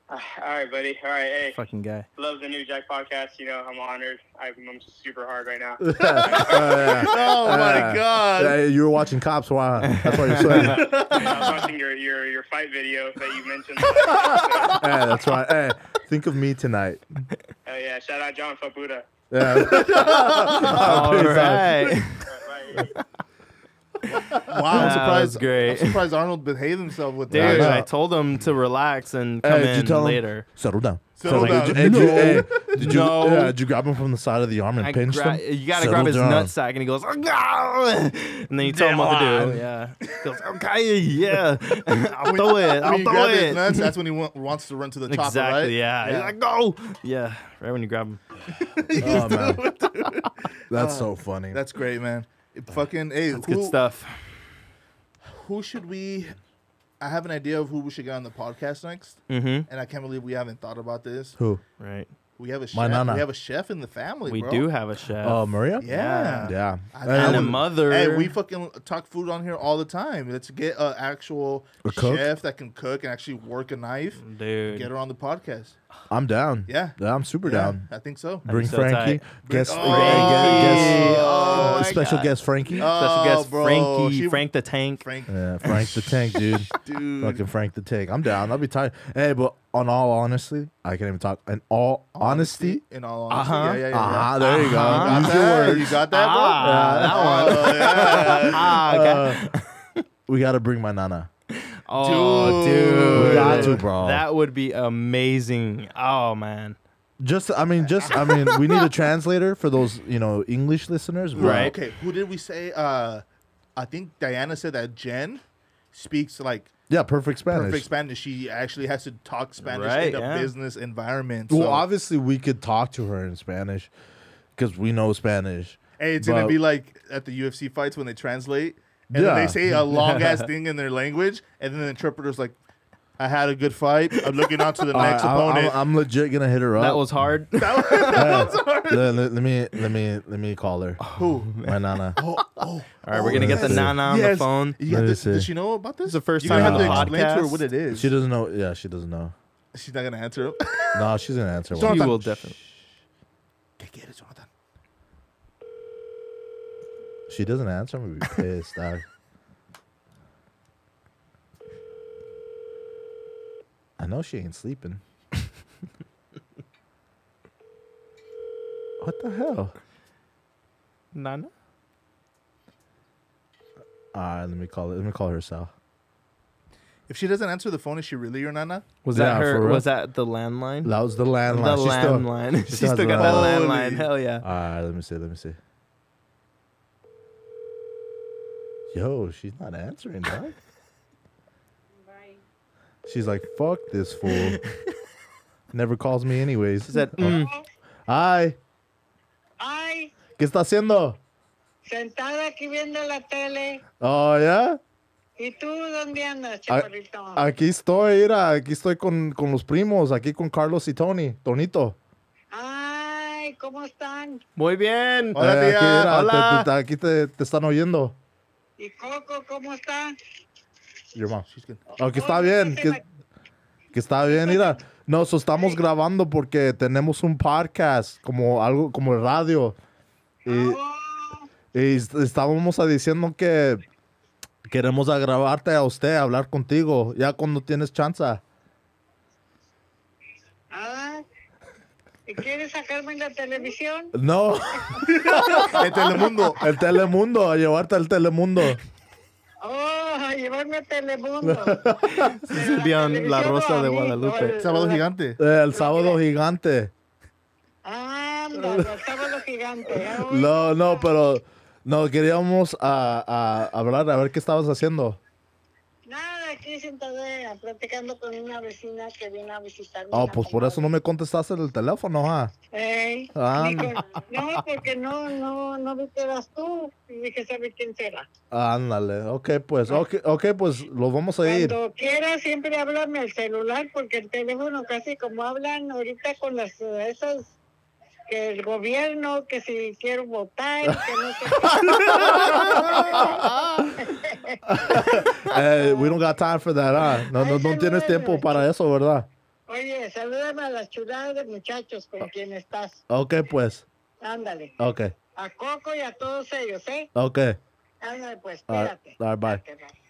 [SPEAKER 7] Uh, All right, buddy. All right, hey.
[SPEAKER 4] Fucking guy.
[SPEAKER 7] Love the new Jack podcast. You know, I'm honored. I'm, I'm super hard right now.
[SPEAKER 3] Oh my
[SPEAKER 4] Uh,
[SPEAKER 3] god.
[SPEAKER 2] Hey, you were watching Cops, why? That's why you're sweating. hey,
[SPEAKER 7] I was watching your, your, your fight video that you mentioned. Hell
[SPEAKER 2] that's right. Hey, think of me tonight.
[SPEAKER 7] yeah. Shout out John Fabuda.
[SPEAKER 2] Yeah.
[SPEAKER 4] All right.
[SPEAKER 7] Right, right.
[SPEAKER 3] Wow, I'm
[SPEAKER 4] That was
[SPEAKER 3] surprised.
[SPEAKER 4] great.
[SPEAKER 3] I'm surprised Arnold behaved himself with
[SPEAKER 4] Dude,
[SPEAKER 3] that.
[SPEAKER 4] I told him to relax and come
[SPEAKER 2] Hey, did you
[SPEAKER 4] in
[SPEAKER 2] tell him?
[SPEAKER 4] later.
[SPEAKER 2] Settle down.
[SPEAKER 3] Settle
[SPEAKER 2] Like,
[SPEAKER 3] down.
[SPEAKER 2] Did you, hey, did you,
[SPEAKER 4] No.
[SPEAKER 2] hey, did you,
[SPEAKER 4] No.
[SPEAKER 2] yeah, did you grab him from the side of the arm and
[SPEAKER 4] I
[SPEAKER 2] pinch
[SPEAKER 4] gra-
[SPEAKER 2] him?
[SPEAKER 4] You gotta
[SPEAKER 2] Settle
[SPEAKER 4] grab his
[SPEAKER 2] down.
[SPEAKER 4] nutsack, and he goes, oh, no! and then you tell him what to do. Yeah, he goes, okay, yeah, I'll do it,
[SPEAKER 3] When
[SPEAKER 4] I'll
[SPEAKER 3] you
[SPEAKER 4] do
[SPEAKER 3] grab his
[SPEAKER 4] it.
[SPEAKER 3] nuts, that's when he wa- wants to run to the top,
[SPEAKER 4] Exactly,
[SPEAKER 3] right?
[SPEAKER 4] yeah. He's like, go, yeah, right when you grab him.
[SPEAKER 2] Oh, man. That's so funny.
[SPEAKER 3] Uh, That's great, man. It fucking hey, who,
[SPEAKER 4] Good stuff.
[SPEAKER 3] who should we? I have an idea of who we should get on the podcast next,
[SPEAKER 4] Mm-hmm.
[SPEAKER 3] and I can't believe we haven't thought about this.
[SPEAKER 2] Who?
[SPEAKER 4] Right.
[SPEAKER 3] We have a chef.
[SPEAKER 2] My nana.
[SPEAKER 3] We have a chef in the family.
[SPEAKER 4] We
[SPEAKER 3] bro.
[SPEAKER 4] do have a chef.
[SPEAKER 2] Oh, Maria?
[SPEAKER 3] Yeah.
[SPEAKER 2] Yeah.
[SPEAKER 3] I-
[SPEAKER 2] Hey,
[SPEAKER 3] I
[SPEAKER 4] and a
[SPEAKER 3] would-
[SPEAKER 4] mother.
[SPEAKER 3] Hey, we fucking talk food on here all the time. Let's get an actual
[SPEAKER 2] A cook? Mm.
[SPEAKER 3] chef that can cook and actually work a knife.
[SPEAKER 4] dude.
[SPEAKER 3] Get her on the podcast.
[SPEAKER 2] I'm down.
[SPEAKER 3] Yeah.
[SPEAKER 2] Yeah, I'm super
[SPEAKER 3] Yeah,
[SPEAKER 2] down.
[SPEAKER 3] I think so.
[SPEAKER 2] Bring
[SPEAKER 4] so
[SPEAKER 2] Frankie.
[SPEAKER 4] tight.
[SPEAKER 2] Guest,
[SPEAKER 3] Oh,
[SPEAKER 2] guest,
[SPEAKER 4] Oh, my
[SPEAKER 2] uh, special
[SPEAKER 4] God.
[SPEAKER 2] guest Frankie.
[SPEAKER 4] Special guest
[SPEAKER 3] Oh, bro,
[SPEAKER 4] Frankie,
[SPEAKER 3] she-
[SPEAKER 4] Frank the Tank.
[SPEAKER 3] Frank,
[SPEAKER 2] Yeah, Frank the Tank, dude.
[SPEAKER 3] dude.
[SPEAKER 2] Fucking Frank the Tank. I'm down. I'll be tired. Hey, but on all honesty, I can't even talk. In all honesty,
[SPEAKER 3] in all honesty.
[SPEAKER 4] Uh-huh.
[SPEAKER 3] Yeah, yeah, yeah. yeah.
[SPEAKER 2] ah, there you go.
[SPEAKER 4] Uh-huh.
[SPEAKER 2] Use
[SPEAKER 3] Got
[SPEAKER 2] your
[SPEAKER 3] that?
[SPEAKER 2] words.
[SPEAKER 3] You got that, bro?
[SPEAKER 4] Ah, that one.
[SPEAKER 3] Oh, yeah.
[SPEAKER 4] Ah, okay.
[SPEAKER 2] We gotta bring my nana.
[SPEAKER 4] oh,
[SPEAKER 3] dude.
[SPEAKER 4] dude.
[SPEAKER 2] We got to, bro.
[SPEAKER 4] That would be amazing. Oh man.
[SPEAKER 2] Just, I mean, just, I mean, we need a translator for those, you know, English listeners, but-
[SPEAKER 4] Right.
[SPEAKER 3] Okay, who did we say? Uh, I think Diana said that Jen speaks like
[SPEAKER 2] Yeah, perfect Spanish.
[SPEAKER 3] perfect Spanish. She actually has to talk Spanish
[SPEAKER 4] Right,
[SPEAKER 3] in a
[SPEAKER 4] yeah.
[SPEAKER 3] business environment.
[SPEAKER 2] Well,
[SPEAKER 3] so-
[SPEAKER 2] obviously, we could talk to her in Spanish because we know Spanish.
[SPEAKER 3] Hey, it's
[SPEAKER 2] But-
[SPEAKER 3] gonna be like at the UFC fights when they translate, and then
[SPEAKER 2] Yeah.
[SPEAKER 3] they say a long ass thing in their language, and then the interpreter's like, "I had a good fight. I'm looking on to the
[SPEAKER 2] All
[SPEAKER 3] next
[SPEAKER 2] right, I'm-
[SPEAKER 3] opponent."
[SPEAKER 2] I'm, I'm legit gonna hit her up.
[SPEAKER 4] That was hard.
[SPEAKER 2] let, let- let me let me let me call her.
[SPEAKER 3] Who?
[SPEAKER 2] My nana.
[SPEAKER 3] Oh, oh,
[SPEAKER 4] All right, we're gonna get the
[SPEAKER 2] yes.
[SPEAKER 4] nana on
[SPEAKER 3] yes.
[SPEAKER 4] the phone.
[SPEAKER 3] You got
[SPEAKER 2] Let me
[SPEAKER 3] this,
[SPEAKER 2] see.
[SPEAKER 3] does she know about this?
[SPEAKER 4] It's the first
[SPEAKER 3] You're gonna
[SPEAKER 4] time
[SPEAKER 3] have to
[SPEAKER 4] on the
[SPEAKER 3] explain to her
[SPEAKER 4] podcast.
[SPEAKER 3] what it is.
[SPEAKER 2] She doesn't know. Yeah, she doesn't know.
[SPEAKER 3] She's not gonna answer. him.
[SPEAKER 2] No, she's gonna answer.
[SPEAKER 4] You
[SPEAKER 2] One.
[SPEAKER 3] Jonathan.
[SPEAKER 4] will definitely.
[SPEAKER 3] Que quieres, Jonathan?
[SPEAKER 2] She doesn't answer. I'm gonna be pissed. dog. I know she ain't sleeping. what the hell?
[SPEAKER 4] Nana.
[SPEAKER 2] All right, let me call it. Let me call her Sal.
[SPEAKER 3] If she doesn't answer the phone, is she really your nana?
[SPEAKER 4] Was
[SPEAKER 2] Yeah,
[SPEAKER 4] that
[SPEAKER 2] for
[SPEAKER 4] her?
[SPEAKER 2] real.
[SPEAKER 4] Was that the landline?
[SPEAKER 2] That was the landline.
[SPEAKER 4] The
[SPEAKER 2] She still-
[SPEAKER 4] landline.
[SPEAKER 2] she
[SPEAKER 4] She
[SPEAKER 2] still has
[SPEAKER 4] still got
[SPEAKER 2] the
[SPEAKER 4] that
[SPEAKER 3] landline.
[SPEAKER 4] landline. Hell yeah.
[SPEAKER 2] All right, Ah, let me see. Let me see. Yo, she's not answering, dog.
[SPEAKER 5] Right.
[SPEAKER 2] She's like, fuck this fool. Never calls me anyways. Oh. She
[SPEAKER 4] said,
[SPEAKER 3] Oh.
[SPEAKER 4] "Mm."
[SPEAKER 2] Hi,
[SPEAKER 8] Ay,
[SPEAKER 2] ¿qué está haciendo?
[SPEAKER 8] sentada aquí viendo la tele.
[SPEAKER 2] Oh, ya.
[SPEAKER 8] ¿Y tú dónde
[SPEAKER 2] A-
[SPEAKER 8] andas, chaparrito?
[SPEAKER 2] Aquí estoy, mira, aquí estoy con, con los primos, aquí con Carlos y Tony, Tonito.
[SPEAKER 8] Ay, ¿cómo están?
[SPEAKER 4] Muy bien.
[SPEAKER 3] Hola,
[SPEAKER 2] Eh, aquí,
[SPEAKER 3] tía.
[SPEAKER 2] mira, te-
[SPEAKER 4] Hola.
[SPEAKER 2] te- te- aquí te, te están oyendo.
[SPEAKER 8] ¿Y Coco, cómo está?
[SPEAKER 2] Your mom.
[SPEAKER 3] She's good.
[SPEAKER 2] Oh, que está
[SPEAKER 8] Oye,
[SPEAKER 2] bien,
[SPEAKER 8] no te
[SPEAKER 2] que,
[SPEAKER 8] ma-
[SPEAKER 2] que está bien, mira. No, so estamos grabando porque tenemos un podcast, como algo, como radio. Y,
[SPEAKER 8] Oh,
[SPEAKER 2] y est- estábamos a- diciendo que queremos a grabarte a usted, hablar contigo, ya cuando tienes chance.
[SPEAKER 8] ah, ¿y quieres sacarme en la televisión?
[SPEAKER 2] No,
[SPEAKER 3] El Telemundo.
[SPEAKER 2] el Telemundo, a llevarte al Telemundo.
[SPEAKER 8] Oh, a llevarme a Telemundo.
[SPEAKER 4] Sí, sí, vi en La Rosa de Guadalupe.
[SPEAKER 3] Sábado Gigante.
[SPEAKER 2] Eh, El sábado gigante.
[SPEAKER 8] Anda, los sábados gigantes. Ay,
[SPEAKER 2] No, no, pero no queríamos a, a hablar a ver qué estabas haciendo.
[SPEAKER 8] Nada, aquí sentada platicando con una vecina que vino a visitarme.
[SPEAKER 2] Oh, pues por eso no me contestaste el teléfono, ¿ah?
[SPEAKER 8] Ey,
[SPEAKER 2] Ah,
[SPEAKER 8] ni
[SPEAKER 2] no.
[SPEAKER 8] con- no, porque no, no, no vi que eras tú. Y dije, ¿sabes quién será?
[SPEAKER 2] Ándale, ok, pues, ok, okay pues lo vamos a ir.
[SPEAKER 8] Cuando quiera, siempre háblame al celular, porque el teléfono casi como hablan ahorita con las eh, esas que el gobierno, que si quiero votar, que no sé
[SPEAKER 2] Eh, we don't got time for that, ¿ah? No, no, no tienes tiempo para eso, ¿verdad?
[SPEAKER 8] qué. Oye, salúdame a las chuladas de muchachos con quien estás.
[SPEAKER 2] Ok, pues,
[SPEAKER 8] Ándale.
[SPEAKER 2] ok,
[SPEAKER 8] A Coco y a todos ellos, ¿eh?
[SPEAKER 2] ok.
[SPEAKER 8] Ándale, pues,
[SPEAKER 2] All right,
[SPEAKER 8] espérate.
[SPEAKER 2] all right bye.
[SPEAKER 8] Espérate, bye.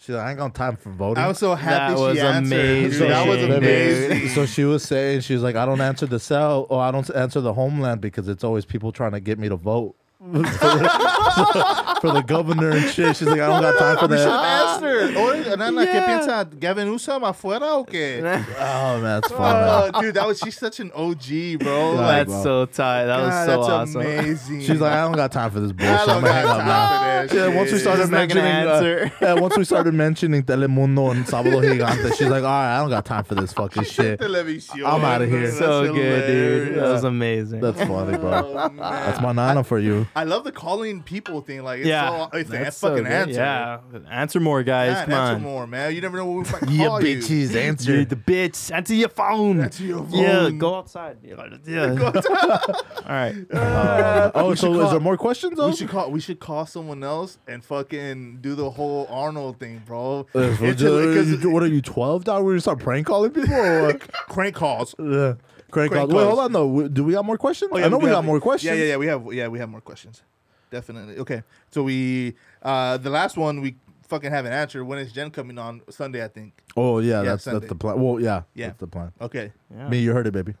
[SPEAKER 2] She's like, I ain't got time for voting.
[SPEAKER 3] I was so happy
[SPEAKER 4] That
[SPEAKER 3] she
[SPEAKER 4] was
[SPEAKER 3] answered.
[SPEAKER 4] amazing,
[SPEAKER 3] That was
[SPEAKER 4] dude.
[SPEAKER 3] amazing.
[SPEAKER 2] So she was saying, she's like, I don't answer the cell or I don't answer the homeland because it's always people trying to get me to vote for, the, for the governor and shit. She's like, I don't got time for that.
[SPEAKER 3] Bastard. Oye, nana, ¿qué
[SPEAKER 4] Yeah.
[SPEAKER 3] piensa? ¿Gavin Newsom afuera o qué?
[SPEAKER 2] Oh man, that's fun.
[SPEAKER 3] Oh, dude, that was she's such an OG, bro.
[SPEAKER 2] Yeah.
[SPEAKER 3] Like,
[SPEAKER 4] That's
[SPEAKER 2] bro.
[SPEAKER 4] so tight. That was
[SPEAKER 3] God,
[SPEAKER 4] so
[SPEAKER 3] that's
[SPEAKER 4] awesome.
[SPEAKER 3] amazing.
[SPEAKER 2] She's like, I don't got time for this bullshit.
[SPEAKER 3] I
[SPEAKER 2] I'm
[SPEAKER 3] don't
[SPEAKER 2] gonna hang
[SPEAKER 3] got
[SPEAKER 2] up now.
[SPEAKER 3] time for that
[SPEAKER 2] Yeah, once we
[SPEAKER 3] shit.
[SPEAKER 2] started
[SPEAKER 4] She's not gonna
[SPEAKER 2] mentioning, uh,
[SPEAKER 4] answer.
[SPEAKER 2] yeah, once we started mentioning Telemundo and Sábado Gigante, she's like, all right, I don't got time for this fucking shit.
[SPEAKER 3] Televisión.
[SPEAKER 2] I'm outta here.
[SPEAKER 3] That's
[SPEAKER 4] so good, dude. That
[SPEAKER 3] hilarious.
[SPEAKER 4] was amazing.
[SPEAKER 2] That's funny, bro.
[SPEAKER 3] Oh, man.
[SPEAKER 2] That's my nana for you.
[SPEAKER 3] I love the calling people thing. Like, it's
[SPEAKER 4] yeah,
[SPEAKER 3] yeah, so, it's an
[SPEAKER 4] That's so
[SPEAKER 3] fucking
[SPEAKER 4] good.
[SPEAKER 3] answer.
[SPEAKER 4] Yeah, answer more, guys.
[SPEAKER 3] Yeah,
[SPEAKER 4] Come
[SPEAKER 3] answer
[SPEAKER 4] on.
[SPEAKER 3] more, man. You never know when we might call
[SPEAKER 2] Yeah,
[SPEAKER 3] you.
[SPEAKER 2] bitches,
[SPEAKER 4] You
[SPEAKER 2] answer.
[SPEAKER 4] the bitch. Answer your phone.
[SPEAKER 3] Answer your
[SPEAKER 4] Yeah,
[SPEAKER 3] phone.
[SPEAKER 4] go outside. Yeah. yeah. All right.
[SPEAKER 2] Uh, oh,
[SPEAKER 3] We should
[SPEAKER 2] so is
[SPEAKER 3] call-
[SPEAKER 2] there more questions? Though?
[SPEAKER 3] We should call. We should call someone else and fucking do the whole Arnold thing, bro.
[SPEAKER 2] Uh, so
[SPEAKER 3] It's
[SPEAKER 2] do-
[SPEAKER 3] a- 'cause-
[SPEAKER 2] you do- what are you, 12? Dog? We're going to start prank calling people? Or what?
[SPEAKER 3] crank calls. Oh,
[SPEAKER 2] Uh, crank
[SPEAKER 3] Crank
[SPEAKER 2] calls. Wait, hold
[SPEAKER 3] calls.
[SPEAKER 2] on, though. We- Do we got more questions? I know we got
[SPEAKER 3] have-
[SPEAKER 2] more questions.
[SPEAKER 3] Oh, Yeah, yeah, yeah. We have, yeah, we have more questions. Definitely. Okay, so we, uh, the last one we fucking haven't answered. When is Jen coming on Sunday? I think.
[SPEAKER 2] Oh, yeah, that's
[SPEAKER 3] Sunday.
[SPEAKER 2] that's the plan. Well, yeah,
[SPEAKER 3] Yeah.
[SPEAKER 2] that's the plan.
[SPEAKER 3] Okay.
[SPEAKER 4] Yeah.
[SPEAKER 2] Me, you heard it, baby.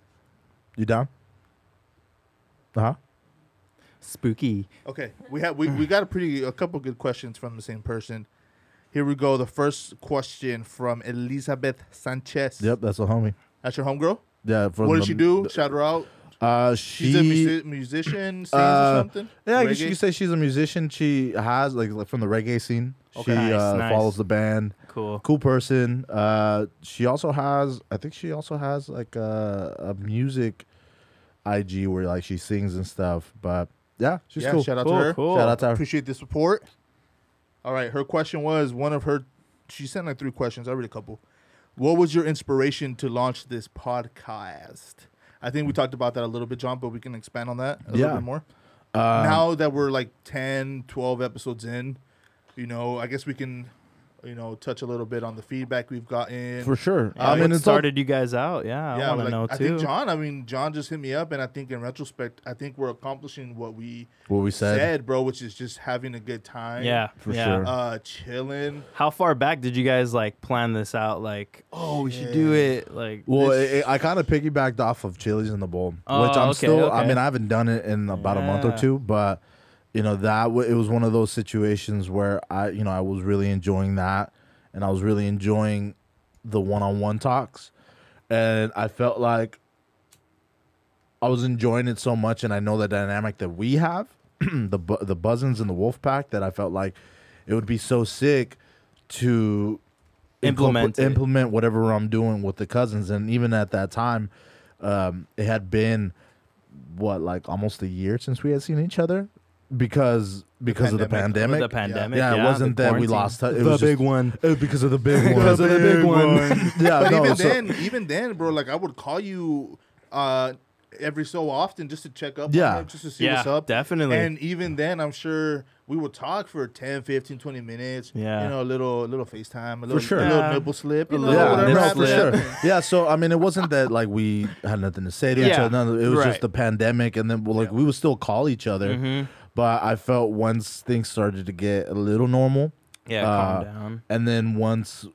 [SPEAKER 2] You down? Uh huh.
[SPEAKER 4] Spooky.
[SPEAKER 3] Okay, we have we, we got a pretty a couple good questions from the same person. Here we go. The first question from Elizabeth Sanchez.
[SPEAKER 2] Yep, that's a homie.
[SPEAKER 3] that's your homegirl.
[SPEAKER 2] Yeah. From
[SPEAKER 3] What
[SPEAKER 2] the-
[SPEAKER 3] did she do? Shout her out.
[SPEAKER 2] Uh, she,
[SPEAKER 3] She's a musi- musician, sings
[SPEAKER 2] uh,
[SPEAKER 3] or something.
[SPEAKER 2] Yeah, I guess you
[SPEAKER 3] Reggae?
[SPEAKER 2] could say she's a musician. She has like, like, from the reggae scene. she
[SPEAKER 4] Nice,
[SPEAKER 2] uh,
[SPEAKER 4] nice.
[SPEAKER 2] follows the band.
[SPEAKER 4] Cool.
[SPEAKER 2] Cool person. Uh, she also has, I think she also has like a, a music IG where like she sings and stuff. But yeah, she's
[SPEAKER 3] Yeah,
[SPEAKER 2] cool.
[SPEAKER 3] shout out
[SPEAKER 4] Cool,
[SPEAKER 3] to her.
[SPEAKER 4] cool.
[SPEAKER 2] Shout out to her.
[SPEAKER 3] Appreciate the support. All right, her question was one of her. She sent like three questions. I read a couple. What was your inspiration to launch this podcast? I think we talked about that a little bit, John, but we can expand on that a
[SPEAKER 2] Yeah.
[SPEAKER 3] little bit more.
[SPEAKER 4] Um,
[SPEAKER 3] now that we're like 10, 12 episodes in, you know, I guess we can, you know, touch a little bit on the feedback we've gotten.
[SPEAKER 2] For sure.
[SPEAKER 3] Uh,
[SPEAKER 2] I mean,
[SPEAKER 4] what
[SPEAKER 2] it's all-
[SPEAKER 4] started you guys out? Yeah, I
[SPEAKER 3] Yeah,
[SPEAKER 4] want to
[SPEAKER 3] like,
[SPEAKER 4] know too.
[SPEAKER 3] I think John. I mean, John just hit me up, and I think in retrospect, I think we're accomplishing what we
[SPEAKER 2] What we said.
[SPEAKER 3] bro, which is just having a good time.
[SPEAKER 4] yeah,
[SPEAKER 2] For
[SPEAKER 4] yeah.
[SPEAKER 2] sure.
[SPEAKER 3] uh, chilling.
[SPEAKER 4] How far back did you guys like plan this out? Like, oh, we should do it. Like,
[SPEAKER 2] Well,
[SPEAKER 4] this-
[SPEAKER 2] it, it- I kind of piggybacked off of Chili's in the Bowl,
[SPEAKER 4] Oh,
[SPEAKER 2] which I'm
[SPEAKER 4] okay,
[SPEAKER 2] still. I
[SPEAKER 4] okay.
[SPEAKER 2] mean, I haven't done it in about a month or
[SPEAKER 4] Yeah.
[SPEAKER 2] two, but you know that w- it was one of those situations where I, you know, I was really enjoying that, and I was really enjoying the one-on-one talks, and I felt like I was enjoying it so much, and I know the dynamic that we have, the bu- the buzzins and the wolf pack, that I felt like it would be so sick to incorpor-
[SPEAKER 4] Implement it.
[SPEAKER 2] implement whatever I'm doing with the cousins. And even at that time, um, it had been what like almost a year since we had seen each other because because of the
[SPEAKER 4] With
[SPEAKER 2] pandemic.
[SPEAKER 4] the pandemic.
[SPEAKER 2] Yeah, it wasn't
[SPEAKER 4] the
[SPEAKER 2] that we
[SPEAKER 4] quarantine.
[SPEAKER 2] lost touch. It
[SPEAKER 4] the
[SPEAKER 2] was
[SPEAKER 4] big
[SPEAKER 2] just-
[SPEAKER 4] one.
[SPEAKER 2] Uh, because of the big one.
[SPEAKER 4] Because of the big one.
[SPEAKER 2] yeah,
[SPEAKER 3] But
[SPEAKER 2] no,
[SPEAKER 3] even
[SPEAKER 2] so-
[SPEAKER 3] then, even then, bro, like I would call you uh every so often just to check up
[SPEAKER 2] Yeah.
[SPEAKER 3] on you, just to see
[SPEAKER 4] Yeah,
[SPEAKER 3] what's up.
[SPEAKER 4] definitely.
[SPEAKER 3] And even then, I'm sure we would talk for 10, 15, 20 minutes.
[SPEAKER 4] Yeah.
[SPEAKER 3] You know, a little little FaceTime, a little,
[SPEAKER 2] sure.
[SPEAKER 3] a little
[SPEAKER 4] Yeah.
[SPEAKER 3] nipple slip, you know,
[SPEAKER 4] little
[SPEAKER 3] whatever
[SPEAKER 4] nipple
[SPEAKER 2] no,
[SPEAKER 3] happens.
[SPEAKER 4] slip.
[SPEAKER 2] for sure. Yeah, so I mean, it wasn't that like we had nothing to say to each
[SPEAKER 4] Yeah,
[SPEAKER 2] other. none of- it was
[SPEAKER 4] right. Mm-hmm.
[SPEAKER 2] just the pandemic, and then well, like we would still call each other. But I felt once things started to get a little normal,
[SPEAKER 4] Yeah,
[SPEAKER 2] uh,
[SPEAKER 4] calm down.
[SPEAKER 2] and then once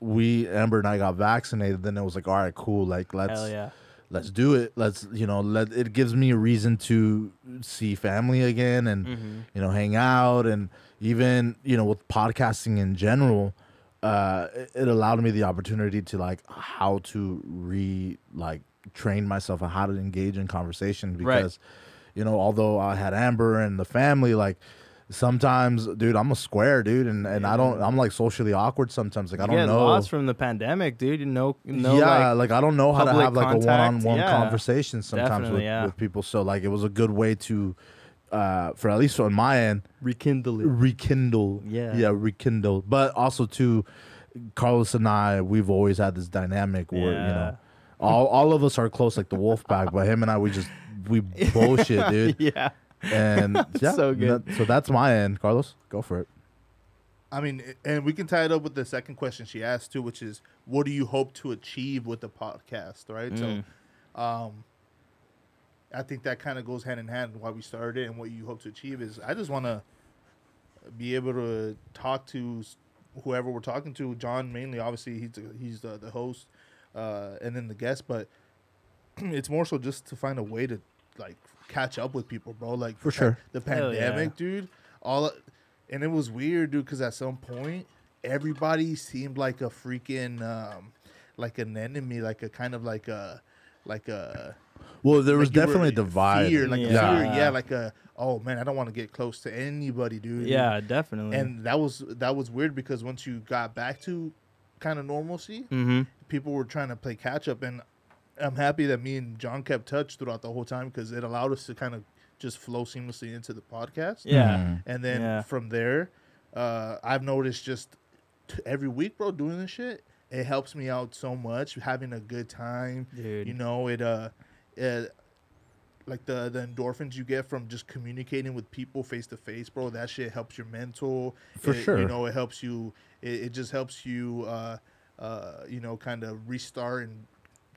[SPEAKER 2] we Amber and I got vaccinated, then it was like, all right, cool, like let's
[SPEAKER 4] Hell yeah.
[SPEAKER 2] let's do it. Let's you know, let it gives me a reason to see family again and you know hang out and even you know with podcasting in general. Uh, it, it allowed me the opportunity to like how to re like train myself on how to engage in conversation
[SPEAKER 4] Right.
[SPEAKER 2] because you know although I had Amber and the family like. Sometimes, dude, I'm a square dude, and, and I don't. I'm like socially awkward sometimes. Like I don't
[SPEAKER 4] Get
[SPEAKER 2] know
[SPEAKER 4] lost from the pandemic, dude. You know, no,
[SPEAKER 2] yeah,
[SPEAKER 4] like,
[SPEAKER 2] like, I don't know how to
[SPEAKER 4] public
[SPEAKER 2] have like a
[SPEAKER 4] contact.
[SPEAKER 2] one-on-one
[SPEAKER 4] Yeah.
[SPEAKER 2] conversation sometimes with,
[SPEAKER 4] Definitely, yeah.
[SPEAKER 2] with people. So like it was a good way to, uh, for at least on my end,
[SPEAKER 4] rekindle it.
[SPEAKER 2] rekindle.
[SPEAKER 4] Yeah.
[SPEAKER 2] yeah, rekindle. But also too, Carlos and I, we've always had this dynamic where you
[SPEAKER 4] Yeah.
[SPEAKER 2] know, all all of us are close like the wolf pack, but him and I, we just we bullshit, dude.
[SPEAKER 4] yeah.
[SPEAKER 2] And yeah,
[SPEAKER 4] So good.
[SPEAKER 2] that- so that's my end, Carlos. Go for it.
[SPEAKER 3] I mean, and we can tie it up with the second question she asked too, which is, what do you hope to achieve with the podcast, right?
[SPEAKER 2] Mm.
[SPEAKER 3] So, um, I think that kind of goes hand in hand with why we started it and what you hope to achieve is I just want to be able to talk to s- whoever we're talking to. John mainly, obviously, he's the, he's the, the host, uh, and then the guest, but it's more so just to find a way to like catch up with people, bro. Like
[SPEAKER 2] For
[SPEAKER 3] the pa-
[SPEAKER 2] sure.
[SPEAKER 3] the
[SPEAKER 4] Hell yeah.
[SPEAKER 3] pandemic, dude. All and it was weird, dude, because at some point everybody seemed like a freaking um, like an enemy, like a kind of like a like a
[SPEAKER 2] Well, there was
[SPEAKER 3] like you were-
[SPEAKER 2] definitely a divide.
[SPEAKER 3] fear, like
[SPEAKER 4] Yeah.
[SPEAKER 3] a fear, yeah, like a oh man, I don't want to get close to anybody, dude.
[SPEAKER 4] Yeah, definitely.
[SPEAKER 3] and that was that was weird because once you got back to kind of normalcy,
[SPEAKER 4] Mm-hmm.
[SPEAKER 2] Hmm.
[SPEAKER 3] people were trying to play catch up, and I'm happy that me and John kept touch throughout the whole time because it allowed us to kind of just flow seamlessly into the podcast.
[SPEAKER 4] yeah.
[SPEAKER 3] and then
[SPEAKER 4] Yeah.
[SPEAKER 3] from there, uh, I've noticed just t- every week, bro, doing this shit, it helps me out so much. Having a good time,
[SPEAKER 4] Dude.
[SPEAKER 3] you know, it uh, it, like the the endorphins you get from just communicating with people face to face, bro. That shit helps your mental.
[SPEAKER 2] For
[SPEAKER 3] It-
[SPEAKER 2] sure.
[SPEAKER 3] you know, it helps you. It, it just helps you, uh, uh, you know, kind of restart and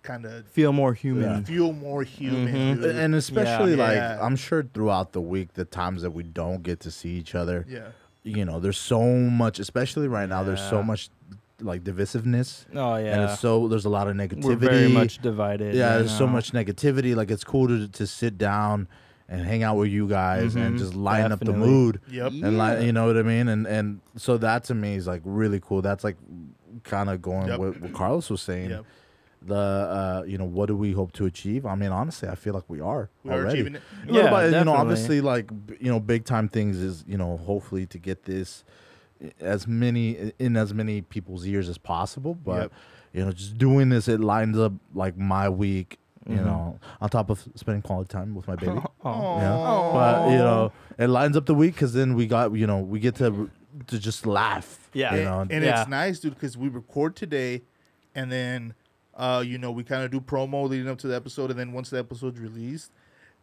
[SPEAKER 3] kind of
[SPEAKER 4] Feel more human.
[SPEAKER 3] feel more human. dude.
[SPEAKER 2] Mm-hmm. and especially like
[SPEAKER 3] Mm-hmm. Yeah.
[SPEAKER 2] I'm sure throughout the week, the times that we don't get to see each other,
[SPEAKER 3] yeah.
[SPEAKER 2] you know, there's so much, especially right now, there's so
[SPEAKER 4] Yeah.
[SPEAKER 2] much like divisiveness,
[SPEAKER 4] Oh yeah.
[SPEAKER 2] and it's so there's a lot of negativity.
[SPEAKER 4] We're very much divided.
[SPEAKER 2] yeah,
[SPEAKER 4] right
[SPEAKER 2] there's so
[SPEAKER 4] now.
[SPEAKER 2] much negativity. Like it's cool to to sit down and hang out with you guys and just lighten up the
[SPEAKER 4] Definitely.
[SPEAKER 2] mood.
[SPEAKER 3] Mm-hmm. Yep.
[SPEAKER 2] And like you know what I mean, and and so that to me is like really cool. That's like kind of going
[SPEAKER 3] Yep.
[SPEAKER 2] what, what Carlos was saying.
[SPEAKER 3] Yep.
[SPEAKER 2] The uh, you know what do we hope to achieve? I mean, honestly, I feel like we are
[SPEAKER 3] We are
[SPEAKER 2] already.
[SPEAKER 3] achieving it.
[SPEAKER 2] A little bit,
[SPEAKER 4] Yeah,
[SPEAKER 2] you know,
[SPEAKER 4] definitely.
[SPEAKER 2] obviously, like b- you know, big time things is you know, hopefully to get this i- as many in as many people's ears as possible. But
[SPEAKER 3] Yep.
[SPEAKER 2] you know, just doing this, it lines up like my week.
[SPEAKER 4] Mm-hmm.
[SPEAKER 2] You know, on top of spending quality time with my baby.
[SPEAKER 4] Oh.
[SPEAKER 2] Yeah. But you know, it lines up the week because then we got you know we get to to just laugh.
[SPEAKER 4] Yeah.
[SPEAKER 2] you
[SPEAKER 4] And-
[SPEAKER 2] know,
[SPEAKER 3] and
[SPEAKER 4] Yeah.
[SPEAKER 3] it's nice, dude, because we record today, and then, uh, you know, we kind of do promo leading up to the episode, and then once the episode's released,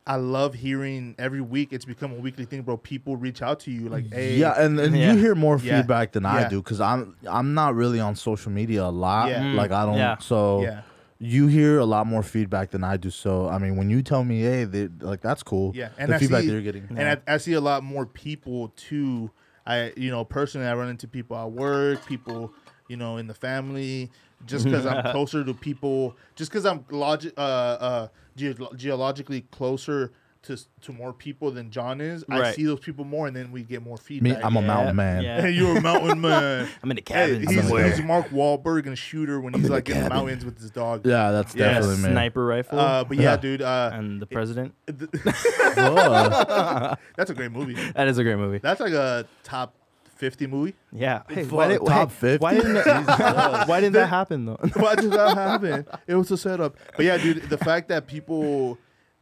[SPEAKER 3] I love hearing every week. It's become a weekly thing, bro. People reach out to you like, hey,
[SPEAKER 2] yeah, and, and
[SPEAKER 4] Yeah.
[SPEAKER 2] you hear more
[SPEAKER 3] Yeah.
[SPEAKER 2] feedback than I
[SPEAKER 3] Yeah.
[SPEAKER 2] do because I'm I'm not really on social media a lot.
[SPEAKER 3] Yeah. Mm.
[SPEAKER 2] Like I don't.
[SPEAKER 4] Yeah.
[SPEAKER 2] So
[SPEAKER 3] Yeah.
[SPEAKER 2] you hear a lot more feedback than I do. So I mean, when you tell me, hey, they, like that's cool.
[SPEAKER 3] yeah,
[SPEAKER 2] and the
[SPEAKER 3] I
[SPEAKER 2] feedback
[SPEAKER 3] see,
[SPEAKER 2] that you're getting.
[SPEAKER 3] and I, I see a lot more people too. I, you know, personally, I run into people at work, people, you know, in the family, just because I'm closer to people, just because I'm logi- uh, uh, ge- geologically closer to s- to more people than John is, I
[SPEAKER 4] Right.
[SPEAKER 3] see those people more, and then we get more
[SPEAKER 2] Me,
[SPEAKER 3] feedback.
[SPEAKER 2] I'm a mountain man.
[SPEAKER 4] Yeah.
[SPEAKER 3] Hey, you're a mountain man.
[SPEAKER 4] I'm in the
[SPEAKER 3] Hey,
[SPEAKER 4] cabin
[SPEAKER 3] he's,
[SPEAKER 4] somewhere.
[SPEAKER 3] he's Mark Wahlberg and shooter when he's like in the mountains with his dog.
[SPEAKER 2] Yeah, that's
[SPEAKER 3] Yeah,
[SPEAKER 2] definitely me.
[SPEAKER 4] sniper rifle
[SPEAKER 3] Uh, but yeah, dude, uh,
[SPEAKER 4] and the president.
[SPEAKER 2] Whoa.
[SPEAKER 3] that's a great movie.
[SPEAKER 4] That is a great movie.
[SPEAKER 3] That's like a top fifty movie.
[SPEAKER 4] Yeah. Hey,
[SPEAKER 2] Fuck, top
[SPEAKER 4] hey, Why
[SPEAKER 2] 50?
[SPEAKER 4] didn't, it, why didn't that happen though?
[SPEAKER 3] Why did that happen? It was a setup. But yeah, dude, the fact that people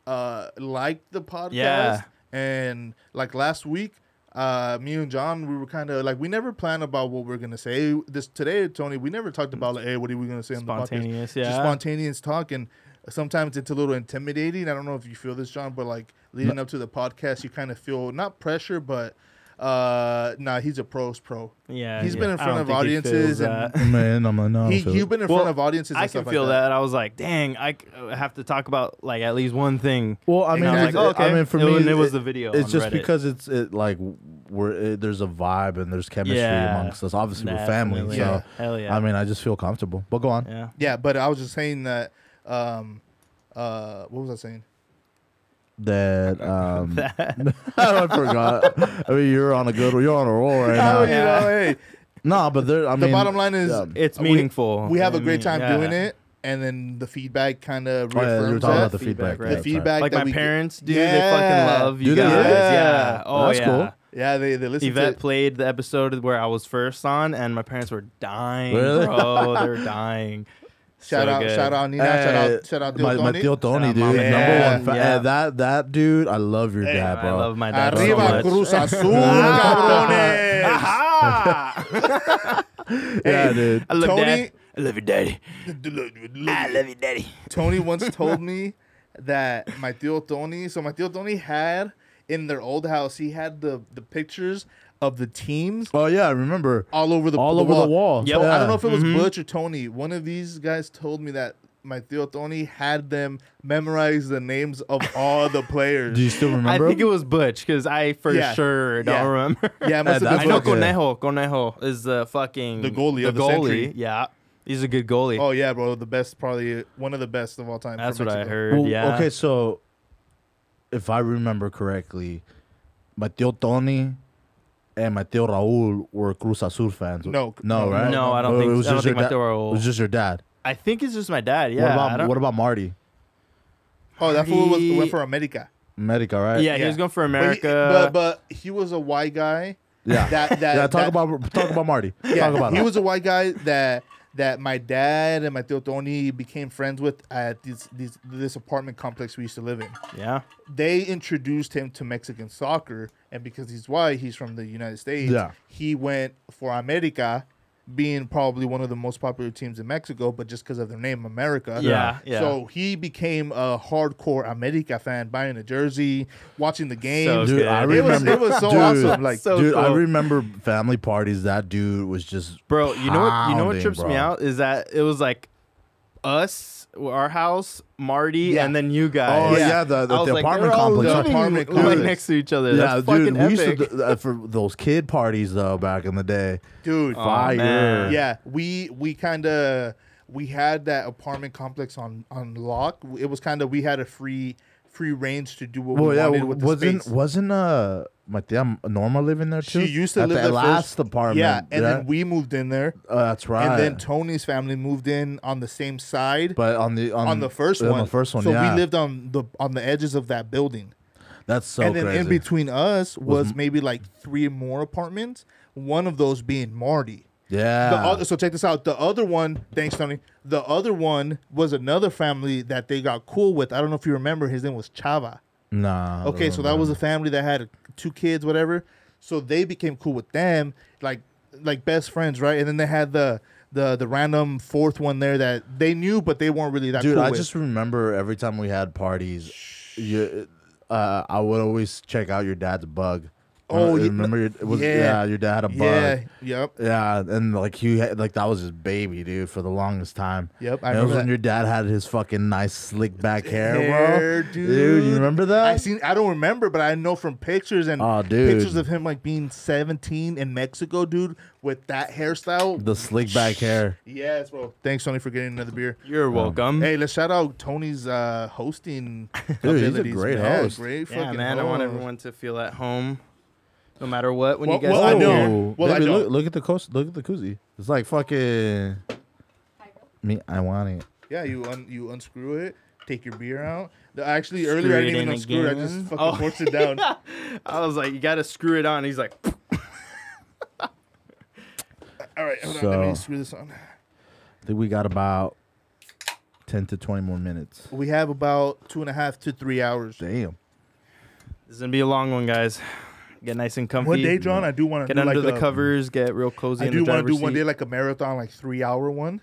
[SPEAKER 3] uh liked the podcast
[SPEAKER 4] Yeah.
[SPEAKER 3] and like last week, uh me and John, we were kind of like we never planned about what we are gonna say. This today, Tony, we never talked about like, hey, what are we gonna say on the podcast?
[SPEAKER 4] Spontaneous,
[SPEAKER 3] Just
[SPEAKER 4] yeah.
[SPEAKER 3] spontaneous talk and sometimes it's a little intimidating. I don't know if you feel this, John, but like leading up to the podcast, you kind of feel not pressure, but uh nah, he's a pro's pro.
[SPEAKER 4] Yeah.
[SPEAKER 3] He's
[SPEAKER 4] yeah.
[SPEAKER 3] been in
[SPEAKER 4] I
[SPEAKER 3] front
[SPEAKER 4] don't
[SPEAKER 3] of
[SPEAKER 4] think he
[SPEAKER 3] audiences
[SPEAKER 4] feels
[SPEAKER 3] and-
[SPEAKER 4] that.
[SPEAKER 2] man, I'm a no.
[SPEAKER 3] He, you've been in
[SPEAKER 4] Well,
[SPEAKER 3] front of audiences. And
[SPEAKER 4] I can
[SPEAKER 3] stuff
[SPEAKER 4] feel
[SPEAKER 3] like
[SPEAKER 4] that. I was like, dang, I c- I have to talk about like at least one thing.
[SPEAKER 2] Well, I
[SPEAKER 4] And
[SPEAKER 2] mean,
[SPEAKER 4] I'm
[SPEAKER 2] it's-
[SPEAKER 4] like, oh, okay.
[SPEAKER 2] I mean, for
[SPEAKER 4] It
[SPEAKER 2] me,
[SPEAKER 4] was- it was the video
[SPEAKER 2] It's
[SPEAKER 4] on
[SPEAKER 2] just
[SPEAKER 4] Reddit.
[SPEAKER 2] because it's it like we're it, there's a vibe and there's chemistry
[SPEAKER 4] Yeah.
[SPEAKER 2] amongst us. Obviously, we're family,
[SPEAKER 4] Definitely.
[SPEAKER 2] so
[SPEAKER 3] Yeah.
[SPEAKER 4] Hell yeah.
[SPEAKER 2] I mean, I just feel comfortable. But go on.
[SPEAKER 4] Yeah.
[SPEAKER 3] Yeah, but I was just saying that. Um, uh, what was I saying?
[SPEAKER 2] That um, I forgot. I mean, you're on a good, you're on a roll right now.
[SPEAKER 3] Oh, you know, hey,
[SPEAKER 2] No, but there. I
[SPEAKER 3] the
[SPEAKER 2] mean,
[SPEAKER 3] bottom line is
[SPEAKER 2] yeah.
[SPEAKER 4] It's
[SPEAKER 3] we-
[SPEAKER 4] meaningful.
[SPEAKER 3] We have
[SPEAKER 4] I
[SPEAKER 3] a great
[SPEAKER 4] mean,
[SPEAKER 3] time
[SPEAKER 4] Mm, yeah.
[SPEAKER 3] doing it, and then the feedback kind of
[SPEAKER 2] Oh, yeah, you were
[SPEAKER 3] reaffirms
[SPEAKER 2] talking
[SPEAKER 3] that.
[SPEAKER 2] about the feedback.
[SPEAKER 4] feedback, right?
[SPEAKER 2] yeah,
[SPEAKER 3] The
[SPEAKER 2] that's
[SPEAKER 3] feedback
[SPEAKER 4] Like
[SPEAKER 3] that
[SPEAKER 4] my
[SPEAKER 3] we get-
[SPEAKER 4] parents, dude,
[SPEAKER 3] Yeah.
[SPEAKER 4] they fucking love you
[SPEAKER 2] Do they?
[SPEAKER 4] guys. Yeah.
[SPEAKER 3] Yeah.
[SPEAKER 4] Oh,
[SPEAKER 2] That's
[SPEAKER 4] yeah.
[SPEAKER 2] cool.
[SPEAKER 3] Yeah, they they listen
[SPEAKER 4] Yvette
[SPEAKER 3] to.
[SPEAKER 4] played the episode where I was first on, and my parents were dying,
[SPEAKER 2] Really?
[SPEAKER 4] bro. They're dying.
[SPEAKER 3] Shout
[SPEAKER 4] So
[SPEAKER 3] out,
[SPEAKER 4] good.
[SPEAKER 3] shout out, Nina.
[SPEAKER 2] Hey,
[SPEAKER 3] shout out, shout out, Dil
[SPEAKER 2] Eh, my, my
[SPEAKER 3] Tony.
[SPEAKER 2] Tio Tony,
[SPEAKER 4] out
[SPEAKER 2] dude,
[SPEAKER 4] Mama
[SPEAKER 2] number
[SPEAKER 3] Yeah.
[SPEAKER 2] one. Fa-
[SPEAKER 4] Yeah.
[SPEAKER 2] eh, that that dude, I love your dad,
[SPEAKER 4] I
[SPEAKER 2] bro.
[SPEAKER 4] love my dad. so
[SPEAKER 3] Arriba
[SPEAKER 4] much.
[SPEAKER 3] Cruz Azul,
[SPEAKER 4] Ah,
[SPEAKER 3] cabrones.
[SPEAKER 4] Aha!
[SPEAKER 2] yeah, dude.
[SPEAKER 4] I love
[SPEAKER 3] Tony-
[SPEAKER 4] dad. I love your daddy.
[SPEAKER 3] Ah,
[SPEAKER 4] I love your daddy.
[SPEAKER 3] Tony once told me that my tío Tony, so my tío Tony had in their old house, he had the the pictures of the teams
[SPEAKER 2] Oh yeah, I remember.
[SPEAKER 3] all over the
[SPEAKER 2] All over the wall.
[SPEAKER 4] Yep.
[SPEAKER 3] So
[SPEAKER 4] Mm-hmm.
[SPEAKER 3] I
[SPEAKER 2] Yeah.
[SPEAKER 3] don't know if it was Butch or Tony. One of these guys told me that my tío Tony had them memorize the names of all the players.
[SPEAKER 2] Do you still
[SPEAKER 4] I
[SPEAKER 2] remember?
[SPEAKER 4] think it
[SPEAKER 2] him?
[SPEAKER 4] was Butch because I for
[SPEAKER 3] Yeah.
[SPEAKER 4] sure don't
[SPEAKER 3] Yeah.
[SPEAKER 4] remember.
[SPEAKER 3] yeah, it must
[SPEAKER 2] Yeah,
[SPEAKER 3] have
[SPEAKER 4] I
[SPEAKER 3] been
[SPEAKER 4] know
[SPEAKER 2] Okay.
[SPEAKER 4] Conejo. Conejo is the fucking
[SPEAKER 3] The goalie
[SPEAKER 4] The
[SPEAKER 3] of the
[SPEAKER 4] goalie.
[SPEAKER 3] century.
[SPEAKER 4] yeah, he's a good goalie.
[SPEAKER 3] Oh yeah, bro, the best, probably one of the best of all time.
[SPEAKER 4] That's
[SPEAKER 3] from
[SPEAKER 4] what I
[SPEAKER 3] Mexico.
[SPEAKER 4] heard.
[SPEAKER 2] Well,
[SPEAKER 4] yeah.
[SPEAKER 2] Okay, so if I remember correctly, Mateo Tony and Mateo Raul were Cruz Azul fans.
[SPEAKER 3] No,
[SPEAKER 2] no,
[SPEAKER 3] no,
[SPEAKER 2] right?
[SPEAKER 4] no, I don't
[SPEAKER 2] Or
[SPEAKER 4] think-
[SPEAKER 2] It was
[SPEAKER 4] I don't
[SPEAKER 2] just
[SPEAKER 4] think
[SPEAKER 2] your
[SPEAKER 4] Mateo
[SPEAKER 2] dad-
[SPEAKER 4] Raul-
[SPEAKER 2] It was just your dad.
[SPEAKER 4] I think it's just my dad. Yeah. I
[SPEAKER 2] what about
[SPEAKER 4] don't-
[SPEAKER 2] what about Marty?
[SPEAKER 3] Oh, that fool was
[SPEAKER 4] He-
[SPEAKER 3] went for America.
[SPEAKER 2] Medica, right?
[SPEAKER 4] Yeah, he was going for
[SPEAKER 3] But he-
[SPEAKER 4] America.
[SPEAKER 3] but, but he was a white guy.
[SPEAKER 2] Yeah.
[SPEAKER 3] That that
[SPEAKER 2] yeah. Talk
[SPEAKER 3] that-
[SPEAKER 2] about talk about Marty.
[SPEAKER 3] Yeah,
[SPEAKER 2] talk about
[SPEAKER 3] he
[SPEAKER 2] him.
[SPEAKER 3] was a white guy that that my dad and my tío Tony became friends with at this, this this apartment complex we used to live in.
[SPEAKER 4] yeah.
[SPEAKER 3] They introduced him to Mexican soccer, and because he's white, he's from the United States.
[SPEAKER 2] Yeah.
[SPEAKER 3] he went for America, being probably one of the most popular teams in Mexico, but just because of their name, America.
[SPEAKER 4] Yeah, yeah.
[SPEAKER 3] So he became a hardcore America fan, buying a jersey, watching the game.
[SPEAKER 4] So
[SPEAKER 2] Dude,
[SPEAKER 4] good.
[SPEAKER 2] I
[SPEAKER 4] It
[SPEAKER 3] it was
[SPEAKER 2] remember.
[SPEAKER 3] it was so
[SPEAKER 2] dude,
[SPEAKER 3] awesome. Like
[SPEAKER 4] So
[SPEAKER 2] dude, I
[SPEAKER 4] cool.
[SPEAKER 2] remember family parties. That dude was just
[SPEAKER 4] Bro, you know what? You know what
[SPEAKER 2] pounding,
[SPEAKER 4] trips me
[SPEAKER 2] bro.
[SPEAKER 4] out is that it was like us, our house, Marty,
[SPEAKER 3] Yeah.
[SPEAKER 4] and then you guys.
[SPEAKER 2] Oh yeah,
[SPEAKER 3] Yeah.
[SPEAKER 2] the,
[SPEAKER 4] I
[SPEAKER 2] the,
[SPEAKER 4] was
[SPEAKER 2] the
[SPEAKER 4] like,
[SPEAKER 2] apartment
[SPEAKER 4] they're all
[SPEAKER 2] complex.
[SPEAKER 3] living
[SPEAKER 4] living
[SPEAKER 3] Apartment
[SPEAKER 4] right
[SPEAKER 3] complex.
[SPEAKER 4] next to each other.
[SPEAKER 2] Yeah,
[SPEAKER 4] That's fucking
[SPEAKER 2] dude, we used to
[SPEAKER 4] epic.
[SPEAKER 2] do- uh, for those kid parties though back in the day.
[SPEAKER 3] dude,
[SPEAKER 2] Fire.
[SPEAKER 4] man.
[SPEAKER 3] yeah we we kind of we had that apartment complex on on lock it was kind of we had a free free range to do what
[SPEAKER 2] Well,
[SPEAKER 3] we
[SPEAKER 2] yeah,
[SPEAKER 3] wanted
[SPEAKER 2] w-
[SPEAKER 3] with the
[SPEAKER 2] wasn't
[SPEAKER 3] space
[SPEAKER 2] wasn't uh my damn Norma living there too?
[SPEAKER 3] she used to
[SPEAKER 2] At
[SPEAKER 3] live
[SPEAKER 2] the
[SPEAKER 3] there
[SPEAKER 2] last
[SPEAKER 3] first.
[SPEAKER 2] apartment.
[SPEAKER 3] yeah and then we moved in there
[SPEAKER 2] uh, that's right.
[SPEAKER 3] and then tony's family moved in on the same side
[SPEAKER 2] but on the on,
[SPEAKER 3] on the first
[SPEAKER 2] on
[SPEAKER 3] one
[SPEAKER 2] the first one,
[SPEAKER 3] so
[SPEAKER 2] yeah,
[SPEAKER 3] we lived on the on the edges of that building
[SPEAKER 2] That's so
[SPEAKER 3] and then
[SPEAKER 2] crazy.
[SPEAKER 3] in between us was, maybe like three more apartments one of those being marty
[SPEAKER 2] yeah,
[SPEAKER 3] The other, so check this out. The other one, thanks Tony. The other one was another family that they got cool with. I don't know if you remember. His name was Chava.
[SPEAKER 2] nah. I
[SPEAKER 3] Okay,
[SPEAKER 2] don't
[SPEAKER 3] so that was a family that had two kids, whatever. So they became cool with them, like like best friends, right? And then they had the the the random fourth one there that they knew, but they weren't really that
[SPEAKER 2] Dude,
[SPEAKER 3] cool
[SPEAKER 2] I
[SPEAKER 3] with.
[SPEAKER 2] just remember every time we had parties, you, uh, I would always check out your dad's bug.
[SPEAKER 3] Oh,
[SPEAKER 2] you
[SPEAKER 3] yeah,
[SPEAKER 2] remember your, it was, yeah.
[SPEAKER 3] yeah.
[SPEAKER 2] your dad had a bug.
[SPEAKER 3] yeah,
[SPEAKER 2] Yeah.
[SPEAKER 3] yep,
[SPEAKER 2] and like he had, like that was his baby, dude, for the longest time.
[SPEAKER 3] Yep, I
[SPEAKER 2] I remember
[SPEAKER 3] remember
[SPEAKER 2] when
[SPEAKER 3] that.
[SPEAKER 2] your dad had his fucking nice slick back hair,
[SPEAKER 3] Hair,
[SPEAKER 2] bro.
[SPEAKER 3] dude.
[SPEAKER 2] you remember that?
[SPEAKER 3] I seen. I don't remember, but I know from pictures and
[SPEAKER 2] Aw, dude.
[SPEAKER 3] pictures of him like being 17 in Mexico, dude, with that hairstyle.
[SPEAKER 2] the slick back hair.
[SPEAKER 3] yes, bro. Thanks, Tony, for getting another beer.
[SPEAKER 4] You're welcome.
[SPEAKER 3] Hey, let's shout out Tony's uh, hosting
[SPEAKER 2] Dude, he's a
[SPEAKER 3] abilities.
[SPEAKER 2] great
[SPEAKER 3] man.
[SPEAKER 2] host.
[SPEAKER 3] Great
[SPEAKER 4] yeah,
[SPEAKER 3] fucking
[SPEAKER 4] man. I want
[SPEAKER 3] host.
[SPEAKER 4] everyone to feel at home, no matter what. When
[SPEAKER 3] Well-
[SPEAKER 4] you guys,
[SPEAKER 3] well, I
[SPEAKER 4] come
[SPEAKER 3] know.
[SPEAKER 4] here.
[SPEAKER 2] Oh,
[SPEAKER 3] Well, I
[SPEAKER 2] baby, look,
[SPEAKER 3] don't.
[SPEAKER 2] look at the coast. Look at the koozie. It's like fucking me. I want it.
[SPEAKER 3] Yeah, you un- you unscrew it, take your beer out. The- actually, earlier I
[SPEAKER 4] it
[SPEAKER 3] didn't even
[SPEAKER 4] in
[SPEAKER 3] unscrew it. I
[SPEAKER 4] again.
[SPEAKER 3] just fucking
[SPEAKER 4] Oh.
[SPEAKER 3] forced it down.
[SPEAKER 4] I was like, you gotta screw it on. He's like,
[SPEAKER 3] All right, hold on. Let me
[SPEAKER 2] So-
[SPEAKER 3] screw this on.
[SPEAKER 2] I think we got about ten to twenty more minutes.
[SPEAKER 3] We have about two and a half to three hours.
[SPEAKER 2] Damn.
[SPEAKER 4] this is gonna be a long one, guys. Get nice and comfy.
[SPEAKER 3] One day, John, I do want to
[SPEAKER 4] Get
[SPEAKER 3] do
[SPEAKER 4] under
[SPEAKER 3] like
[SPEAKER 4] the
[SPEAKER 3] a,
[SPEAKER 4] covers. Get real cozy.
[SPEAKER 3] I
[SPEAKER 4] in
[SPEAKER 3] do
[SPEAKER 4] the
[SPEAKER 3] want
[SPEAKER 4] driver's
[SPEAKER 3] to do one
[SPEAKER 4] seat.
[SPEAKER 3] day like a marathon, like three hour one,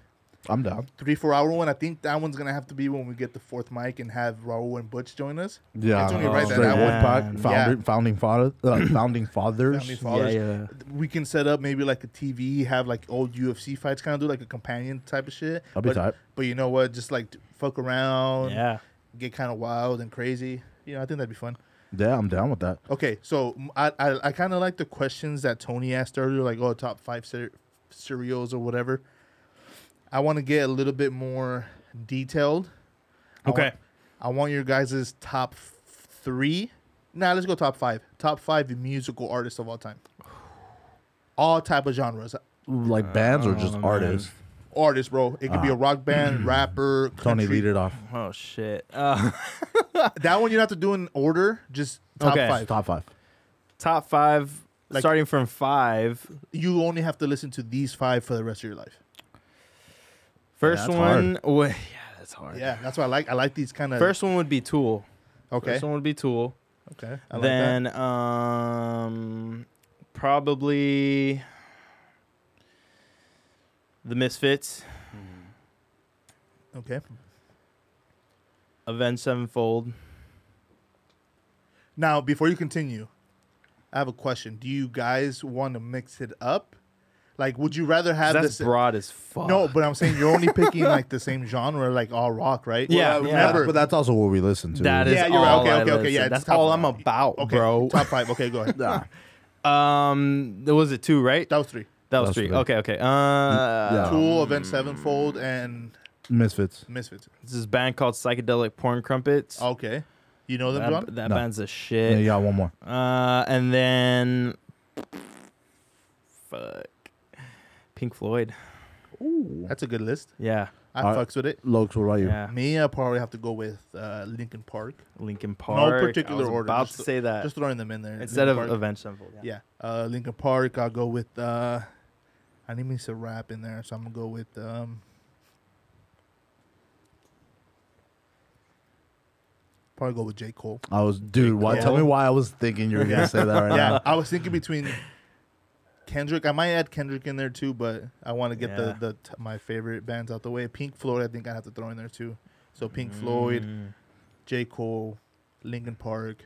[SPEAKER 2] I'm down.
[SPEAKER 3] three four hour one. I think that one's gonna have to be when we get the fourth mic and have Raul and Butch join us.
[SPEAKER 2] Yeah,
[SPEAKER 3] It's only
[SPEAKER 4] right that
[SPEAKER 2] Straight
[SPEAKER 4] I
[SPEAKER 2] Wood
[SPEAKER 4] would-
[SPEAKER 2] Pack,
[SPEAKER 4] Yeah.
[SPEAKER 2] founder, founding father, uh, founding fathers.
[SPEAKER 3] Family fathers.
[SPEAKER 4] yeah.
[SPEAKER 3] We can set up maybe like a TV, have like old UFC fights, kind of do like a companion type of shit.
[SPEAKER 2] That'd be
[SPEAKER 3] but,
[SPEAKER 2] tight.
[SPEAKER 3] But you know what? Just like fuck around,
[SPEAKER 4] Yeah.
[SPEAKER 3] get kind of wild and crazy. You know, I think that'd be fun.
[SPEAKER 2] Yeah, I'm down with that.
[SPEAKER 3] Okay, so m- I I, I kind of like the questions that Tony asked earlier, like oh top five cer- cereals or whatever. I want to get a little bit more detailed. I
[SPEAKER 4] Okay.
[SPEAKER 3] want, I want your guys' top f- three. Now nah, let's go top five. Top five musical artists of all time. All type of genres.
[SPEAKER 2] Like bands or just
[SPEAKER 4] Oh, man.
[SPEAKER 2] artists.
[SPEAKER 3] Artists, bro. It could be a rock band, rapper,
[SPEAKER 2] Tony,
[SPEAKER 3] country.
[SPEAKER 2] lead it off.
[SPEAKER 4] Oh shit. Uh,
[SPEAKER 3] That one you don't have to do in order. Just top
[SPEAKER 4] Okay.
[SPEAKER 3] five.
[SPEAKER 2] Top five.
[SPEAKER 4] top five.
[SPEAKER 3] Like-
[SPEAKER 4] starting from five.
[SPEAKER 3] You only have to listen to these five for the rest of your life.
[SPEAKER 4] First
[SPEAKER 2] that's
[SPEAKER 4] one. wa- yeah, that's hard.
[SPEAKER 3] Yeah, that's what I like. I like these kind of
[SPEAKER 4] First one would be Tool.
[SPEAKER 3] Okay.
[SPEAKER 4] First one would be Tool.
[SPEAKER 3] Okay. I like
[SPEAKER 4] then um probably the Misfits,
[SPEAKER 3] that. Okay.
[SPEAKER 4] Avenged Sevenfold.
[SPEAKER 3] Now, before you continue, I have a question. Do you guys want to mix it up? Like, would you rather have
[SPEAKER 4] That's
[SPEAKER 3] this?
[SPEAKER 4] broad as fuck.
[SPEAKER 3] No, but I'm saying you're only picking like the same genre, like all rock, right?
[SPEAKER 4] Yeah,
[SPEAKER 3] Well,
[SPEAKER 4] yeah.
[SPEAKER 3] remember.
[SPEAKER 2] But that's also what we listen to.
[SPEAKER 4] that is
[SPEAKER 3] Yeah, you're right.
[SPEAKER 4] all
[SPEAKER 3] Okay,
[SPEAKER 4] I
[SPEAKER 3] okay, okay,
[SPEAKER 4] listen.
[SPEAKER 3] yeah, it's
[SPEAKER 4] That's
[SPEAKER 3] top
[SPEAKER 4] all
[SPEAKER 3] five.
[SPEAKER 4] I'm about,
[SPEAKER 3] okay,
[SPEAKER 4] bro.
[SPEAKER 3] Top five. Okay, go ahead.
[SPEAKER 2] Nah.
[SPEAKER 4] Um, there was it two, right?
[SPEAKER 3] That was three.
[SPEAKER 4] That was
[SPEAKER 2] That's
[SPEAKER 4] three.
[SPEAKER 2] three.
[SPEAKER 4] Okay, okay. Uh,
[SPEAKER 2] Yeah.
[SPEAKER 3] Tool, Event Sevenfold, and
[SPEAKER 2] Misfits.
[SPEAKER 3] Misfits.
[SPEAKER 4] this is a band called Psychedelic Porn Crumpets.
[SPEAKER 3] Okay. You know them,
[SPEAKER 4] that,
[SPEAKER 3] John?
[SPEAKER 4] that
[SPEAKER 2] No.
[SPEAKER 4] band's a
[SPEAKER 2] Yeah,
[SPEAKER 4] shit.
[SPEAKER 2] you got one more.
[SPEAKER 4] Uh, and then fuck Pink Floyd.
[SPEAKER 3] That's a good list.
[SPEAKER 4] Yeah,
[SPEAKER 3] I
[SPEAKER 2] All right.
[SPEAKER 3] fucks with it.
[SPEAKER 2] Lokes, what about you?
[SPEAKER 4] yeah.
[SPEAKER 3] Me, I probably have to go with uh, Linkin Park.
[SPEAKER 4] Lincoln Park.
[SPEAKER 3] particular
[SPEAKER 4] I was
[SPEAKER 3] order,
[SPEAKER 4] About
[SPEAKER 3] just th-
[SPEAKER 4] to say that
[SPEAKER 3] Just throwing them in there.
[SPEAKER 4] Uh, instead
[SPEAKER 3] Linkin
[SPEAKER 4] of
[SPEAKER 3] Park.
[SPEAKER 4] Avenged Sevenfold. Yeah.
[SPEAKER 3] Yeah. Uh Linkin Park, I'll go with uh I need me some rap in there, so I'm gonna go with um probably go with J. Cole.
[SPEAKER 2] I was, dude. Why? Tell
[SPEAKER 3] Cole.
[SPEAKER 2] me why I was thinking you were gonna say that right
[SPEAKER 3] Yeah.
[SPEAKER 2] now.
[SPEAKER 3] I was thinking between Kendrick. I might add Kendrick in there too, but I wanna get
[SPEAKER 4] Yeah.
[SPEAKER 3] the, the t- my favorite bands out the way. Pink Floyd I think I have to throw in there too. So Pink Floyd,
[SPEAKER 4] Mm.
[SPEAKER 3] J. Cole, Linkin Park.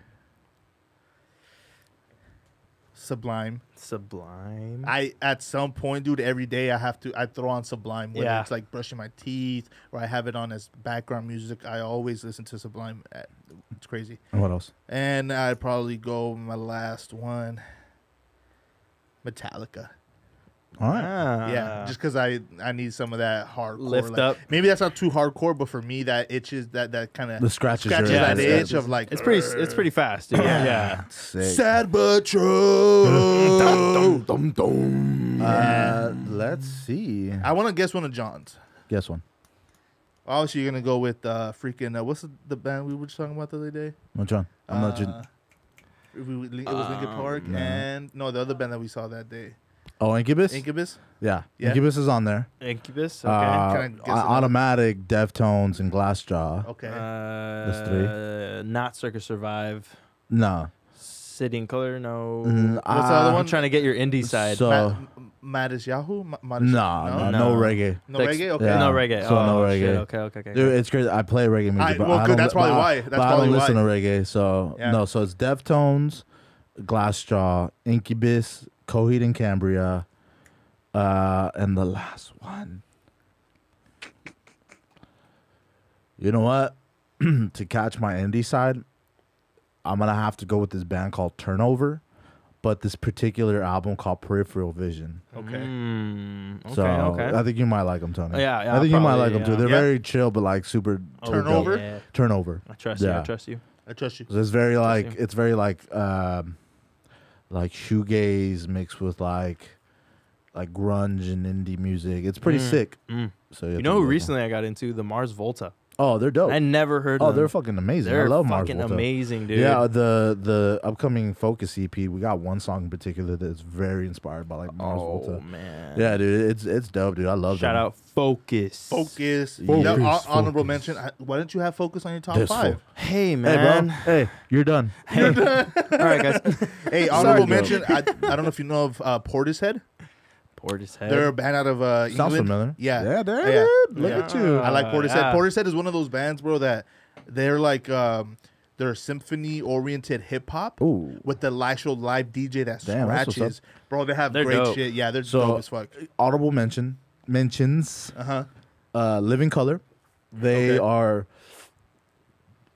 [SPEAKER 3] Sublime.
[SPEAKER 4] Sublime.
[SPEAKER 3] I at some point, dude, every day I have to I throw on Sublime, whether
[SPEAKER 4] Yeah.
[SPEAKER 3] it's like brushing my teeth or I have it on as background music. I always listen to Sublime. Uh, It's crazy.
[SPEAKER 2] And what else?
[SPEAKER 3] And I'd probably go my last one, Metallica.
[SPEAKER 2] All right.
[SPEAKER 4] Ah.
[SPEAKER 3] yeah, just because I I need some of that hardcore.
[SPEAKER 4] Lift
[SPEAKER 3] like-
[SPEAKER 4] up.
[SPEAKER 3] Maybe that's not too hardcore, but for me that itches that that kind of
[SPEAKER 2] The scratches your
[SPEAKER 3] scratches
[SPEAKER 4] itch.
[SPEAKER 3] that
[SPEAKER 4] Yeah,
[SPEAKER 3] itch
[SPEAKER 2] scratches.
[SPEAKER 3] of like
[SPEAKER 4] it's pretty. It's pretty fast. Dude. Yeah. yeah.
[SPEAKER 2] Sick.
[SPEAKER 3] sad but true.
[SPEAKER 2] Dum, dum, dum. Uh, let's see.
[SPEAKER 3] I want to guess one of John's.
[SPEAKER 2] Guess one.
[SPEAKER 3] Obviously, you're gonna go with uh, freaking uh, what's the, the band we were just talking about the other day?
[SPEAKER 2] Which one? I'm not.
[SPEAKER 3] Uh,
[SPEAKER 2] Gen-
[SPEAKER 3] we- we- it was Linkin
[SPEAKER 4] Um,
[SPEAKER 3] Park and no, the other band that we saw that day,
[SPEAKER 2] oh, Incubus.
[SPEAKER 3] Incubus.
[SPEAKER 2] yeah.
[SPEAKER 3] Yeah.
[SPEAKER 2] Incubus is on there.
[SPEAKER 4] Incubus.
[SPEAKER 2] Uh,
[SPEAKER 4] Okay.
[SPEAKER 3] Can I guess
[SPEAKER 2] A-
[SPEAKER 3] another?
[SPEAKER 2] automatic, Deftones, and Glassjaw.
[SPEAKER 3] Okay,
[SPEAKER 4] Uh,
[SPEAKER 2] That's three.
[SPEAKER 4] Not Circus Survive.
[SPEAKER 2] No.
[SPEAKER 4] City in Color. No.
[SPEAKER 2] Mm,
[SPEAKER 3] the other
[SPEAKER 2] uh,
[SPEAKER 4] I'm
[SPEAKER 3] one?
[SPEAKER 4] trying to get your indie side.
[SPEAKER 2] So-
[SPEAKER 3] Ma- M- Maddest Yahoo. Ma- Maddest-
[SPEAKER 2] Oh. Nah, no,
[SPEAKER 3] no,
[SPEAKER 4] No.
[SPEAKER 2] no reggae.
[SPEAKER 3] no
[SPEAKER 4] Like,
[SPEAKER 3] reggae. Okay,
[SPEAKER 2] yeah.
[SPEAKER 4] No reggae.
[SPEAKER 2] So
[SPEAKER 4] oh,
[SPEAKER 2] no
[SPEAKER 4] shit.
[SPEAKER 2] reggae.
[SPEAKER 4] Okay. Okay. Okay.
[SPEAKER 2] Dude, it's crazy. I play reggae music,
[SPEAKER 3] I-
[SPEAKER 2] but
[SPEAKER 3] well,
[SPEAKER 2] I
[SPEAKER 3] good,
[SPEAKER 2] don't.
[SPEAKER 3] that's
[SPEAKER 2] li-
[SPEAKER 3] probably
[SPEAKER 2] but I-
[SPEAKER 3] why. That's
[SPEAKER 2] but I don't
[SPEAKER 3] probably
[SPEAKER 2] listen
[SPEAKER 3] why.
[SPEAKER 2] to reggae, so
[SPEAKER 3] Yeah.
[SPEAKER 2] no. So it's Deftones, Glassjaw, Incubus, Coheed and Cambria, uh, and the last one. You know what? to catch my indie side, I'm gonna have to go with this band called Turnover, but this particular album called Peripheral Vision.
[SPEAKER 3] Okay.
[SPEAKER 4] Mm, okay,
[SPEAKER 2] so
[SPEAKER 4] okay. Oh,
[SPEAKER 2] I think you might like them, Tony.
[SPEAKER 4] Yeah, yeah,
[SPEAKER 2] I think you might like
[SPEAKER 4] probably,
[SPEAKER 2] them too. They're
[SPEAKER 4] yeah.
[SPEAKER 3] Yeah. Oh,
[SPEAKER 2] very chill, but like super
[SPEAKER 4] Oh,
[SPEAKER 3] Turnover?
[SPEAKER 4] Yeah.
[SPEAKER 2] Turnover.
[SPEAKER 4] I trust you.
[SPEAKER 2] Yeah.
[SPEAKER 4] I trust you.
[SPEAKER 3] I trust you.
[SPEAKER 2] 'Cause It's very like
[SPEAKER 4] Interesting.
[SPEAKER 2] it's very like um like shoegaze mixed with like like grunge and indie music. It's pretty
[SPEAKER 4] Mm,
[SPEAKER 2] sick.
[SPEAKER 4] mm.
[SPEAKER 2] So yeah,
[SPEAKER 4] You know who
[SPEAKER 2] those are-
[SPEAKER 4] recently I got into? The Mars Volta.
[SPEAKER 2] Oh, they're dope.
[SPEAKER 4] I never heard.
[SPEAKER 2] oh,
[SPEAKER 4] them.
[SPEAKER 2] they're fucking amazing.
[SPEAKER 4] They're
[SPEAKER 2] I love Mars
[SPEAKER 4] fucking
[SPEAKER 2] Volta.
[SPEAKER 4] amazing, dude.
[SPEAKER 2] Yeah, the the upcoming Focus EP, we got one song in particular that's very inspired by like Mars
[SPEAKER 4] oh
[SPEAKER 2] Volta.
[SPEAKER 4] man.
[SPEAKER 2] Yeah, dude, it's it's dope, dude. I love
[SPEAKER 4] Shout
[SPEAKER 2] them.
[SPEAKER 4] out Focus.
[SPEAKER 3] Focus.
[SPEAKER 2] Yeah.
[SPEAKER 3] Yeah, hon-
[SPEAKER 2] Focus,
[SPEAKER 3] honorable
[SPEAKER 2] focus.
[SPEAKER 3] mention. I, why don't you have focus on your top
[SPEAKER 2] This
[SPEAKER 3] five?
[SPEAKER 2] fool.
[SPEAKER 4] Hey
[SPEAKER 2] Hey, bro.
[SPEAKER 4] man.
[SPEAKER 2] Hey, you're done.
[SPEAKER 4] All right, guys.
[SPEAKER 3] Hey, honorable
[SPEAKER 2] Sorry, Eh?
[SPEAKER 3] mention. I, I don't know if you know of uh, Portishead.
[SPEAKER 4] Portishead.
[SPEAKER 3] They're a band out of uh, England.
[SPEAKER 2] Sounds familiar.
[SPEAKER 3] Yeah.
[SPEAKER 2] Yeah, there,
[SPEAKER 3] Yeah.
[SPEAKER 2] dude. Look
[SPEAKER 4] Yeah.
[SPEAKER 2] at you.
[SPEAKER 3] I like
[SPEAKER 4] Uh,
[SPEAKER 3] Portishead.
[SPEAKER 4] yeah.
[SPEAKER 3] Portishead is one of those bands, bro, that they're like um, they're symphony oriented hip hop
[SPEAKER 2] Ooh.
[SPEAKER 3] with the live show live DJ that
[SPEAKER 2] Damn, that's what's
[SPEAKER 3] scratches. Bro, they have
[SPEAKER 4] They're
[SPEAKER 3] great
[SPEAKER 4] dope.
[SPEAKER 3] shit. Yeah, they're
[SPEAKER 2] So-
[SPEAKER 3] dope as fuck.
[SPEAKER 2] Audible mention mentions.
[SPEAKER 3] Uh huh.
[SPEAKER 2] uh, Living Color. They
[SPEAKER 3] Okay.
[SPEAKER 2] are,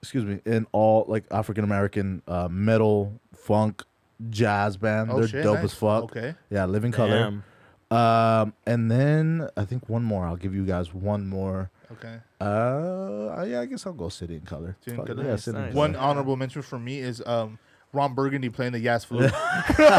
[SPEAKER 2] excuse me, in all like African American uh, metal, funk, jazz band.
[SPEAKER 3] Oh,
[SPEAKER 2] They're
[SPEAKER 3] shit,
[SPEAKER 2] dope
[SPEAKER 3] nice.
[SPEAKER 2] as fuck.
[SPEAKER 3] Okay.
[SPEAKER 2] Yeah, Living Color.
[SPEAKER 4] Damn.
[SPEAKER 2] Um, and then I think one more. I'll give you guys one more.
[SPEAKER 3] Okay.
[SPEAKER 2] Uh, yeah, I guess I'll go City in Color.
[SPEAKER 3] City in
[SPEAKER 2] Fuck it,
[SPEAKER 3] Color.
[SPEAKER 2] yeah,
[SPEAKER 4] Nice,
[SPEAKER 2] City in
[SPEAKER 4] nice.
[SPEAKER 2] Color.
[SPEAKER 3] One honorable mention for me is um, Ron Burgundy playing the Yas flute.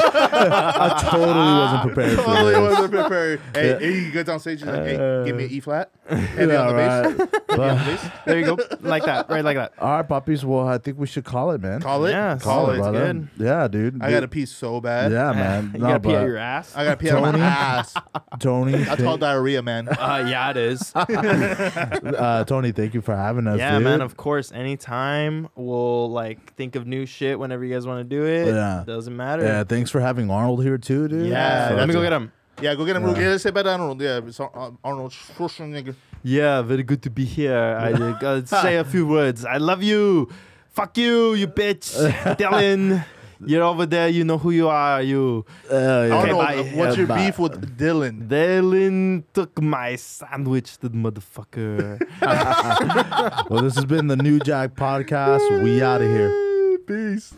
[SPEAKER 2] I totally wasn't prepared for
[SPEAKER 3] Totally
[SPEAKER 2] this.
[SPEAKER 3] wasn't prepared. Hey, hey, you go down stage, you're like, hey, give me an E flat. Heavy
[SPEAKER 2] Yeah,
[SPEAKER 3] on the bass.
[SPEAKER 2] right.
[SPEAKER 3] Heavy
[SPEAKER 2] But-
[SPEAKER 3] on the bass.
[SPEAKER 4] There you go. Like that. Right like that.
[SPEAKER 2] all right, puppies. Well, I think we should call it, man.
[SPEAKER 3] Call it.
[SPEAKER 4] Yeah,
[SPEAKER 3] call
[SPEAKER 4] solid,
[SPEAKER 3] it.
[SPEAKER 4] bro.
[SPEAKER 2] brother.
[SPEAKER 4] good.
[SPEAKER 2] Yeah, dude.
[SPEAKER 3] I got to pee so bad.
[SPEAKER 2] Yeah, man.
[SPEAKER 4] You
[SPEAKER 2] No,
[SPEAKER 4] gotta pee out
[SPEAKER 2] but
[SPEAKER 4] your ass.
[SPEAKER 3] I got to pee out of my
[SPEAKER 2] Tony?
[SPEAKER 3] ass.
[SPEAKER 2] Tony,
[SPEAKER 3] That's
[SPEAKER 2] thank-
[SPEAKER 3] called diarrhea, man.
[SPEAKER 4] Uh, yeah, it is.
[SPEAKER 2] uh, Tony, thank you for having us.
[SPEAKER 4] yeah, man.
[SPEAKER 2] dude.
[SPEAKER 4] Of course. Anytime we'll like think of new shit whenever you guys want to do it.
[SPEAKER 2] Yeah.
[SPEAKER 4] Doesn't matter.
[SPEAKER 2] Yeah, thanks for having Arnold here too, dude.
[SPEAKER 4] Yeah,
[SPEAKER 3] So
[SPEAKER 4] let me
[SPEAKER 3] that's
[SPEAKER 4] go
[SPEAKER 3] it.
[SPEAKER 4] get him.
[SPEAKER 3] Yeah, go get him. Yeah. Say about Arnold. Yeah, it's Ar- Ar- Arnold Schwarzenegger.
[SPEAKER 4] Yeah, very good to be here. I uh, gotta say a few words. I love you. Fuck you, you bitch. Dylan, you're over there. You know who you are. You.
[SPEAKER 2] Uh, yeah.
[SPEAKER 3] Arnold,
[SPEAKER 4] bye.
[SPEAKER 3] what's
[SPEAKER 4] Yeah,
[SPEAKER 3] your
[SPEAKER 2] bye.
[SPEAKER 3] beef with Dylan?
[SPEAKER 4] Dylan took my sandwich, the motherfucker.
[SPEAKER 2] Well, this has been the New Jack Podcast. We out of here.
[SPEAKER 4] Peace.